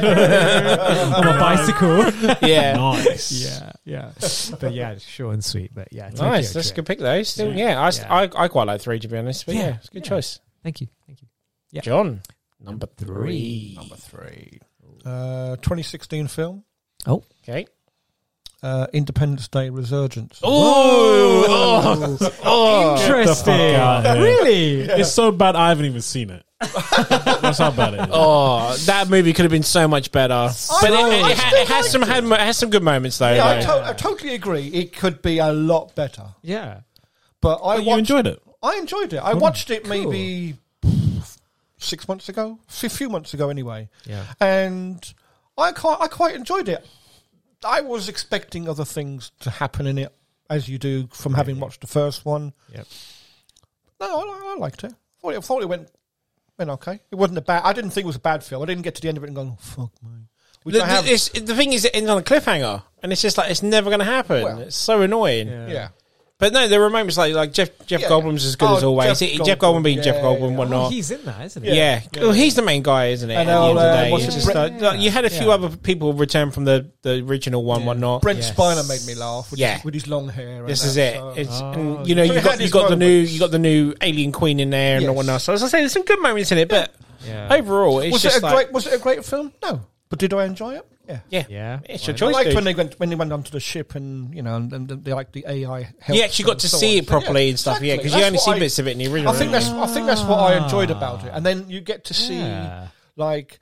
D: on a bicycle.
B: [laughs] yeah.
C: [laughs]
E: Nice.
D: yeah, yeah, but yeah, short and sweet. But yeah, Tokyo
B: Nice, that's a
D: Drift.
B: good pick though. Still, yeah, I,
D: Yeah.
B: I, I quite like three to be honest, but yeah,
D: Yeah.
B: it's a good
D: Yeah.
B: choice.
D: Thank you, thank you. Yeah.
B: John, number three.
C: Number three. Uh, 2016 film,
B: Okay.
C: uh, Independence Day Resurgence.
E: Oh,
D: Interesting. Really?
E: it's so bad. I haven't even seen it. [laughs] That's how bad it is.
B: Oh, that movie could have been so much better. but it, it, it, ha- it has some had, mo- it has some good moments though.
C: Yeah, I,
B: though.
C: to- I totally agree. It could be a lot better,
D: Yeah.
C: but I
E: But you
C: watched,
E: enjoyed it.
C: I enjoyed it. I watched it maybe six months ago, a few months ago, anyway.
D: Yeah.
C: and I quite I quite enjoyed it. I was expecting other things to happen in it, as you do from having watched the first one.
D: Yep.
C: No, I, I liked it. Thought it. Thought it went went okay. It wasn't a bad. I didn't think it was a bad film. I didn't get to the end of it and go, "Oh, "Fuck me." Which
B: The,
C: I have.
B: the- it's- the thing is, it ends on a cliffhanger, and it's just like it's never going to happen.
C: Well.
B: it's so annoying.
C: yeah.
B: But no, there were moments like like Jeff Jeff
C: Yeah.
B: Goldblum's as good
C: Oh,
B: as always.
C: Jeff
B: He- Jeff Goldblum being
C: Goldblum,
B: Jeff
C: yeah,
B: Goldblum,
C: yeah.
D: Oh,
B: whatnot.
D: he's in that, isn't
B: yeah,
D: he?
B: Well, he's the main guy, isn't it?
C: And
B: At the end
C: old,
B: of the
C: uh,
B: day,
C: what's
B: It's
C: his
B: just
C: name?
B: like- like, you had a few
D: Yeah.
B: other people return from the, the original one,
D: Yeah.
B: whatnot.
C: Brent
D: Yes.
C: Spiner made me laugh. With
B: Yeah.
C: his, with his long hair. And
B: This
C: that, Uh-huh.
B: is it.
C: uh, so-
B: It's,
D: Oh,
B: and, you know, you
C: it
B: got
C: had
B: you
C: its
B: got the new
C: moments.
B: you got the new Alien Queen in there and
C: Yes.
B: whatnot. So as I say, there's some good moments in it, but
D: Yeah.
B: overall, it's
C: was it
B: just
C: a
B: like
C: great? Was it a great film? No, but did I enjoy it? Yeah.
B: yeah,
D: Yeah.
B: It's your
C: I
D: Why
B: choice.
C: liked
B: dude.
C: when they went when they went onto the ship and you know and, and they like the AI. helped
B: You actually got
C: and
B: to
C: so
B: see
C: on.
B: it
C: So, yeah,
B: properly and stuff, yeah,
C: exactly.
B: because you
C: That's
B: only
C: what
B: see Ah.
C: I-
B: bits of it in the
C: I
B: original.
C: think that's I think that's what I enjoyed about it. And then you get to see
D: Yeah.
C: like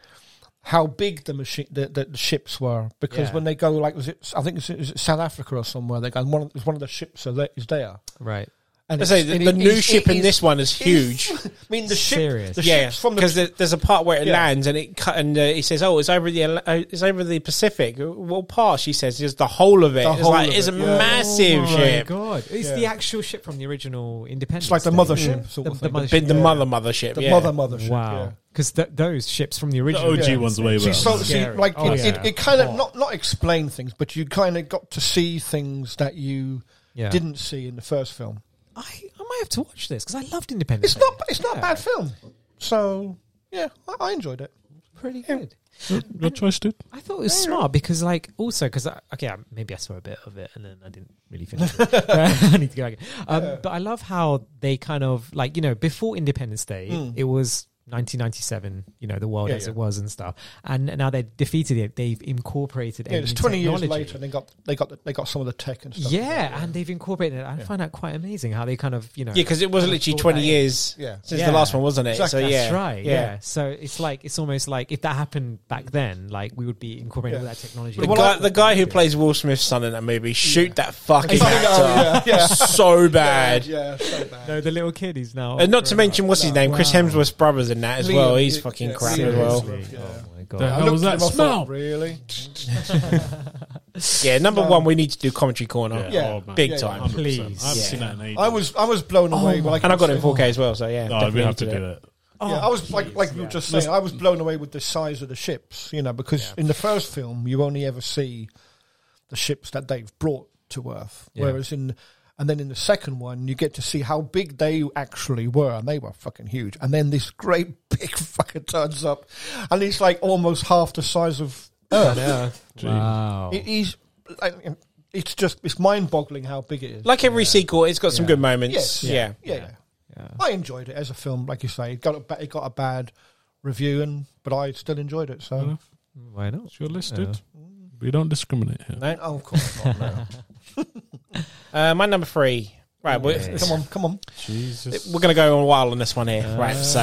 C: how big the machine the, the, the ships were because
D: Yeah.
C: when they go like was it I think it's, it's South Africa or somewhere they go and one of, it's one of the ships are there, is there.
D: Right.
C: And
B: I say
C: it's-
B: the,
C: and
B: the
C: it
B: new
C: is-
B: ship
C: it
B: in
C: is-
B: this one is
C: it
B: huge.
C: [laughs] I mean the ship
D: Serious.
C: the
B: yeah,
C: ships from
B: because
C: the
B: there, there's a part where it
C: Yeah.
B: lands and it cut and uh, he says, "Oh, it's over the Al- uh, it's over the Pacific." Well, part she says is the whole of it.
C: The
B: it's
C: whole
B: like
C: of
B: it's
C: it,
B: a
C: yeah.
B: massive
D: oh
B: ship,
D: my god! It's
C: Yeah.
D: the actual ship from the original Independence.
C: like the
D: Day.
C: mothership
D: Yeah.
C: sort of
D: the,
C: thing.
D: mothership.
B: been the
C: Yeah.
B: mother mothership.
C: the
B: yeah.
C: mother mother ship. yeah.
D: wow, because those ships from the
E: The
D: original.
E: OG
C: Yeah.
E: one's way
C: See,
E: better.
C: so, see,
D: Scary.
C: like
D: Oh,
C: it,
D: yeah.
C: it, it kind of not not explain things, but you kind of got to see things that you
D: Yeah.
C: didn't see in the first film.
D: I, I might have to watch this because I loved Independence.
C: It's not
D: Day.
C: it's not a
D: Yeah.
C: bad film, so yeah, I, I enjoyed it.
D: Pretty good.
E: Your choice, dude.
D: I thought it was smart because, like, also because okay, I- maybe I saw a bit of it and then I didn't really finish.
C: [laughs]
D: it. [laughs] I need to go back. Um, But I love how they kind of like you know before Independence Day, it was 1997. You know the world
C: Hmm. Yeah,
D: as
C: yeah.
D: it was and stuff, and now they defeated it. They've incorporated.
C: Yeah, it's
D: alien
C: twenty years
D: technology.
C: later, and they got they got they got some of the tech and stuff.
D: Yeah, and they've incorporated it. I find that quite amazing how they kind of you know
B: Yeah, because it was
D: Kinda
B: literally
D: thought
B: 20
D: that
B: years
C: Yeah.
B: since
D: Yeah.
B: the last one, wasn't it?
C: Exactly.
B: So yeah,
D: That's right. Yeah. So it's like it's almost like if that happened back then, like we would be incorporating
C: Yeah.
D: all that technology.
B: The, guy, the guy who plays Will Smith's son in that movie, shoot that fucking
C: Yeah.
B: actor
C: Yeah,
B: [laughs]
C: yeah.
B: so bad.
C: yeah, so bad.
D: no, the little kid is now.
C: Uh,
B: And not to mention what's his name, Chris Hemsworth's brothers in that as
C: Liam,
B: well. He's
C: yeah,
B: fucking
C: yeah,
B: crap
C: Liam
B: as well.
C: Hemsworth, yeah.
D: Oh my god.
E: How was that
C: I thought,
E: smell?
C: really?
B: Yeah, number one, we need to do commentary corner,
C: Yeah.
E: man.
B: big
C: Yeah,
B: time,
E: 100%.
D: Please.
E: I haven't
B: Yeah.
E: seen that in ages.
C: I was I was blown away. when
B: and I got it
C: saw-
B: in 4K as well. So yeah,
E: No,
B: definitely
E: we have to
B: need
E: do
B: to do it.
E: that.
C: Yeah, Oh, I was like, like you were just saying, I was blown away with the size of the ships, you know, because in the first film you only ever see the ships that they've brought to Earth,
D: Yeah.
C: whereas in and then in the second one you get to see how big they actually were, and they were fucking huge. And then this great [laughs] big fucker turns up, and it's like almost half the size of Earth.
D: Wow.
C: It is, like, it's just it's mind boggling how big it is.
B: Like every sequel, it's got some
D: Yeah.
B: good moments.
C: yes,
B: Yeah.
C: yeah, yeah.
D: Yeah.
C: I enjoyed it as a film, like you say. It got a, ba- it got a bad review, and but I still enjoyed it. So,
E: Yeah.
D: Why not?
E: You're listed.
D: Yeah.
E: We don't discriminate here.
C: oh, of course not.
E: [laughs]
C: No.
B: Uh, my number three. Right, we're,
C: come on, come on.
E: Jesus.
B: we're going to go on a while on this one here. right, so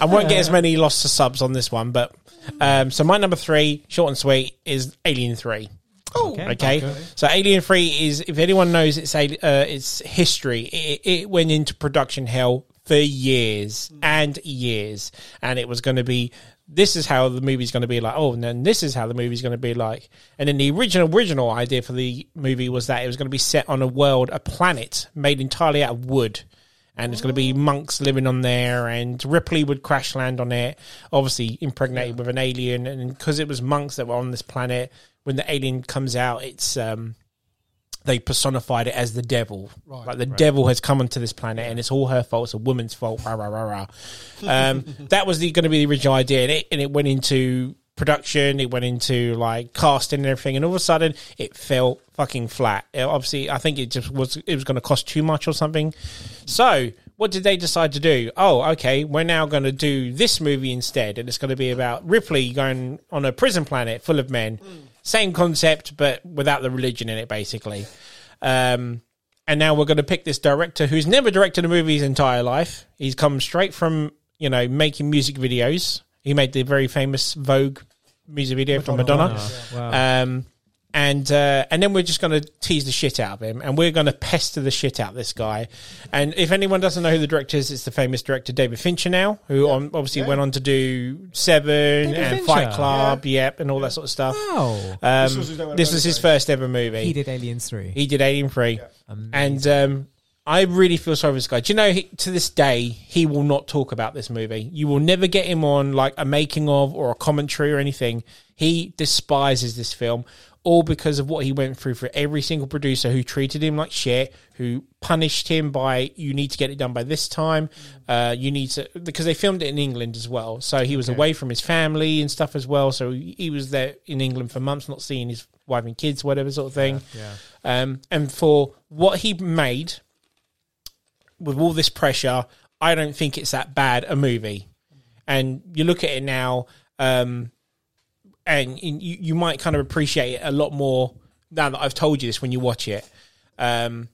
B: I won't get as many lost to subs on this one, but um, so my number three, short and sweet, is Alien Three.
C: Oh,
D: Okay.
B: Okay. So Alien Three is, if anyone knows, it's a uh, it's history. It, it went into production hell for years and years, and it was going to be. This is how the movie's going to be like. Oh, and then this is how the movie's going to be like. And then the original original idea for the movie was that it was going to be set on a world, a planet made entirely out of wood. And it's going to be monks living on there, and Ripley would crash land on it, obviously impregnated with an alien. And because it was monks that were on this planet, when the alien comes out, it's um, they personified it as the devil. Right, like the devil has come onto this planet, and it's all her fault. It's a woman's fault. Rah rah rah rah. Um, that was going to be the original idea, and it, and it went into production. It went into like casting and everything, and all of a sudden, it fell fucking flat. It- obviously, I think it just was. It was going to cost too much or something. So. What did they decide to do? Oh, okay, we're now going to do this movie instead, and it's going to be about Ripley going on a prison planet full of men. Same concept, but without the religion in it, basically. Um, and now we're going to pick this director who's never directed a movie his entire life. He's come straight from you know making music videos. He made the very famous Vogue music video from Madonna.
D: Wow.
B: Um, and uh, and then we're just going to tease the shit out of him, and we're going to pester the shit out of this guy. And if anyone doesn't know who the director is, it's the famous director David Fincher now, who on, obviously went on to do Seven and
D: Fincher.
B: Fight Club, yep, and all that sort of stuff.
D: wow.
B: Um,
C: This was his own
B: this was his first ever movie.
D: he did Aliens 3.
B: He did Alien Free, and um, I really feel sorry for this guy. Do you know he, to this day he will not talk about this movie. You will never get him on like a making of or a commentary or anything. He despises this film all because of what he went through for every single producer who treated him like shit, who punished him by you need to get it done by this time. Uh, you need to because they filmed it in England as well, so he was away from his family and stuff as well. So he he was there in England for months, not seeing his wife and kids, whatever sort of thing
D: yeah.
B: um, and for what he made with all this pressure, I don't think it's that bad a movie. And you look at it now, um, and in- you, you might kind of appreciate it a lot more now that I've told you this when you watch it. Um,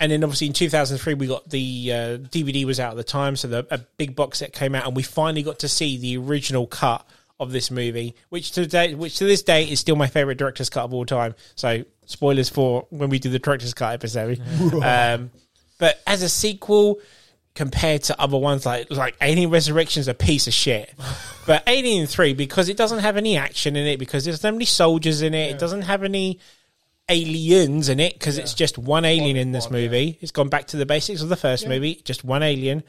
B: and then obviously in 2003 we got the uh, DVD was out at the time, so the, a big box set came out, and we finally got to see the original cut of this movie, which today, which to this day is still my favorite director's cut of all time. So spoilers for when we do the director's cut episode. um, but as a sequel, compared to other ones like like Alien Resurrection's a piece of shit. but Alien Three because it doesn't have any action in it because there's so many soldiers in it. It doesn't have any aliens in it because it's just one alien in this movie. It's gone back to the basics of the first movie, just one alien.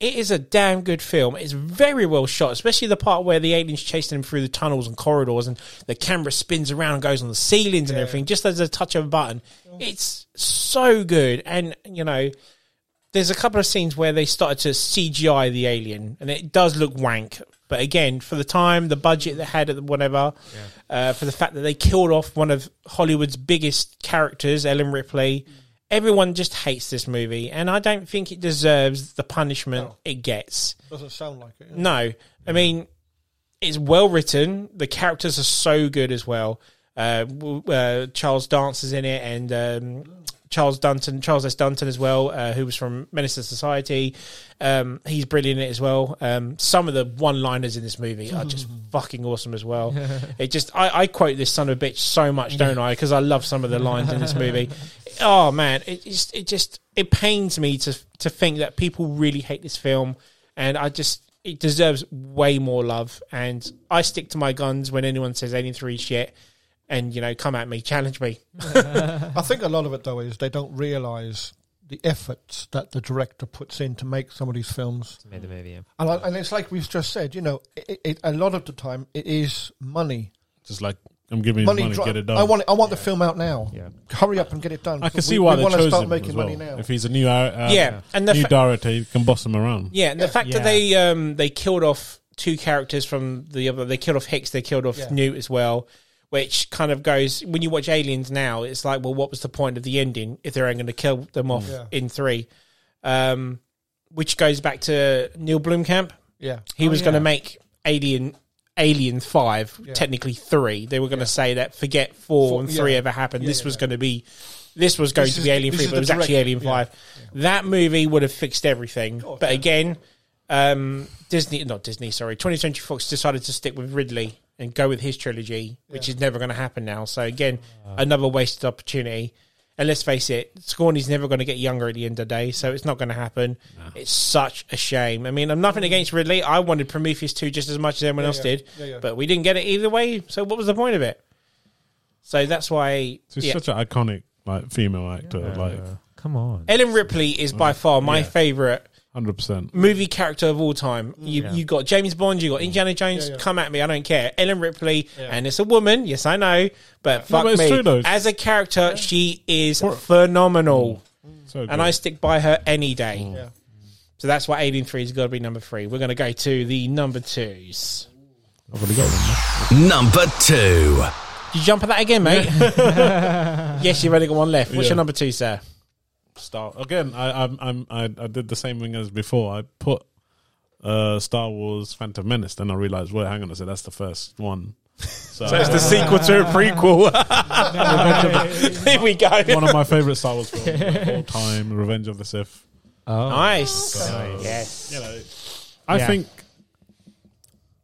B: It is a damn good film. It's very well shot, especially the part where the aliens chasing him through the tunnels and corridors, and the camera spins around and goes on the ceilings and everything. Just as a touch of a button, it's so good. And you know, there's a couple of scenes where they started to CGI the alien, and it does look wank. But again, for the time, the budget they had at the whatever, uh, for the fact that they killed off one of Hollywood's biggest characters, Ellen Ripley, everyone just hates this movie, and I don't think it deserves the punishment it gets.
C: Doesn't sound like it.
B: No, I mean it's well written. The characters are so good as well. Uh, w- uh, Charles Dance is in it, and um, Charles Dunton, Charles S. Dunton as well, uh, who was from Menace to Society. Um, he's brilliant in it as well. Um, some of the one-liners in this movie are just fucking awesome as well. It just, I, I quote this son of a bitch so much, don't I? Because I love some of the lines in this movie. Oh man, it just, it just, it pains me to to think that people really hate this film, and I just it deserves way more love. And I stick to my guns when anyone says Alien Three shit, and you know, come at me, challenge me.
C: I think a lot of it though is they don't realise the efforts that the director puts in to make some of these films,
D: Made the movie, yeah.
C: and, I, and it's like we've just said, you know, it, it, a lot of the time it is money.
E: Just like, I'm giving you
C: Money,
E: money,
C: dri-
E: get it done.
C: I want, it, I want the film out now.
D: Yeah.
C: Hurry up and get it done.
E: I can
C: because
E: see
C: we,
E: why
C: we
E: they
C: want to
E: chose
C: start
E: him
C: making
E: as well.
C: money now.
E: If he's a new, uh,
B: yeah, and the
E: new
B: fa-
E: director, you can boss him around.
B: yeah, and the fact that
D: Yeah.
B: they um they killed off two characters from the other, they killed off Hicks, they killed off
C: Yeah.
B: Newt as well. Which kind of goes when you watch Aliens now, it's like, well, what was the point of the ending if they're only going to kill them off
C: Yeah.
B: in three? Um, which goes back to Neil Blomkamp.
C: Oh, Yeah.
B: He was
D: yeah.
B: going to make Alien Alien Five, technically three. They were going to say that forget four,
C: Four,
B: and three
C: yeah.
B: ever happened.
C: Yeah,
B: this
C: yeah,
B: was
C: yeah.
B: going to be this was going
C: This
B: to
C: is-
B: be Alien
C: this
B: Three,
C: is
B: but
C: the
B: it was actually
C: direct-
B: Alien
C: yeah, Oh,
B: Five. That movie would have fixed everything. but again, um, Disney, not Disney, sorry, 2020 Fox decided to stick with Ridley and go with his trilogy, which is never going to happen now. So again, another wasted opportunity. And let's face it, Scorny's never going to get younger at the end of the day, so it's not going to happen. It's such a shame. I mean, I'm nothing against Ridley. I wanted Prometheus 2 just as much as everyone else
C: yeah.
B: did,
C: Yeah, yeah.
B: but we didn't get it either way. So what was the point of it? So that's why
E: She's
B: yeah.
E: such an iconic like female actor, like
D: Come on.
B: Ellen Ripley is by far my
E: Yeah.
B: favorite
E: hundred percent.
B: movie character of all time. You you got James Bond, you got Indiana Jones.
C: yeah.
B: Come at me, I don't care. Ellen Ripley, and it's a woman. Yes, I know, but
E: No,
B: fuck
E: but it's
B: me.
E: true, though.
B: As a character, she is phenomenal,
E: So
B: and I stick by her any day.
C: Yeah.
B: So that's why Alien Three has got to be number three. We're going to go to the number twos.
E: have already got one.
A: Number two.
B: Did you jump at that again, mate? yes, you've only got one left. What's
E: Yeah.
B: your number two, sir?
E: Star again. I I'm, I'm I I did the same thing as before. I put uh Star Wars Phantom Menace, then I realized, wait, hang on a second, that's the
B: [laughs]
E: first one. So,
B: sequel to a prequel. [laughs] Here we go.
E: [laughs] one of my favorite Star Wars films
B: [laughs]
E: of all time, Revenge of the Sith.
B: Nice. Yes.
E: You know, I
B: Yeah.
E: think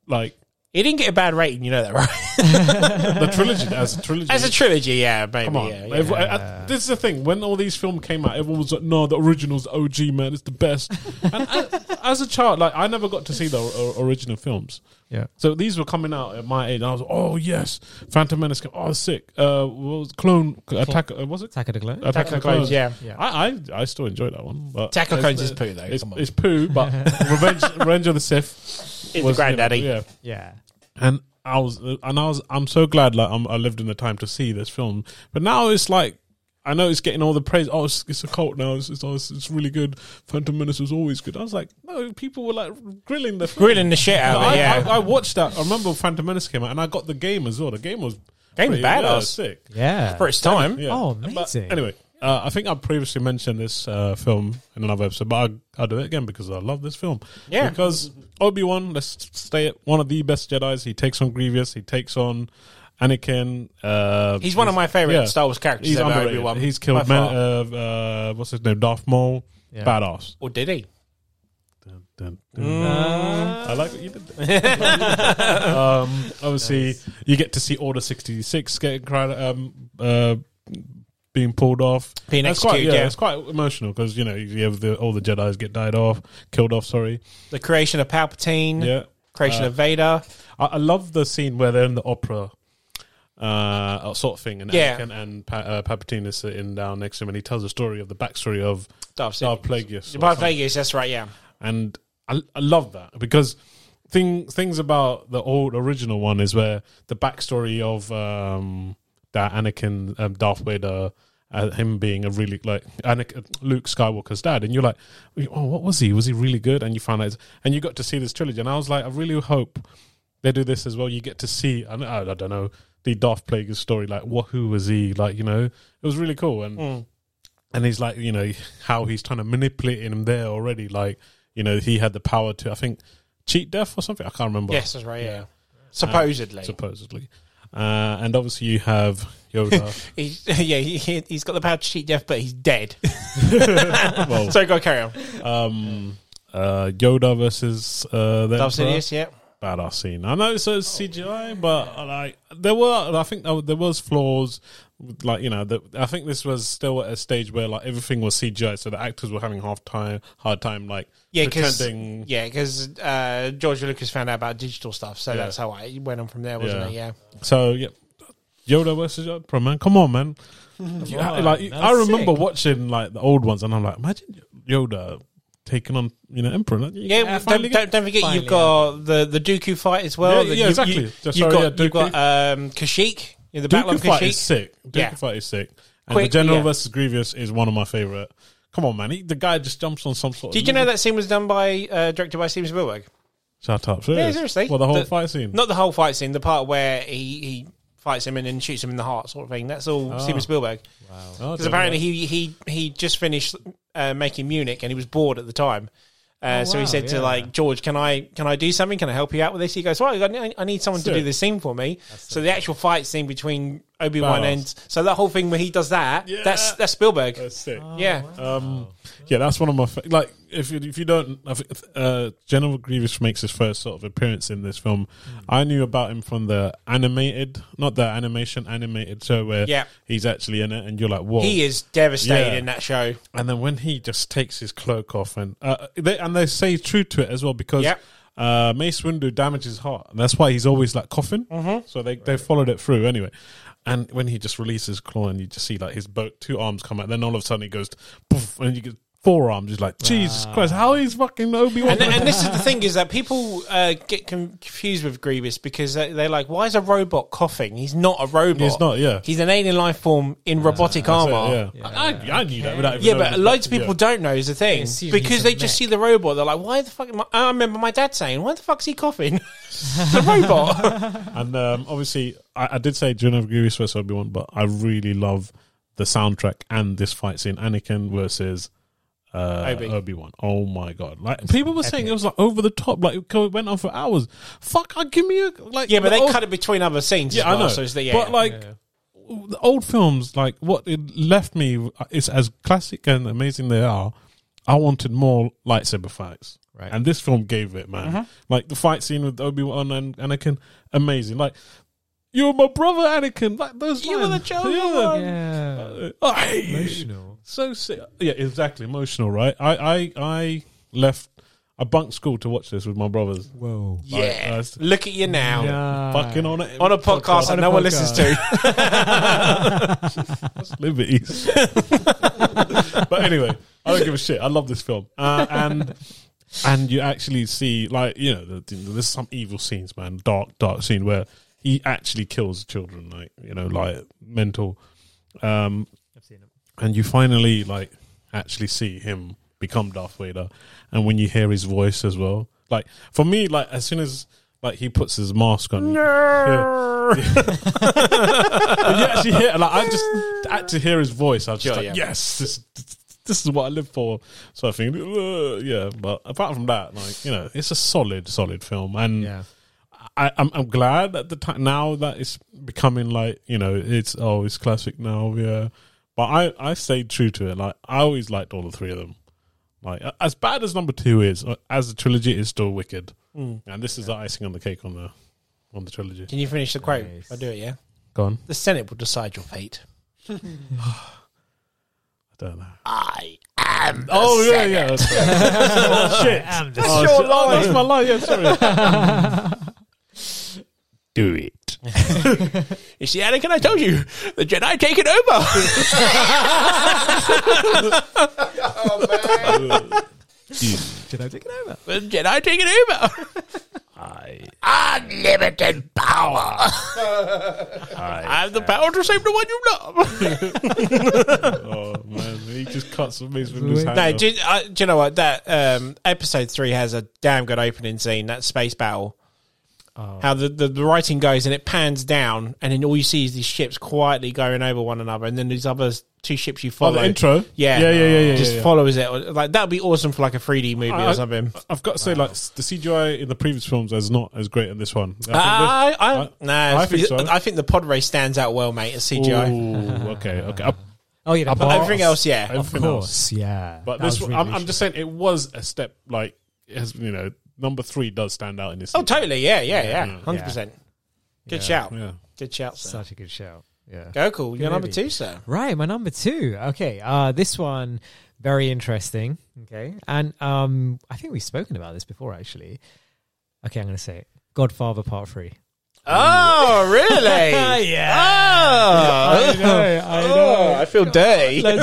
E: like
B: It didn't get a bad rating, you know that, right?
E: the trilogy as a trilogy.
B: As a trilogy, yeah, maybe.
E: Come on,
B: yeah, yeah.
E: Every- I- I- this is the thing. When all these films came out, everyone was like, "No, the original's OG, man. It's the
B: [laughs]
E: best." and I, as a child, like I never got to see the o- original films.
D: Yeah.
E: So these were coming out at my age. And I was, "Oh yes, Phantom Menace. came- Oh, sick. Uh, what was Clone Attack? uh, Was it
D: Attack of the Clones.
E: Attack,
B: of the Clones, yeah.
D: Yeah.
E: I, I I still enjoy that one. But
B: Attack of the Clones
E: it's-
B: is poo, though,
E: It's,
B: come on.
E: it's
B: [laughs]
E: poo, but Revenge Revenge of the Sith
B: It's
E: was
B: the granddaddy.
E: You know, yeah
D: Yeah.
E: and I was and I was I'm so glad like I'm, I lived in the time to see this film, but now it's like. I know it's getting all the praise. Oh, it's, it's a cult now. It's, it's, oh, it's, it's really good. Phantom Menace was always good. I was like, no, people were like grilling the film.
B: Grilling the shit out of
E: I,
B: it, yeah.
E: I, I watched that. I remember Phantom Menace came out, and I got the game as well. The game was
B: Game's
E: pretty-
B: badass.
E: yeah, sick.
D: Yeah.
B: For its time.
E: Yeah.
D: Oh,
E: But
D: amazing.
E: anyway, uh, I think I previously mentioned this uh, film in another episode, but I, I'll do it again because I love this film.
B: Yeah.
E: Because Obi Wan, let's stay at one of the best Jedi's. He takes on Grievous, he takes on Anakin. Uh,
B: He's one of my favourite Star Wars characters
E: He's
B: ever,
E: underrated.
B: Obi-Wan,
E: He's
B: by
E: killed, man,
B: far.
E: uh, uh, what's his name? Darth Maul.
D: Yeah.
E: Badass.
B: Or did he?
E: Dun, dun, dun.
B: Mm.
E: I like what you did there.
B: [laughs]
E: um, obviously, you get to see Order 66 getting cried, um, uh, being pulled off.
B: Being
E: That's quite,
B: executed, yeah.
E: It's quite emotional because, you know, you have the, all the Jedi's get died off, killed off, sorry.
B: The creation of Palpatine,
E: Yeah. Uh,
B: creation of Vader.
E: I, I love the scene where they're in the opera. Uh, sort of thing, and
B: Yeah.
E: Anakin and pa- uh, Palpatine is sitting down next to him, and he tells the story of the backstory of
B: Darth Sidious.
E: Darth Plagueis. or
B: By
E: something.
B: Vegas, that's right, yeah.
E: and I, I love that because thing things about the old original one is where the backstory of um, that Anakin um, Darth Vader. Uh, him being a really like Anakin, Luke Skywalker's dad, and you're like, oh, what was he? Was he really good? And you find out, and you got to see this trilogy, and I was like, I really hope they do this as well. You get to see, I, I, I don't know, the Darth Plagueis story, like what, who was he? Like you know, it was really cool, and
B: Mm.
E: and he's like, you know, how he's trying to manipulate him there already. Like, you know, he had the power to, I think, cheat death or something. I can't remember.
B: Yes, that's right, yeah.
E: Uh,
B: Supposedly.
E: supposedly. Uh, and obviously, you have
B: [laughs]
E: Yoda.
B: He's- yeah, he, he's got the power to cheat death, but he's dead.
E: [laughs]
B: [laughs]
E: well,
B: so go carry on.
E: um, uh, Yoda versus uh, the
B: Darth
E: Emperor.
B: Sidious, yeah.
E: badass scene. I know it's a CGI, but
B: Oh,
E: like there were, I think there was flaws. with, Like you know, the, I think this was still at a stage where like everything was CGI, so the actors were having half time, hard time like
B: Yeah, because
E: pretending.
B: yeah, because uh, George Lucas found out about digital stuff, so
E: Yeah.
B: that's how I it went on from there, wasn't
E: Yeah.
B: it? Yeah,
E: So yeah, Yoda versus Oprah, man. Come
B: [laughs]
E: on, man. You- I- like you- I remember watching like the old ones, and I'm like, imagine Yoda taking on you know Emperor. Like,
B: yeah.
E: you finally
B: don't,
E: get-
B: don't, don't forget,
D: finally
B: you've got the the Dooku fight as well.
E: Yeah,
B: that
E: yeah,
B: you-
E: exactly.
B: You,
E: Sorry,
B: have got
E: yeah,
B: you've
E: Dooku.
B: got um, Kashyyyk. You know, the Battle
E: Dooku
B: of
E: fight
B: Kashyyyk.
E: is sick. Dooku
B: Yeah.
E: fight is sick. And
B: Quick,
E: the General
B: yeah.
E: versus Grievous is one of my favorite. Come on, man! He, the guy just jumps on some sort.
B: Did
E: of
B: you know that scene was done by uh, directed by Steven Spielberg?
E: Shut up! Serious?
B: Yeah, seriously.
E: Well, the whole
B: The-
E: fight scene. Oh,
B: Not the whole fight scene, the part where he, he fights him and then shoots him in the heart, sort of thing. That's all
E: Ah.
B: Steven Spielberg.
E: Oh, I don't
B: Because
E: know.
B: apparently he he he just finished uh, making Munich and he was bored at the time, Uh,
D: Oh,
B: so he
D: wow,
B: said
D: yeah.
B: to like George, "Can I can I do something? Can I help you out with this?" He goes, "Well, I need- I need someone to do this scene for me." So the actual fight scene between Obi Wan
E: Badass.
B: and so that whole thing where he does that
E: Yeah.
B: that's that's Spielberg.
E: That's sick.
B: yeah,
E: Um, yeah, that's one of my fa- like. If you, if you don't, if, uh, General Grievous makes his first sort of appearance in this film.
B: Hmm.
E: I knew about him from the animated, not the animation, animated show where
B: Yeah.
E: he's actually in it, and you're like, whoa.
B: he is devastated
E: Yeah.
B: in that show.
E: And then when he just takes his cloak off, and uh, they, and they say true to it as well because
B: Yep.
E: uh, Mace Windu damaged his heart, and that's why he's always like coughing. Mm-hmm. So they they followed it through anyway. And when he just releases claw, and you just see like his both two arms come out, then all of a sudden he goes poof, and you get four arms. He's like, Jesus Christ, how is fucking Obi Wan?
B: Ah. And, and this is the thing is that people uh, get con- confused with Grievous because they- they're like, why is a robot coughing? He's not a robot.
E: [laughs] He's not, yeah.
B: He's an alien life form in robotic armor.
E: yeah, I, I, I knew that without even
B: Yeah,
E: knowing
B: but
E: his-
B: loads of people
E: yeah.
B: don't know is the thing
D: assume
B: because
D: he's a
B: they just
D: mech.
B: see the robot. They're like, "Why the fuck?" Am I? I remember my dad saying, "Why the fuck's he coughing?" [laughs] the
E: [laughs]
B: robot.
E: And um, obviously, I, I did say Journey of Grievous versus Obi Wan, but I really love the soundtrack and this fight scene: Anakin versus uh,
B: Obi.
E: Obi Wan. Oh my god! Like people were saying, it was like over the top. Like it co- it went on for hours. Fuck! I give me a like.
B: yeah, but they
E: the old-
B: cut it between other scenes.
E: Yeah,
B: as well,
E: I know.
B: So it's the, yeah,
E: but like. The old films, like what it left me, is as classic and amazing they are. I wanted more lightsaber fights,
D: Right.
E: And this film gave it, man.
B: Mm-hmm.
E: Like the fight scene with Obi Wan and Anakin, amazing. Like you're my brother, Anakin. Like those
B: You
E: lines.
B: were the chosen one.
D: Yeah.
E: Uh, I hate
D: [laughs]
E: you.
D: Emotional.
E: So sick. Yeah, exactly. Emotional, right? I, I, I left. I bunked school to watch this with my brothers.
D: Whoa.
B: yeah.
E: Like, I was
B: Look at you now
E: fucking on it
B: on a podcast that
E: On a
B: no one
E: podcast.
B: listens
E: [laughs]
B: to.
E: liberties. [laughs] but anyway, I don't give a shit. I love this film, uh, and and you actually see like you know the, the- there's some evil scenes, man. Dark, dark scene where he actually kills children, like you know, like mental. Um,
D: I've seen it.
E: and you finally like actually see him become Darth Vader, and when you hear his voice as well, like for me, like as soon as like he puts his mask on, yeah. [laughs] When you actually hear like I just had to hear his voice. I was just
B: Sure,
E: like,
B: yeah.
E: yes, this, this is what I live for. So I think, "Ugh," yeah. But apart from that, like you know, it's a solid, solid film, and
D: Yeah.
E: I, I'm I'm glad at the time now that it's becoming like you know it's oh it's classic now yeah, but I I stayed true to it like I always liked all the three of them, like a- as bad as number two is uh, as a trilogy is still wicked,
B: Hmm.
E: and this is the icing on the cake on the on the trilogy.
B: Can you finish the quote? I'll do it. Yeah.
E: Gone.
B: The Senate will decide your fate.
E: I don't know.
B: I am. The
E: Oh yeah,
B: Senate.
E: yeah. That's right.
B: [laughs]
E: oh shit. That's [laughs] oh,
B: your
E: shit. Oh, that's my line. Yeah, sorry.
B: [laughs]
E: Do it.
B: You see, Anakin, I told you, the Jedi take it
E: [laughs]
B: over.
C: Oh,
D: Should I take it over?
B: the Jedi take it over. I unlimited power. [laughs] I have the power to save the one you [laughs] love.
E: Oh man, he just cuts Mace Windu's hand.
B: No,
E: off.
B: do, you- I- do you know what? That um, episode three has a damn good opening scene. That space battle. How the, the, the writing goes and it pans down, and then all you see is these ships quietly going over one another, and then these other two ships you
E: Oh,
B: follow.
E: the intro.
B: Yeah.
E: yeah, yeah, yeah. yeah,
B: just
E: yeah.
B: follows it. Like that would be awesome for like a 3D movie
E: I-
B: or something.
E: I've got to say, like s- the CGI in the previous films is not as great in this one. I think
D: Ah,
B: I, I,
E: I-
B: nah,
E: I think so.
B: I think the pod race stands out well, mate. As
E: this-
B: CGI,
E: Ooh, okay, okay. I-
D: Oh, yeah.
E: Above-
B: everything else, yeah.
E: Of
D: Of course. Yeah.
E: but
D: That
E: this,
D: was
E: one,
D: really
E: I'm, I'm just saying, it was a step. Like, it has you know, number three does stand out in this.
B: Oh, totally. Yeah, yeah,
E: Yeah,
B: yeah.
E: yeah.
B: Hundred percent. Good
D: Yeah.
B: shout.
E: Yeah.
B: Good shout. Sir.
D: Such a good show. Yeah.
B: Go cool. You're number
D: movie.
B: two, sir.
D: Right, my number two. Okay, uh, this one very interesting. Okay, and um, I think we've spoken about this before, actually. Okay, I'm going to say it. Godfather Part Three. Ah,
B: Oh,
D: [laughs]
B: really?
D: I
B: yeah. Oh.
D: know. [laughs] I
B: Oh, I feel dirty. [laughs] No,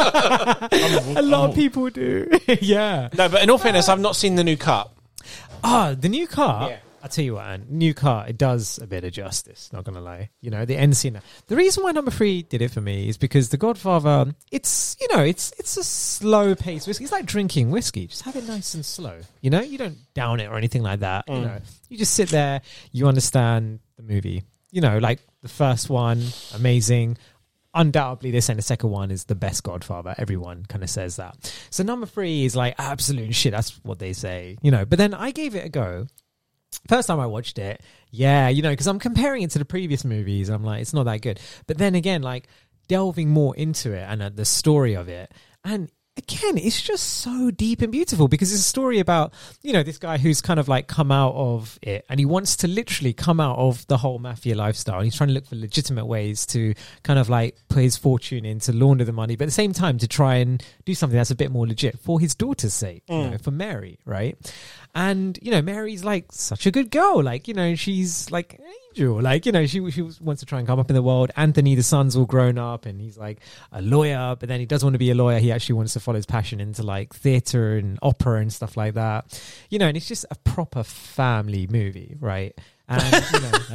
E: I'm-
D: A lot
E: I'm-
D: of people do. Oh. [laughs] yeah.
B: but in all fairness, I've not seen the new cut.
D: Ah, the new car.
B: Yeah.
D: I'll tell you what, Anne, new car, it does a bit of justice, not gonna lie. You know, the end scene. The reason why number three did it for me is because The Godfather, it's you know, it's it's a slow paced whiskey. It's like drinking whiskey. Just have it nice and slow. You know, you don't down it or anything like that. You know. You just sit there, you understand the movie. You know, like the first one, amazing. undoubtedly they're saying the second one is the best Godfather. Everyone kind of says that. So number three is like absolute shit. That's what they say, you know. But then I gave it a go. First time I watched it, yeah, you know, because I'm comparing it to the previous movies. I'm like, it's not that good. But then again, like delving more into it and uh, the story of it, and again, it's just so deep and beautiful because it's a story about you know this guy who's kind of like come out of it and he wants to literally come out of the whole mafia lifestyle. And he's trying to look for legitimate ways to kind of like put his fortune in to launder the money, but at the same time to try and do something that's a bit more legit for his daughter's sake, you know, for Mary, right? And you know, Mary's like such a good girl, like you know, she's like an angel, like you know, she she wants to try and come up in the world. Anthony, the son's all grown up, and he's like a lawyer, but then he does want to be a lawyer. He actually wants to follow his passion into like theater and opera and stuff like that, you know. And it's just a proper family movie, right? And you know, like, [laughs]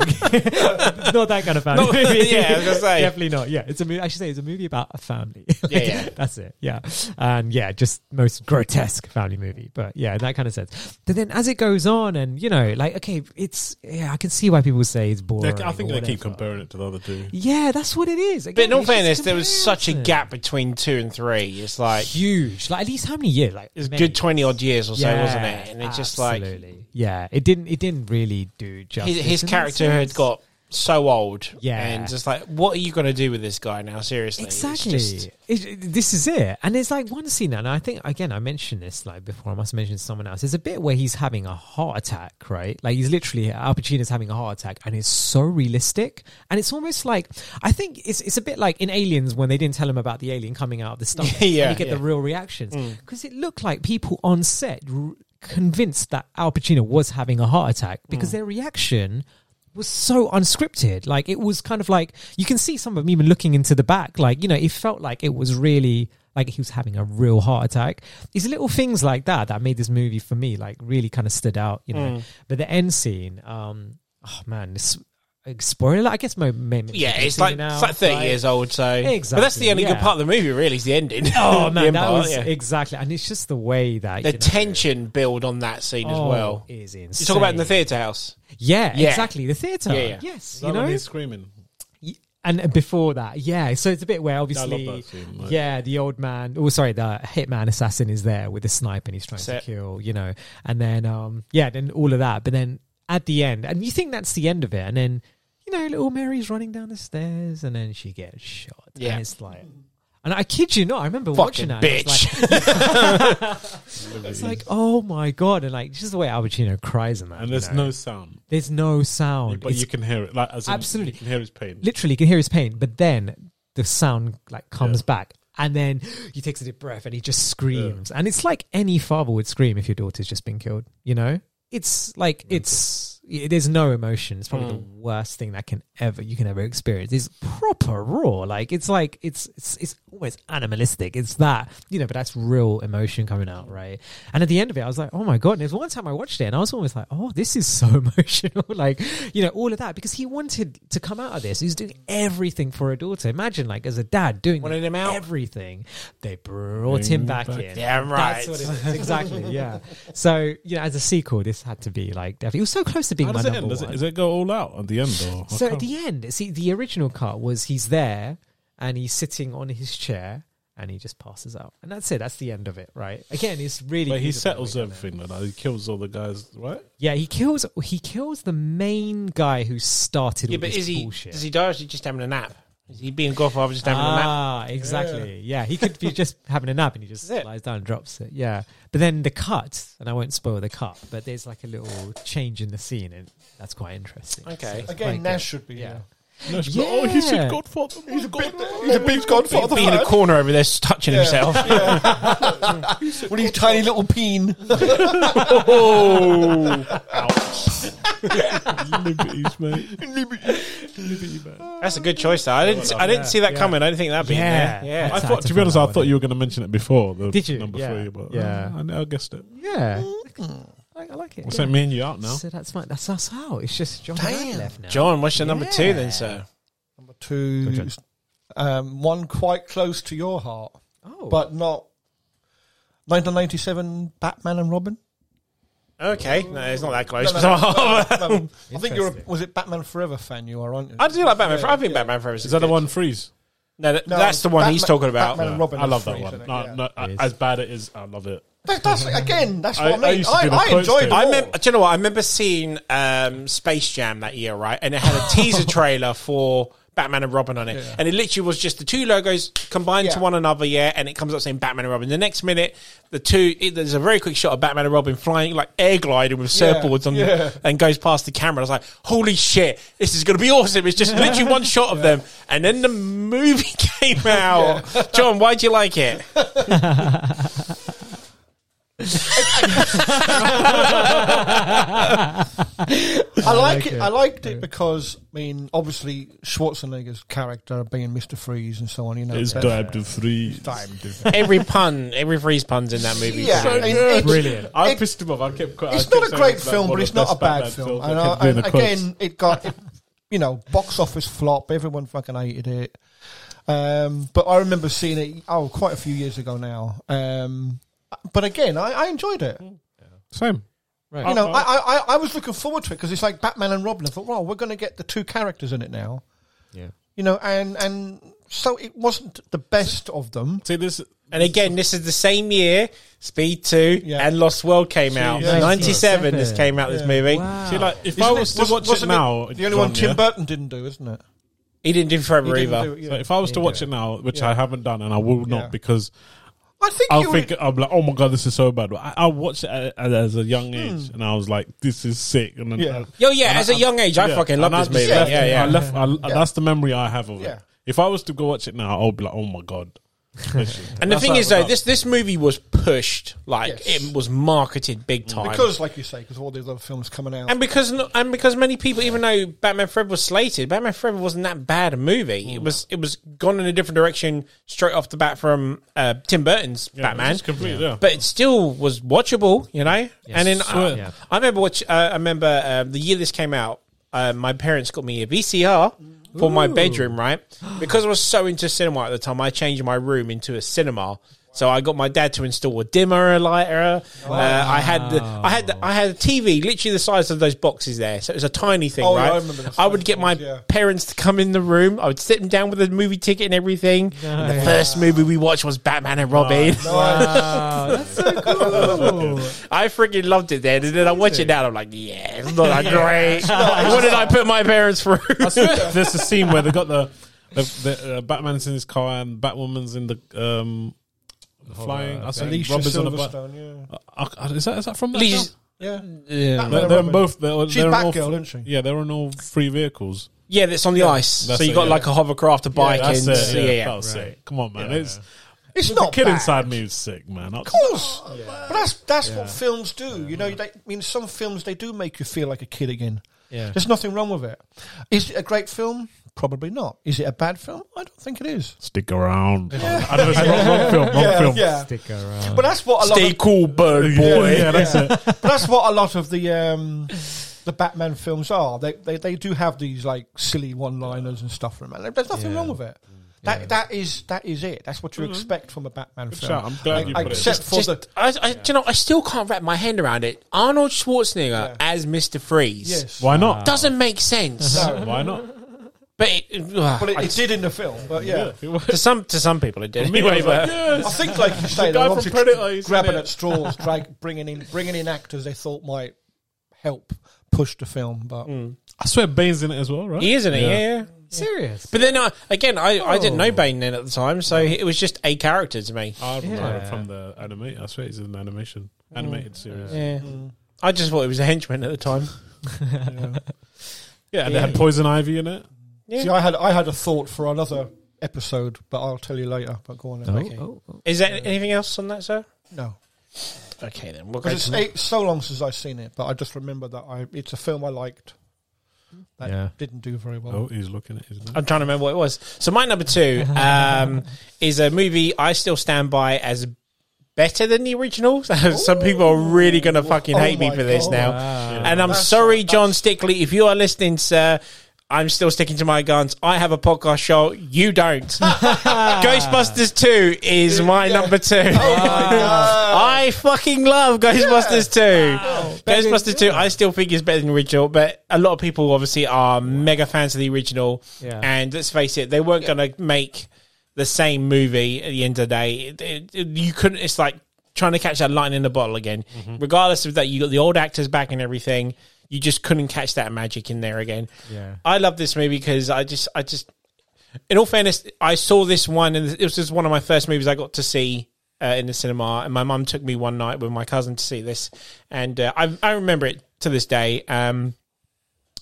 D: not that kind of family.
B: Not- [laughs]
D: movie.
B: yeah, I was gonna say.
D: definitely not. Yeah, it's a movie. I should say it's a movie about a family. [laughs]
B: Yeah, yeah.
D: That's it. Yeah. And yeah, just most grotesque family movie. But yeah, in that kind of sense. But then as it goes on and, you know, like, okay, it's, yeah, I can see why people say it's
E: They-
D: boring.
E: I think
D: or
E: they
D: whatever.
E: keep comparing it to the other two.
D: Yeah, that's what it is.
B: But
D: Again,
B: in all
D: it's just
B: fairness, there was such a
D: comparison.
B: gap between two and three. It's like
D: Huge. Like, at least how many years? Like,
B: it's
D: many
B: good twenty odd years or so,
D: Yeah,
B: wasn't it? And it's just like
D: absolutely. Yeah, it didn't, it didn't really do justice.
B: his, his
D: in that
B: character had
D: sense.
B: got so old.
D: Yeah.
B: and just like, what are you going to do with this guy now? Seriously, It's
D: Exactly.
B: just-
D: It- it- this is it. And there's like one scene, and I think again I mentioned this like before. I must mention someone else. There's a bit where he's having a heart attack, right? Like he's literally Al Pacino's having a heart attack, and it's so realistic. And it's almost like I think it's it's a bit like in Aliens when they didn't tell him about the alien coming out of
B: [laughs]
D: the stomach.
B: Yeah,
D: and you get the
B: yeah. Mm.
D: real reactions because it looked like people on set r- convinced that Al Pacino was having a heart attack
B: Mm.
D: because their reaction was so unscripted. Like it was kind of like you can see some of them even looking into the back. Like you know, it felt like it was really like he was having a real heart attack. These little things like that that made this movie for me like really kind of stood out. You
B: Mm.
D: know, but the end scene, um, oh man, this spoiler. alert, I guess my, my,
B: yeah, it's like it's like thirty years old. So, but that's
D: Exactly,
B: the only
D: yeah.
B: good part of the movie. Really, is the ending.
D: [laughs]
B: [laughs]
D: Oh
B: The
D: man,
B: end
D: that
B: part,
D: was
B: yeah.
D: exactly, and it's just the way that
B: the
D: you know,
B: tension build on that scene as
D: oh,
B: well.
D: is insane.
B: You talk about in the theatre house.
D: yeah,
B: Yeah.
D: exactly, the theater,
B: Yeah, yeah.
D: yes,
E: Is
D: you
E: that when
D: know,
E: he's screaming?
D: Y- and uh, before that, yeah. So it's a bit where obviously,
E: that scene, like-
D: yeah, the old man, oh sorry, the hitman assassin is there with a sniper and he's trying
B: Set.
D: to kill, you know, and then um, yeah, then all of that, but then at the end, and you think that's the end of it, and then you know, little Mary's running down the stairs, and then she gets shot,
B: Yeah.
D: and it's like. And I kid you not, I remember watching
B: Fucking
D: that. and it's like,
B: bitch.
E: [laughs]
D: It's like, [laughs] oh my god, and like just the way Al Pacino cries in that.
E: And
D: you
E: there's
D: know.
E: no sound,
D: there's no sound.
E: but
D: It's-
E: you can hear it. Like, as in,
D: Absolutely.
E: you can hear his pain.
D: literally you can hear his pain, but then the sound like comes back, and then he takes a deep breath and he just screams, and it's like any father would scream if your daughter's just been killed. You know, it's like it's it, there's no emotion. It's probably the worst thing that can ever you can ever experience. It's proper raw, like it's like it's it's it's almost animalistic. It's that you know, but that's real emotion coming out, right? And at the end of it, I was like, oh my god. And there's one time I watched it, and I was almost like, oh, this is so [laughs] emotional, like you know, all of that because he wanted to come out of this. He's doing everything for a daughter. Imagine like as a dad doing
B: Wanted him out.
D: everything. They brought
E: Mm,
D: him back in.
B: Yeah, right.
D: That's what it was. Exactly.
E: [laughs]
D: Yeah. So you know, as a sequel, this had to be like definitely. It was so close to being
E: How
D: my
E: does it
D: number
E: end? Does
D: one.
E: it, does it go all out at the end? Or
D: so at the end, see, the original cut was he's there and he's sitting on his chair and he just passes out, and that's it. That's the end of it, right? Again, it's really.
E: but he
D: beautiful the way
E: settles
D: they've done it.
E: everything like that. He kills all the guys, right?
D: Yeah, he kills. He kills the main guy who started.
B: Yeah,
D: all
B: but
D: this
B: is he?
D: bullshit.
B: Does he die? Or is he just having a nap? Is he being Godfather just having a nap?
D: Ah, exactly. Yeah. he could be just [laughs] having a nap and he just
B: That's it.
D: lies down and drops it. Yeah, but then the cut, and I won't spoil the cut, but there's like a little change in the scene, and that's quite interesting.
B: Okay.
D: it's
C: Again,
D: quite
C: Nash
D: good.
C: should be.
D: Yeah.
C: Yeah.
E: No, she's
D: Yeah.
E: like, oh, he said Godfather. Oh,
C: He's a big,
E: God.
C: he's a big godfather.
B: Be in a corner over there, touching himself.
C: With his tiny little
E: [laughs]
C: peen. [laughs]
E: Liberties, mate. Liberty, man.
B: That's a good choice. Though. I didn't. I didn't see that coming. I didn't think that'd be
D: Yeah.
B: in there.
E: I
B: Yeah.
D: That's-
E: thought, to be honest, I thought you were going to mention it before. The
D: Did you?
E: Number
D: Yeah.
E: three, but
D: Yeah.
E: uh, I, know, I guessed it.
D: Yeah, I, I like it.
E: What's
D: yeah.
E: that? Me and you out now? [laughs]
D: So that's fine. That's us out. It's just John Ryan left now.
B: John, what's your number two
D: Yeah.
B: then, sir?
C: Number two, um, one quite close to your heart,
D: oh,
C: but not. 1997 Batman and Robin.
B: Okay, no, it's not that close.
C: No, no,
B: [laughs]
C: no, no, no. I think
D: Interesting.
C: you're. A, was it Batman Forever fan? You are, aren't you?
B: I do like Batman. Forever. I think Batman Forever
E: Is that the
B: good.
E: one freeze?
B: No, that, that's the one he's
C: Batman-
B: talking about.
C: Batman and Robin
E: I
C: is
E: love that
C: free,
E: one.
C: isn't it?
E: No,
C: Yeah.
E: no,
D: It is.
E: as bad it is, I love it.
C: That- that's again. That's what I,
E: I- I
C: mean.
E: used to
C: I,
E: do the
C: I,
E: quotes
C: enjoyed
E: to
C: it.
E: it.
B: I
C: all.
B: remember, do you know what? I remember seeing um, Space Jam that year, right? And it had a teaser
C: [laughs]
B: trailer for Batman and Robin on it, and it literally was just the two logos combined to
C: Yeah.
B: one another. Yeah, and it comes up saying Batman and Robin. The next minute, the two it, there's a very quick shot of Batman and Robin flying like air gliding with
C: Yeah,
B: surfboards on,
C: yeah.
B: and goes past the camera. I was like, "Holy shit, this is going to be awesome!" It's just literally one shot of them, and then the movie [laughs] came out. John, why'd you like it?
C: I like it. I liked it because I mean, obviously Schwarzenegger's character being Mister Freeze and so on. You know,
E: It's
C: that-
E: time to freeze.
C: Time
E: [laughs]
C: to-
B: Every pun, every freeze pun's in that movie.
C: Yeah, I mean, it's-
E: Brilliant. I
C: it-
E: pissed him off. I kept. I
C: it's
E: kept
C: not a
E: saying
C: great
E: it's like
C: film,
E: one
C: but
E: of
C: it's
E: the
C: not a
E: best
C: bad
E: Batman
C: film.
E: films.
C: And,
E: I
C: I,
E: kept doing
C: and
E: the quotes.
C: again, it got it, you know box office flop. Everyone fucking hated it. Um, but I remember seeing it oh quite a few years ago now. Um, but again, I, I enjoyed it.
E: Same.
D: Right.
C: You know, I,
E: Uh-huh.
C: I, I- I was looking forward to it because it's like Batman and Robin. I thought, well, we're going to get the two characters in it now.
D: Yeah.
C: You know, and and so it wasn't the best of them.
E: See this.
B: And again, this is the same year Speed 2
C: Yeah.
B: and Lost World came out.
E: Jesus.
B: 97, this
D: Yeah.
B: came out, this
C: Yeah.
B: movie.
D: Wow.
E: See, like if I
C: Oh. Isn't
E: was
C: it-
E: to watch it
C: wasn't
E: now,
C: the only one
E: John, yeah?
C: Tim Burton didn't do, isn't it?
B: He didn't do
C: He
B: Forever
C: didn't
B: either.
C: do it, yeah.
E: So if I was to
D: Yeah.
E: watch it now, which
C: Yeah.
E: I haven't done, and I will not
C: Yeah.
E: because
C: I think
E: I'll
C: you
E: think
C: were,
E: I'm like, oh my god, this is so bad. I, I watched it at, at- as a young age, and I was like, this is sick. And then
C: Hmm.
E: uh,
C: Yeah.
B: Yo, yeah, as a young age, I
E: yeah.
B: fucking love
E: And I
B: this
E: just
B: movie.
E: left-
B: Yeah,
E: I
B: yeah.
E: left. I, That's the memory I have of
C: Yeah.
E: it. If I was to go watch it now, I'll be like, oh my god.
B: [laughs] And the
E: That's
B: thing
E: how
B: is,
E: it
B: though,
E: was.
B: this, this movie was pushed. Like,
C: Yes.
B: it was marketed big time.
C: because, like you say, because all these other films coming out.
B: and because no- and because many people, even though Batman Forever was slated, Batman Forever wasn't that bad a movie.
E: Mm.
B: It was it was gone in a different direction straight off the bat from uh, Tim Burton's
E: Yeah,
B: Batman.
E: it's complete, yeah.
B: but it still was watchable, you know. And then
E: Sure.
B: uh,
D: Yeah.
B: I remember watch. Uh, I remember uh, the year this came out. Uh, my parents got me a VCR for my bedroom, right? Because I was so into cinema at the time, I changed my room into a cinema. So I got my dad to install a dimmer, a lighter. Uh, I had the, I had the, I had a TV, literally the size of those boxes there. So it was a tiny thing,
C: Oh, yeah,
B: right?
C: I remember those
B: I would
C: tiny
B: get my
C: things, yeah.
B: parents to come in the room. I would sit them down with a movie ticket and everything. And the first movie we watched was Batman and Robin.
D: Wow, that's so cool.
B: I freaking loved it then, and then I watch it now. and I'm like, yeah, it's not that great. what did I put my parents through?
E: [laughs]
B: [laughs]
E: There's a scene where they got the, the, the uh, Batman's in his car and Batwoman's in the um, flying. I said
C: Alicia
E: Robbers on a bu-
C: Silverstone, yeah.
E: Uh, uh, is that is that from that
B: Alicia-
E: film?
B: yeah.
C: Yeah.
E: They're,
C: and
E: they're
C: Robin.
E: both. They're,
C: She's
E: they're in all,
C: Batgirl, isn't she?
E: Yeah, they're on all three vehicles.
B: that's on the ice. So
E: That's
B: you
E: it,
B: got
E: yeah.
B: like a hovercraft, a bike,
E: that's
B: and
E: it.
B: yeah,
E: Yeah,
B: yeah.
E: that was sick. Come on, man. It's
C: It's
E: the
C: not
E: kid
C: bad.
E: inside me is sick, man. I-
C: Of course. But that's that's what films do. you know, they, I mean, some films they do make you feel like a kid again.
D: Yeah.
C: There's nothing wrong with it. Is it a great film? Probably not. Is it a bad film? I don't think it is.
E: Stick around. I know it's wrong, wrong film. Wrong film.
D: Stick
B: [laughs]
D: around.
C: But that's what a lot.
B: Stay
C: Of,
B: cool, bird boy.
E: Yeah,
C: [laughs]
E: that's it.
C: but that's what a lot of the um, the Batman films are. They, they they do have these like silly one-liners and stuff. Remember, there's nothing
D: Yeah.
C: wrong with it.
E: Mm.
C: That that is that is it. That's what you expect from a Batman film.
E: shout. I'm glad you put it.
C: Except for
B: Just,
C: the
B: I, I, do you know, I still can't wrap my hand around it. Arnold Schwarzenegger
C: Yeah.
B: as Mister Freeze
C: yes,
E: Why not?
B: doesn't make sense,
C: no,
E: [laughs] Why not?
B: but it, ugh,
C: but it, it did in the film. But yeah.
B: [laughs] to some to some people it did.
E: [laughs] Anyway,
B: Anyway, but-
C: I think, like you say,
E: guy
C: they're
E: from
C: obviously
E: Predator, he's in
C: grabbing
E: it.
C: at straws, drag, bringing in bringing in actors they thought might help push the film. But
E: I swear Bane's in it as well, right?
B: he isn't it?
E: Yeah.
B: yeah. yeah.
D: serious.
B: But then I, again, I, I didn't know
D: Oh.
B: Bane then at the time, so it was just a character to me.
E: I remember
D: Yeah.
E: uh, from the animate. I swear he's in an animation animated series. Yeah,
B: Yeah. I just thought it was a henchman at the time.
E: Mm. and they had poison ivy in it.
C: see, I had I had a thought for another episode, but I'll tell you later. But go on, then.
D: Oh, oh, oh.
B: Is there anything else on that, sir?
C: no,
B: Okay, then. We'll go
C: because it's,
B: to-
C: it's so long since I've seen it, but I just remember that I it's a film I liked that
D: Yeah.
C: didn't do very well.
E: Oh, he's looking at his.
B: I'm trying to remember what it was. So my number two [laughs] um, is a movie I still stand by as better than the original. [laughs] So some people are really going to fucking
C: Oh
B: hate me
C: my
B: for this
C: God.
B: now.
D: Wow.
B: And I'm
C: That's-
B: sorry, John
C: that's-
B: Stickley, if you are listening, sir. I'm still sticking to my guns. I have a podcast show. You don't.
C: [laughs]
B: Ghostbusters 2 is my number two. I fucking love Ghostbusters 2. Ghostbusters 2, I still think is better than the original, but a lot of people obviously are mega fans of the original.
D: Yeah.
B: And let's face it, they weren't going to make the same movie at the end of the day. It- it- it- you couldn't. It's like trying to catch that lightning in a bottle again. Regardless of that, you got the old actors back and everything. You just couldn't catch that magic in there again.
D: Yeah.
B: I love this movie because I just, I just, in all fairness, I saw this one, and it was just one of my first movies I got to see uh, in the cinema. And my mum took me one night with my cousin to see this, and uh, I, I remember it to this day. Um,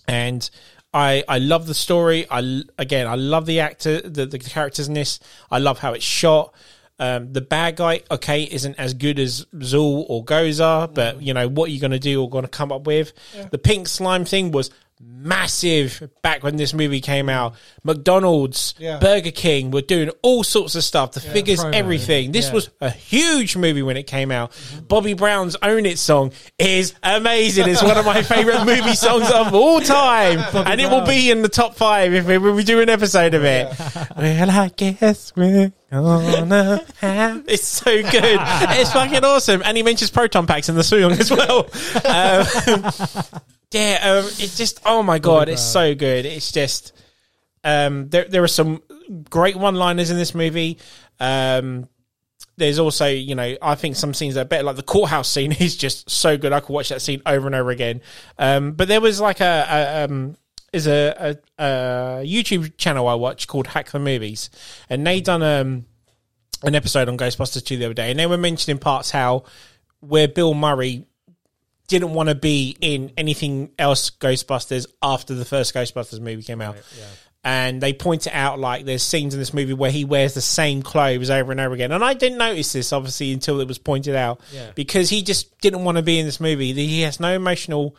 B: and I, I love the story. I l- again, I love the actor, the, the characters in this. I love how it's shot. Um, the bad guy, okay, isn't as good as Zool or Goza, but you know what are you going to do or going to come up with? The pink slime thing was massive back when this movie came out. McDonald's,
C: Yeah.
B: Burger King were doing all sorts of stuff. The figures,
D: Promo.
B: everything. This was a huge movie when it came out. Bobby Brown's "Own It" song is amazing. It's one of my [laughs] favorite movie songs of all time, and it will be in the top five if we, when we do an episode of it. well, I guess we're gonna have. [laughs] It's so good. It's fucking awesome. And he mentions proton packs in the song as [laughs] well. Um, [laughs] yeah, um, it's just oh my god, it's so good. It's just. Um, there there are some great one-liners in this movie. Um, there's also, you know, I think some scenes that are better, like the courthouse scene [laughs] is just so good. I could watch that scene over and over again. Um, but there was like a, a um, is a, a, a YouTube channel I watch called Hack the Movies, and they done um an episode on Ghostbusters 2 the other day, and they were mentioning parts how where Bill Murray didn't want to be in anything else Ghostbusters after the first Ghostbusters movie came out. And they point it out like there's scenes in this movie where he wears the same clothes over and over again. And I didn't notice this obviously until it was pointed out because he just didn't want to be in this movie. He has no emotional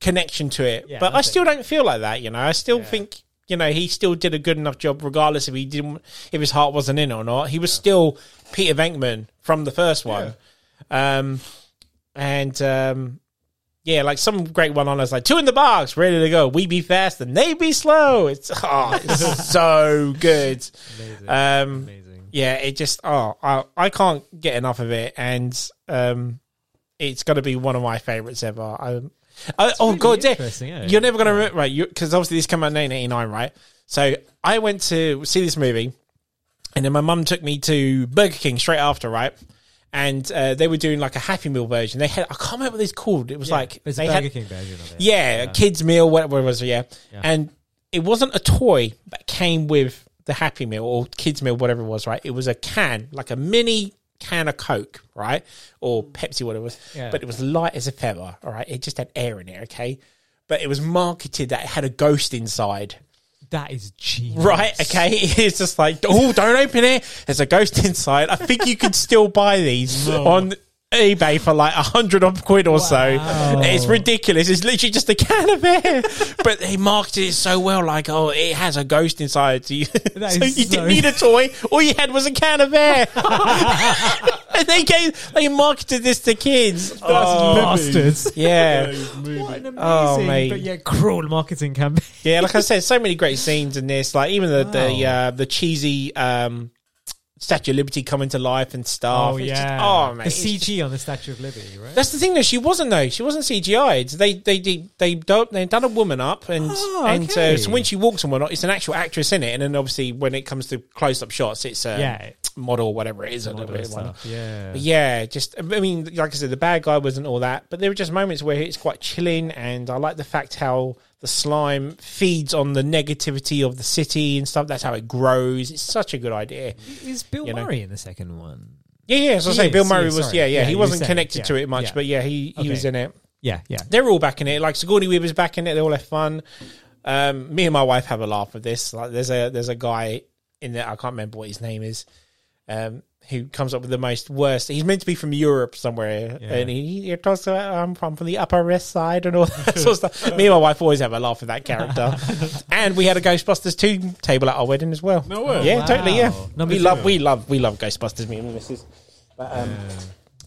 B: connection to it.
D: Yeah,
B: but I
D: nothing.
B: still don't feel like that, you know. I still think you know he still did a good enough job regardless if he didn't if his heart wasn't in or not. He was still Peter Venkman from the first one. Um and um yeah, like some great one on us, like two in the box, ready to go. We be fast and they be slow. It's [laughs] oh, it's so good. Um,
D: Amazing.
B: yeah, it just oh, I I can't get enough of it, and um, it's got to be one of my favorites ever. I, I oh
D: really
B: god, yeah.
D: interesting, eh? yeah.
B: you're never gonna remember, right? Because obviously this came out in 1989, right? So I went to see this movie, and then my mum took me to Burger King straight after, right? And uh, they were doing like a Happy Meal version. They had I can't remember what it's called. It was like
D: it's
B: they
D: a
B: had-
D: Burger King version of it.
B: yeah, a kids meal, whatever it was, yeah. And it wasn't a toy that came with the Happy Meal or kids meal, whatever it was, right? It was a can, like a mini can of Coke, right, or Pepsi, whatever it was.
D: Yeah.
B: But it was light as a feather, all right. It just had air in it, okay. But it was marketed that it had a ghost inside.
D: That is genius.
B: Right, okay. [laughs] It's just like, oh, don't open it. There's a ghost inside. I think you could still buy
D: [laughs]
B: these on eBay for like a hundred odd quid or so.
D: Wow.
B: It's ridiculous. It's literally just a can of air. [laughs] but they marketed it so well, like, oh, it has a ghost inside. So you, [laughs]
D: That
B: so
D: is
B: you
D: so-
B: didn't need a toy. All you had was a can of air. [laughs] and they gave, they marketed this to kids. Oh,
D: Bastards.
B: [laughs] yeah.
D: What an amazing,
B: Oh, mate.
D: but yeah, cruel marketing campaign.
B: Yeah, like I said, so many great scenes in this. Like even the the uh, the cheesy um, Statue of Liberty coming to life and stuff. It's just- oh man,
D: the CG on the Statue of Liberty, right?
B: That's the thing though. She wasn't though. She wasn't CGI'd. They they they they don't they done a woman up and
D: Oh,
B: and uh,
D: okay.
B: so when she walks and whatnot, it's an actual actress in it. And then obviously when it comes to close up shots, it's a
D: Yeah.
B: model or whatever it is. or whatever it-
D: Yeah.
B: but yeah, just I mean, like I said, the bad guy wasn't all that, but there were just moments where it's quite chilling, and I like the fact how the slime feeds on the negativity of the city and stuff. That's how it grows. It's such a good idea.
D: Is Bill
B: You know.
D: Murray in the second one?
B: Yeah, yeah. As I
D: He
B: say, Bill
D: is,
B: Murray
D: yeah,
B: was
D: sorry.
B: yeah, yeah,
D: Yeah,
B: He
D: you
B: wasn't
D: said,
B: connected
D: yeah,
B: to it much,
D: yeah.
B: but yeah, he he
D: Okay.
B: was in it.
D: Yeah, yeah.
B: They're all back in it. Like Sigourney Weaver's back in it. They all have fun. Um, me and my wife have a laugh with this. Like there's a there's a guy in there. I can't remember what his name is. Um, who comes up with the most worst? He's meant to be from Europe somewhere,
D: Yeah.
B: and he, he talks about I'm from from the Upper West Side and all [laughs] that sort of stuff. Me and my wife always have a laugh with that character, and we had a Ghostbusters two table at our wedding as well.
E: No way.
B: yeah,
D: Wow.
B: totally, yeah.
D: Number
B: we
D: two.
B: love, we love, we love Ghostbusters. Me and my missus. But, um,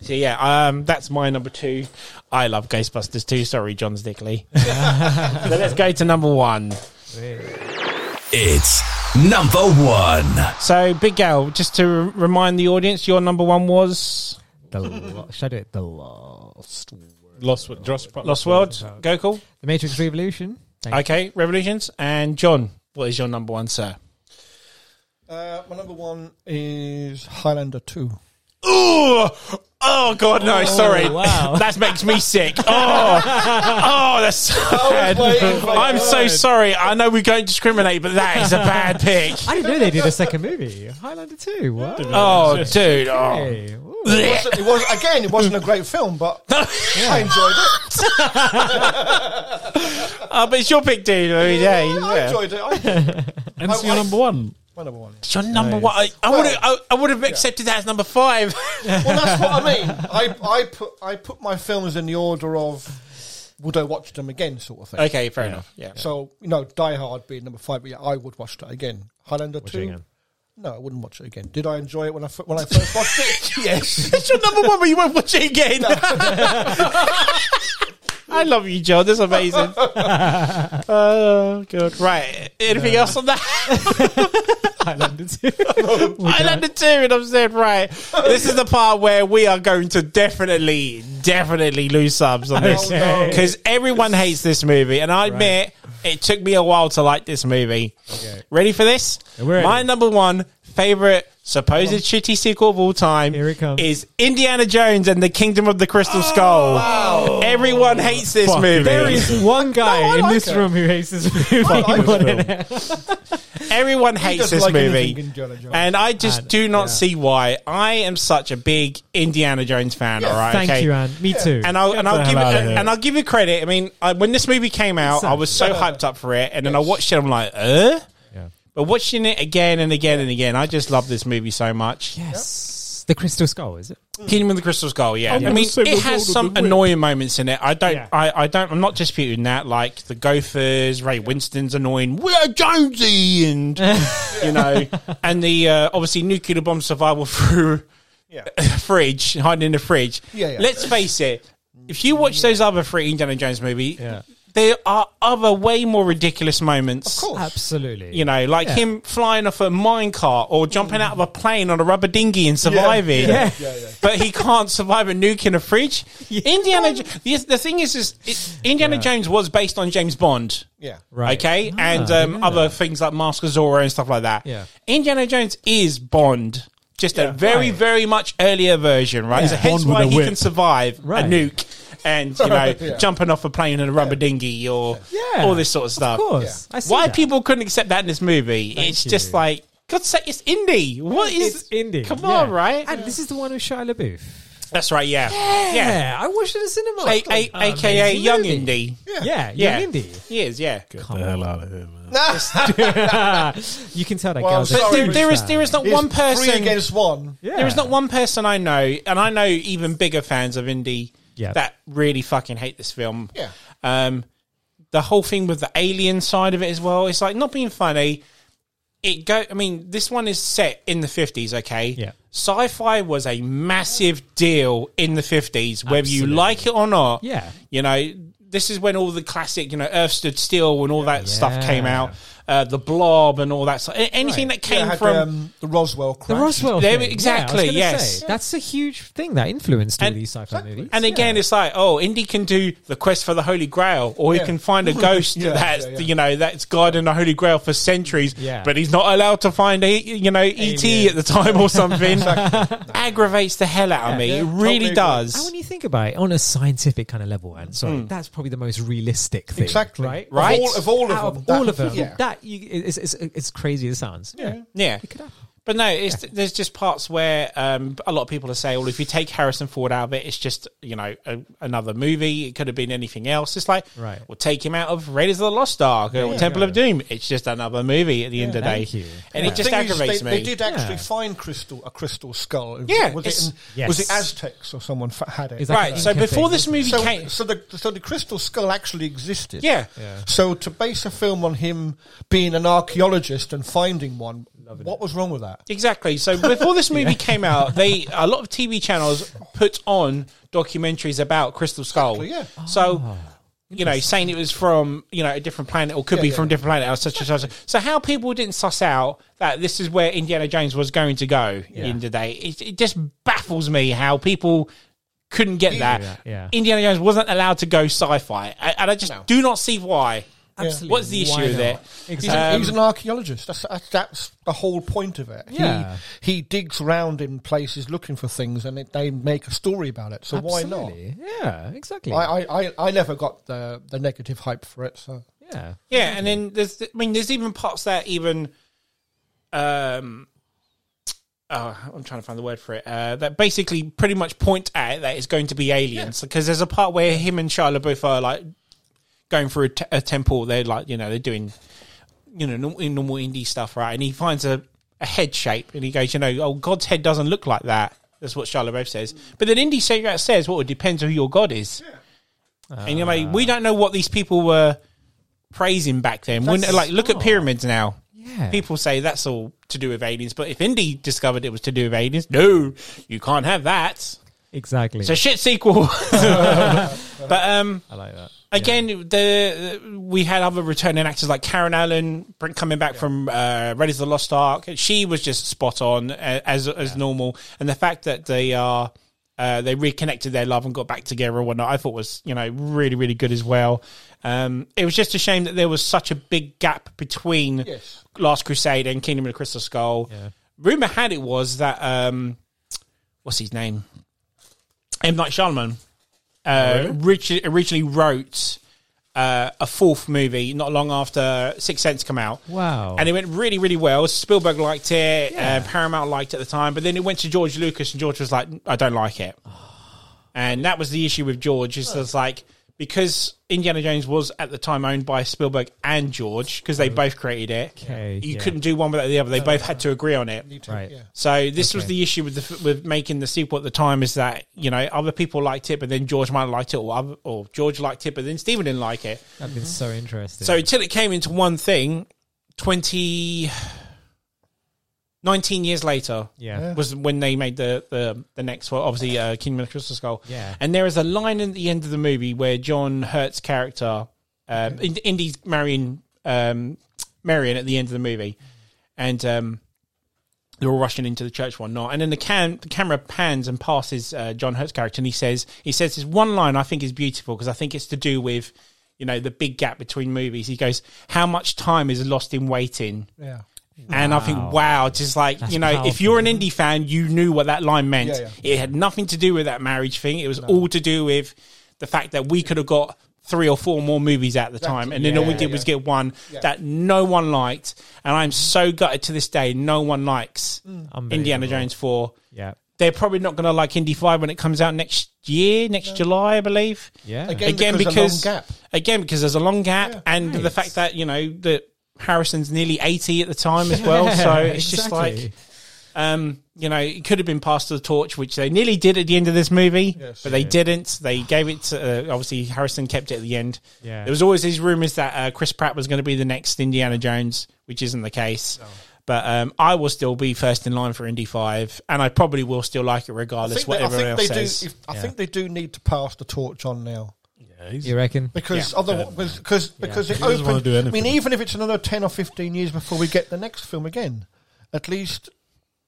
B: so yeah, um, that's my number two. I love Ghostbusters too. Sorry, John's
D: [laughs]
B: Dickley. so let's go to number one.
A: It's number one.
B: So Big Gal, just to r- remind the audience, your number one was [laughs]
D: The lo- should I do it? The Lost World.
E: Lost, Wo- Lost,
B: Lost World. Go cool.
D: The Matrix Revolution. Thank
B: Okay, Revolutions and John. What is your number one, sir?
C: Uh, my number one is Highlander 2.
B: Ooh! Oh God, no! sorry,
D: wow.
B: [laughs] that makes me sick. Oh,
D: [laughs]
B: oh, that's so bad.
C: waiting
B: [laughs]
C: for
B: I'm so
C: that.
B: sorry. I know we don't discriminate, but that is a bad pick. [laughs]
D: I didn't know they did a second movie. Highlander 2. What?
B: Oh, dude. Oh.
D: Hey, ooh.
B: [laughs] Blech.
C: It was again. It wasn't a great film, but I enjoyed it.
B: Oh, but it's your pick, dude. I mean, yeah,
C: I
B: yeah.
C: enjoyed it. I,
E: And it's
C: I-
E: your
C: I-
E: number one.
C: my number one.
B: It's your number one. I, I
C: Well-
B: would have. I, I would have accepted that as number five.
C: Well, that's what I mean. I, I put I put my films in the order of would I watch them again, sort of thing.
B: [laughs] okay, fair enough. Yeah.
C: So you know, Die Hard being number five, but yeah, I would watch that again. Highlander
D: Watch it
C: two.
E: [laughs]
D: again.
C: No, I wouldn't watch it again. Did I enjoy it when I f- when I first watched it? [laughs] yes.
B: [laughs] It's your number one, but you won't watch it again. [laughs] I love you, John. That's amazing. oh, God. [laughs] Right. Anything else on that?
D: Highlander [laughs] 2.
B: I landed two, and I'm saying, right. This is the part where we are going to definitely, definitely lose subs on
D: [laughs]
B: this.
D: Oh,
C: Okay.
B: Because everyone hates this movie. And I admit, it took me a while to like this movie. Ready for this?
D: We're ready.
B: My number one favorite supposed shitty sequel of all time
D: Here it comes. Oh,
B: is Indiana Jones and the Kingdom of the Crystal Skull. Everyone hates this movie.
D: There is one
C: No,
D: guy
C: I
D: in
C: like
D: this
C: it.
D: room who hates this movie.
C: like
D: more than
E: [laughs]
B: Everyone hates
C: doesn't
B: this
C: like
B: movie.
C: anything Indiana Jones.
B: And I just
D: And-
B: do not
D: yeah.
B: see why. I am such a big Indiana Jones fan, all right?
D: Thank
B: okay?
D: you, Anne. Me too.
B: And I'll, and
D: Get the
B: I'll give
D: hell out of
B: it,
D: here.
B: and I'll give you credit. I mean, I, when this movie came out, I was so hyped up for it, and then I watched it. I'm like, uh.
D: Yeah.
B: But watching it again and again and again, I just love this movie so much.
D: yes. The Crystal Skull, is it?
B: Mm. Kingdom of the Crystal Skull, yeah. I
E: gonna
B: mean,
E: say the
B: it has
E: Lord of
B: some
E: the Rings.
B: annoying moments in it. I don't,
D: Yeah.
B: I, I don't, I'm not disputing that. Like the Gophers, Ray Winston's annoying, we're Jonesy, and you know, and the uh, obviously nuclear bomb survival [laughs] through
C: Yeah.
B: [laughs] fridge, hiding in the fridge.
C: Yeah, yeah.
B: Let's face it. If you watch those other three Indiana Jones movie,
D: Yeah.
B: there are other way more ridiculous moments. Of
C: course.
D: Absolutely.
B: You know, like
D: Yeah.
B: him flying off a minecart or jumping out of a plane on a rubber dinghy and surviving. [laughs]
C: Yeah, yeah, yeah.
B: But he can't survive a nuke in a fridge. Indiana. Jo- The, the thing is, is it, Indiana Jones was based on James Bond.
C: Yeah.
D: Right.
B: Okay.
D: Ah,
B: and um,
D: yeah.
B: other things like Mask of Zorro and stuff like that.
D: Yeah.
B: Indiana Jones is Bond, just a very, very much earlier version, right? So hence
E: Bond with
B: why
E: a
B: he
E: whip.
B: can survive
D: Right.
B: a nuke and, you know,
C: Yeah.
B: jumping off a plane in a rubber dinghy or
D: Yeah.
B: all this sort of stuff.
D: Of course. I see
B: Why
D: that.
B: people couldn't accept that in this movie, it's
D: you.
B: just like, God's sake, it's indie. What is
D: It's indie.
B: Come on,
D: yeah.
B: right?
D: And this is the one with Shia LaBeouf.
B: That's right, yeah. Yeah.
D: Yeah, I watched it in the cinema.
B: A- a- AKA
D: Amazing
B: Young
D: movie.
B: Indie.
D: Yeah,
B: Yeah.
D: Young Indie.
B: He is, yeah.
E: Get the hell out of here, man.
D: You can tell that
C: Well,
D: girl's a
B: But
C: Sorry,
B: there,
D: huge
B: there is
D: fan.
B: there is not
C: [laughs] It's
B: one person
C: three against one.
D: Yeah.
B: There is not one person I know, and I know even bigger fans of indie
D: Yeah.
B: that really fucking hate this film.
C: Yeah.
B: Um, the whole thing with the alien side of it as well. It's like not being funny. It go. I mean, this one is set in the fifties. Okay.
D: Yeah.
B: Sci-fi was a massive deal in the fifties, whether
D: Absolutely.
B: you like it or not.
D: Yeah.
B: You know, this is when all the classic, you know, Earth Stood Still and all that stuff came
D: Yeah.
B: out. Uh, the Blob and all that. stuff. Anything that
C: Yeah,
B: came
C: it had,
B: from.
C: um, the Roswell
D: The
C: crash.
D: Roswell.
B: There-
D: thing. Yeah, I was
B: exactly,
D: gonna
B: yes.
D: say, that's a huge thing that influenced all
B: And-
D: these sci-fi movies.
B: And again, it's like, oh, Indy can do the quest for the Holy Grail, or he
C: Yeah.
B: can
C: [laughs]
B: find a ghost
C: Yeah,
B: that's
C: yeah, yeah.
B: you know that's guarding the Holy Grail for centuries.
D: Yeah.
B: But he's not allowed to find a you know ET
D: Alien.
B: at the
C: [laughs]
B: time or something. Aggravates the hell out of me. It really
C: Totally agree.
B: does.
D: And when you think about it, on a scientific kind of level, and sorry,
B: Mm.
D: that's probably the most realistic thing.
C: Exactly.
D: Right.
B: Right.
C: Of all of, all
D: Out
C: of
D: of
C: them. that-
D: all of them,
C: Yeah.
D: that you, it's, it's, it's crazy. It sounds. Yeah.
B: yeah. But no, it's, there's just parts where um, a lot of people are saying, well, if you take Harrison Ford out of it, it's just, you know, a, another movie. It could have been anything else. It's like,
D: Right.
B: we'll take him out of Raiders of the Lost Ark or Temple of Doom. It's just another movie at the end of the day.
D: thank you.
B: And it
D: Yeah.
B: just
C: thing is,
B: aggravates
C: they,
B: me.
C: They did actually
D: Yeah.
C: find crystal a crystal skull.
B: Yeah,
C: was
B: it's-
C: it, in,
D: Yes.
C: was it Aztecs or someone fa- had it?
D: Is that
B: right, so
D: Inca
B: before
D: thing,
B: this movie
C: so,
B: came...
C: so the so the crystal skull actually existed.
B: yeah.
C: So to base a film on him being an archaeologist and finding one, what was wrong with that?
B: Exactly. So before this movie came out, they a lot of TV channels put on documentaries about Crystal Skull.
C: Exactly, yeah.
B: So you know, saying it was from you know a different planet or could be
C: yeah,
B: from a
C: yeah.
B: different planet or such and such. So how people didn't suss out that this is where Indiana Jones was going to go in the day? It, it just baffles me how people couldn't get that.
D: yeah.
B: Indiana Jones wasn't allowed to go sci-fi, I- and I just do not see why.
D: Absolutely.
B: What's the
D: Why
B: issue
D: not?
B: there?
C: He's,
D: Exactly.
C: a-
B: Um,
C: he's an archaeologist. That's, that's that's the whole point of it.
D: Yeah.
C: He, he digs round in places looking for things, and it, they make a story about it. So
D: Absolutely. Yeah, exactly.
C: why not? I, I, I, I never got the the negative hype for it. So
D: yeah.
B: Yeah, and then there's, I mean, there's even parts that even, um, oh, I'm trying to find the word for it. Uh, that basically pretty much point out that it's going to be aliens because there's a part where him and Shia LaBeouf are like going through a, t- a temple. They're like, you know, they're doing, you know, normal, normal indie stuff, right? And he finds a, a head shape and he goes, you know, oh, God's head doesn't look like that. That's what Shia LaBeouf says. But then indie shape says, well, it depends on who your God is. And you're like, we don't know what these people were praising back then. When,
D: That's
B: like, look at
D: smart.
B: pyramids now.
D: Yeah.
B: People say that's all to do with aliens, but if Indy discovered it was to do with aliens, no, you can't have that.
D: Exactly.
B: It's a shit sequel. [laughs] but um,
D: I like that.
B: again, the we had other returning actors like Karen Allen br- coming back from uh, Red is the Lost Ark. She was just spot on uh, as as normal, and the fact that they are. Uh, they reconnected their love and got back together and whatnot. I thought was you know really really good as well. Um, it was just a shame that there was such a big gap between
C: Yes.
B: Last Crusade and Kingdom of the Crystal Skull.
D: Yeah.
B: Rumor had it was that um, what's his name, M Night Shyamalan,
D: Oh,
B: uh, origi- originally wrote uh, a fourth movie not long after Six Sense come out.
D: Wow.
B: And it went really, really well. Spielberg liked it,
D: Yeah.
B: uh, Paramount liked it at the time, but then it went to George Lucas, and George was like, "I don't like
D: [sighs]
B: it." and that was the issue with George. Is it's like because Indiana Jones was at the time owned by Spielberg and George because they both created it.
D: Okay,
B: you
D: Oh. yeah.
B: couldn't do one without the other. They both had to agree on it.
D: Right.
C: yeah.
B: So this was
D: Okay.
B: the issue with the, f- with making the sequel at the time is that you know other people liked it, but then George might have liked it, or other, or George liked it, but then Stephen didn't like it.
D: That'd been so interesting.
B: So until it came into one thing, 20, 19 years later
D: yeah.
B: was when they made the the, the next one, obviously uh, Kingdom of the Crystal Skull.
D: Yeah.
B: And there is a line at the end of the movie where John Hurt's character, um, in Indy's marrying um, Marion at the end of the movie, and um, they're all rushing into the church, one night, and then the cam the camera pans and passes uh, John Hurt's character, and he says he says this one line I think is beautiful because I think it's to do with. You know the big gap between movies. He goes, "How much time is lost in waiting?"
C: Yeah.
B: And I think,
D: Wow.
B: wow, just like, you know, if you're an indie fan, you knew what that line meant.
C: Yeah,
B: It had nothing to do with that marriage thing. It was all to do with the fact that we could have got three or four more movies at the time. And then all we
C: yeah,
B: did
C: yeah.
B: was get one that no one liked. And I'm so gutted to this day, no one likes Indiana
D: Mm. Unbelievable.
B: Jones 4.
D: Yeah.
B: They're probably not going to like Indy 5 when it comes out next year, next July, I believe
D: Yeah.
C: Again,
B: again because,
C: because, a long gap.
B: again because there's a long gap and the
D: Right.
B: fact that you know that Harrison's nearly 80 at the time as well so
D: Yeah,
B: it's just
D: exactly.
B: like um you know it could have been passed to the torch which they nearly did at the end of this movie
C: Yes.
B: but they didn't they gave it to uh, obviously Harrison kept it at the end
D: Yeah.
B: there was always these rumors that uh, Chris Pratt was going to be the next Indiana Jones which isn't the case but um, I will still be first in line for Indy 5 and I probably will still like it
C: I
B: regardless
C: think they, I
B: whatever
C: think
B: else
C: they
B: says
C: do. If, I think they do need to pass the torch on now.
D: You reckon?
C: Because otherwise, because because it
E: He doesn't wanna
C: opened.
E: do
C: I mean,
E: anything.
C: even if it's another ten or fifteen years before we get the next film again, at least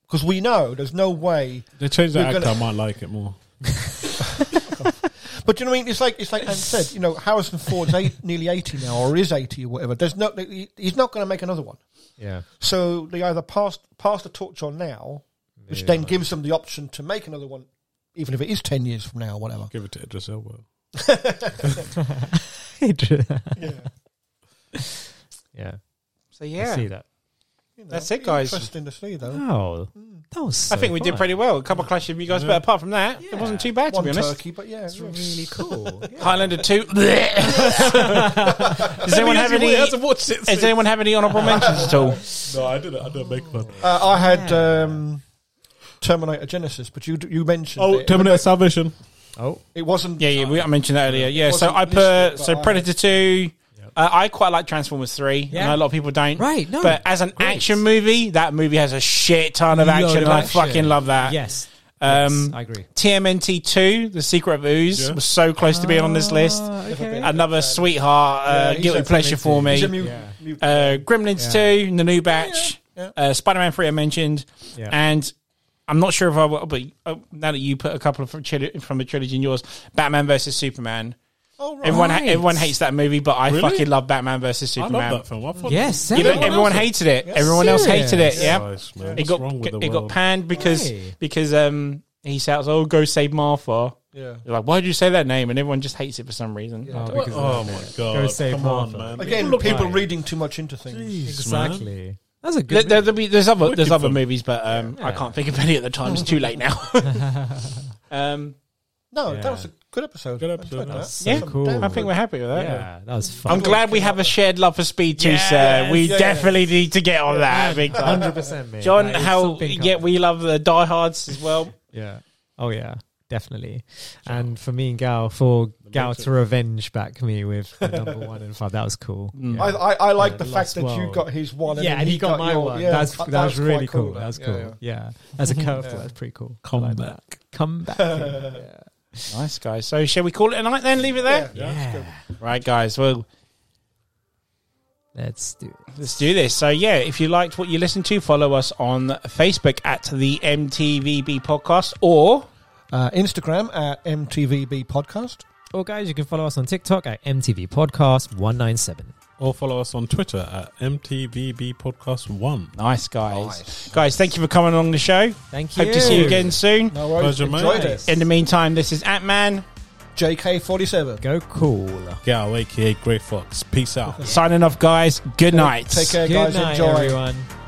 C: because we know there's no way.
E: They changed the
C: We're
E: actor.
C: gonna-
E: I might like it more.
C: But you know what I mean? It's like it's like I said. You know, Harrison Ford's eight, [laughs] nearly eighty now, or is eighty or whatever. There's no. he- He's not going to make another one.
D: Yeah.
C: So they either pass pass the torch on now, which then gives them the option to make another one, even if it is ten years from now, or
E: [laughs]
C: whatever.
E: Give it to Idris Elba.
D: [laughs] yeah.
B: so
D: I
B: yeah
D: see that.
C: You know,
B: That's it, guys.
C: Interesting to see though.
D: Wow. Mm. That was
B: I think we did pretty well. A couple of clashes with you guys, but apart from that, it wasn't too bad to
C: One
B: be honest.
C: turkey, but yeah, it's
D: really
B: [laughs]
D: cool.
B: Highlander two. [laughs] Does anyone have any? Does
E: watched it.
B: anyone have any
C: [laughs]
B: honourable mentions at all?
E: No, I didn't. I didn't make one.
C: Uh, I had um, Terminator Genesis, but you you mentioned
E: Oh,
C: it.
E: Terminator Salvation.
D: Oh,
C: It wasn't.
B: Yeah, yeah, we, I mentioned that earlier. Yeah, so
C: Wasn't
B: I
C: listed,
B: put
C: but
B: so
C: I-
B: Predator two. Uh, I quite like Transformers three.
D: Yeah.
B: I know a lot of people don't.
D: Right, no,
B: but as an
D: great.
B: action movie, that movie has a shit ton of
D: Load
B: action,
D: of
B: and I
D: action.
B: fucking love that.
D: yes.
B: Uh, Um,
D: yes. I agree.
B: TMNT two, The Secret of Ooze,
E: Yeah.
B: was so close to being on this list.
D: Ah, Okay.
B: Another sweetheart, uh,
C: Ah. Yeah, he's
B: guilty
C: a
B: pleasure for me.
C: He's a mu- mu-
B: uh, Gremlins
D: Yeah.
B: 2, the new batch,
C: Yeah,
B: Uh, Spider Man 3, I mentioned.
D: Yeah.
B: And I'm not sure if I will, but uh, now that you put a couple of from, tril- from a trilogy in yours, Batman versus Superman.
E: Oh, right.
B: Everyone, ha- everyone hates that movie, but I
E: Really?
B: fucking love Batman versus
E: I love
B: Superman.
E: that film. I thought
D: Yes,
B: You know,
D: everyone
B: everyone
E: else-
B: hated it. Everyone else hated it.
D: Serious?
B: Yeah,
E: Christ, man,
B: it
E: what's
B: got
E: wrong with the
B: it got
E: world?
B: panned because
D: Why?
B: because um he shouts, "Oh, go save Martha."
C: Yeah.
B: You're like, why did you say that name? And everyone just hates it for some reason.
D: Oh,
B: I don't-
D: because
E: Oh my god!
D: Go save
E: Come on,
D: Martha.
E: man.
C: Again,
E: Look
C: people
E: at it.
C: reading too much into things.
E: Jeez, man.
D: exactly. That's a
B: There,
D: good.
B: there, there'll be- there's other there's
E: Wicked
B: other
E: film.
B: movies, but um, I
D: Yeah.
B: can't think of any at the time. It's too late
D: [laughs]
B: now. um,
C: No,
D: Yeah.
C: that was a good episode.
E: Good
C: I
E: episode,
C: enjoyed
E: man.
C: that.
D: so
B: yeah,
D: cool.
B: I think we're happy with that.
D: yeah, that was fun.
B: I'm glad we have a shared love for speed too, sir. We
C: yeah, yeah.
B: definitely need to get on that. Big time.
D: [laughs] Hundred percent, man.
B: John,
D: That is
B: how
D: something
B: yeah,
D: else.
B: we love the diehards as well.
D: Yeah. Oh yeah, definitely. And for me and Gal, for Gal to revenge back me with the [laughs] number one and five, that was cool.
B: Mm.
D: Yeah.
C: I, I, I like
D: Yeah,
C: the
D: the
C: fact
D: last
C: that you
D: world.
C: got his one. And
D: yeah,
C: then
D: and he, got, my
C: your-
D: one.
C: yeah,
D: that's
C: that-
D: that, was
C: quite
D: really cool.
C: that.
D: That was
C: Yeah,
D: cool. Yeah,
C: yeah.
D: that's a curveball.
C: Yeah.
D: That's pretty cool.
E: Come
D: I like
E: back.
D: that. Come back. yeah.
B: Nice guys. So shall we call it a night then? Leave it there.
E: Yeah.
B: Right, guys. Well,
D: Let's do it.
B: let's do this. So yeah, if you liked what you listened to, follow us on Facebook at the MTVB Podcast or
C: Uh, Instagram at MTVB Podcast.
D: Or guys, you can follow us on TikTok at MTV Podcast One Nine Seven.
E: Or follow us on Twitter at MTVB Podcast One.
B: Nice guys. Guys, thank you for coming along the show.
D: Thank you.
B: Hope to see you again soon.
C: No worries.
E: Pleasure, mate.
C: Enjoyed
D: Nice.
C: it.
B: In the meantime, this is Ant Man
C: JK47.
D: Go cool.
E: Gal, aka Grey Fox. Peace out.
B: signing off, guys. Good night.
C: Take care,
D: Good
C: guys.
D: night,
C: Enjoy.
D: everyone.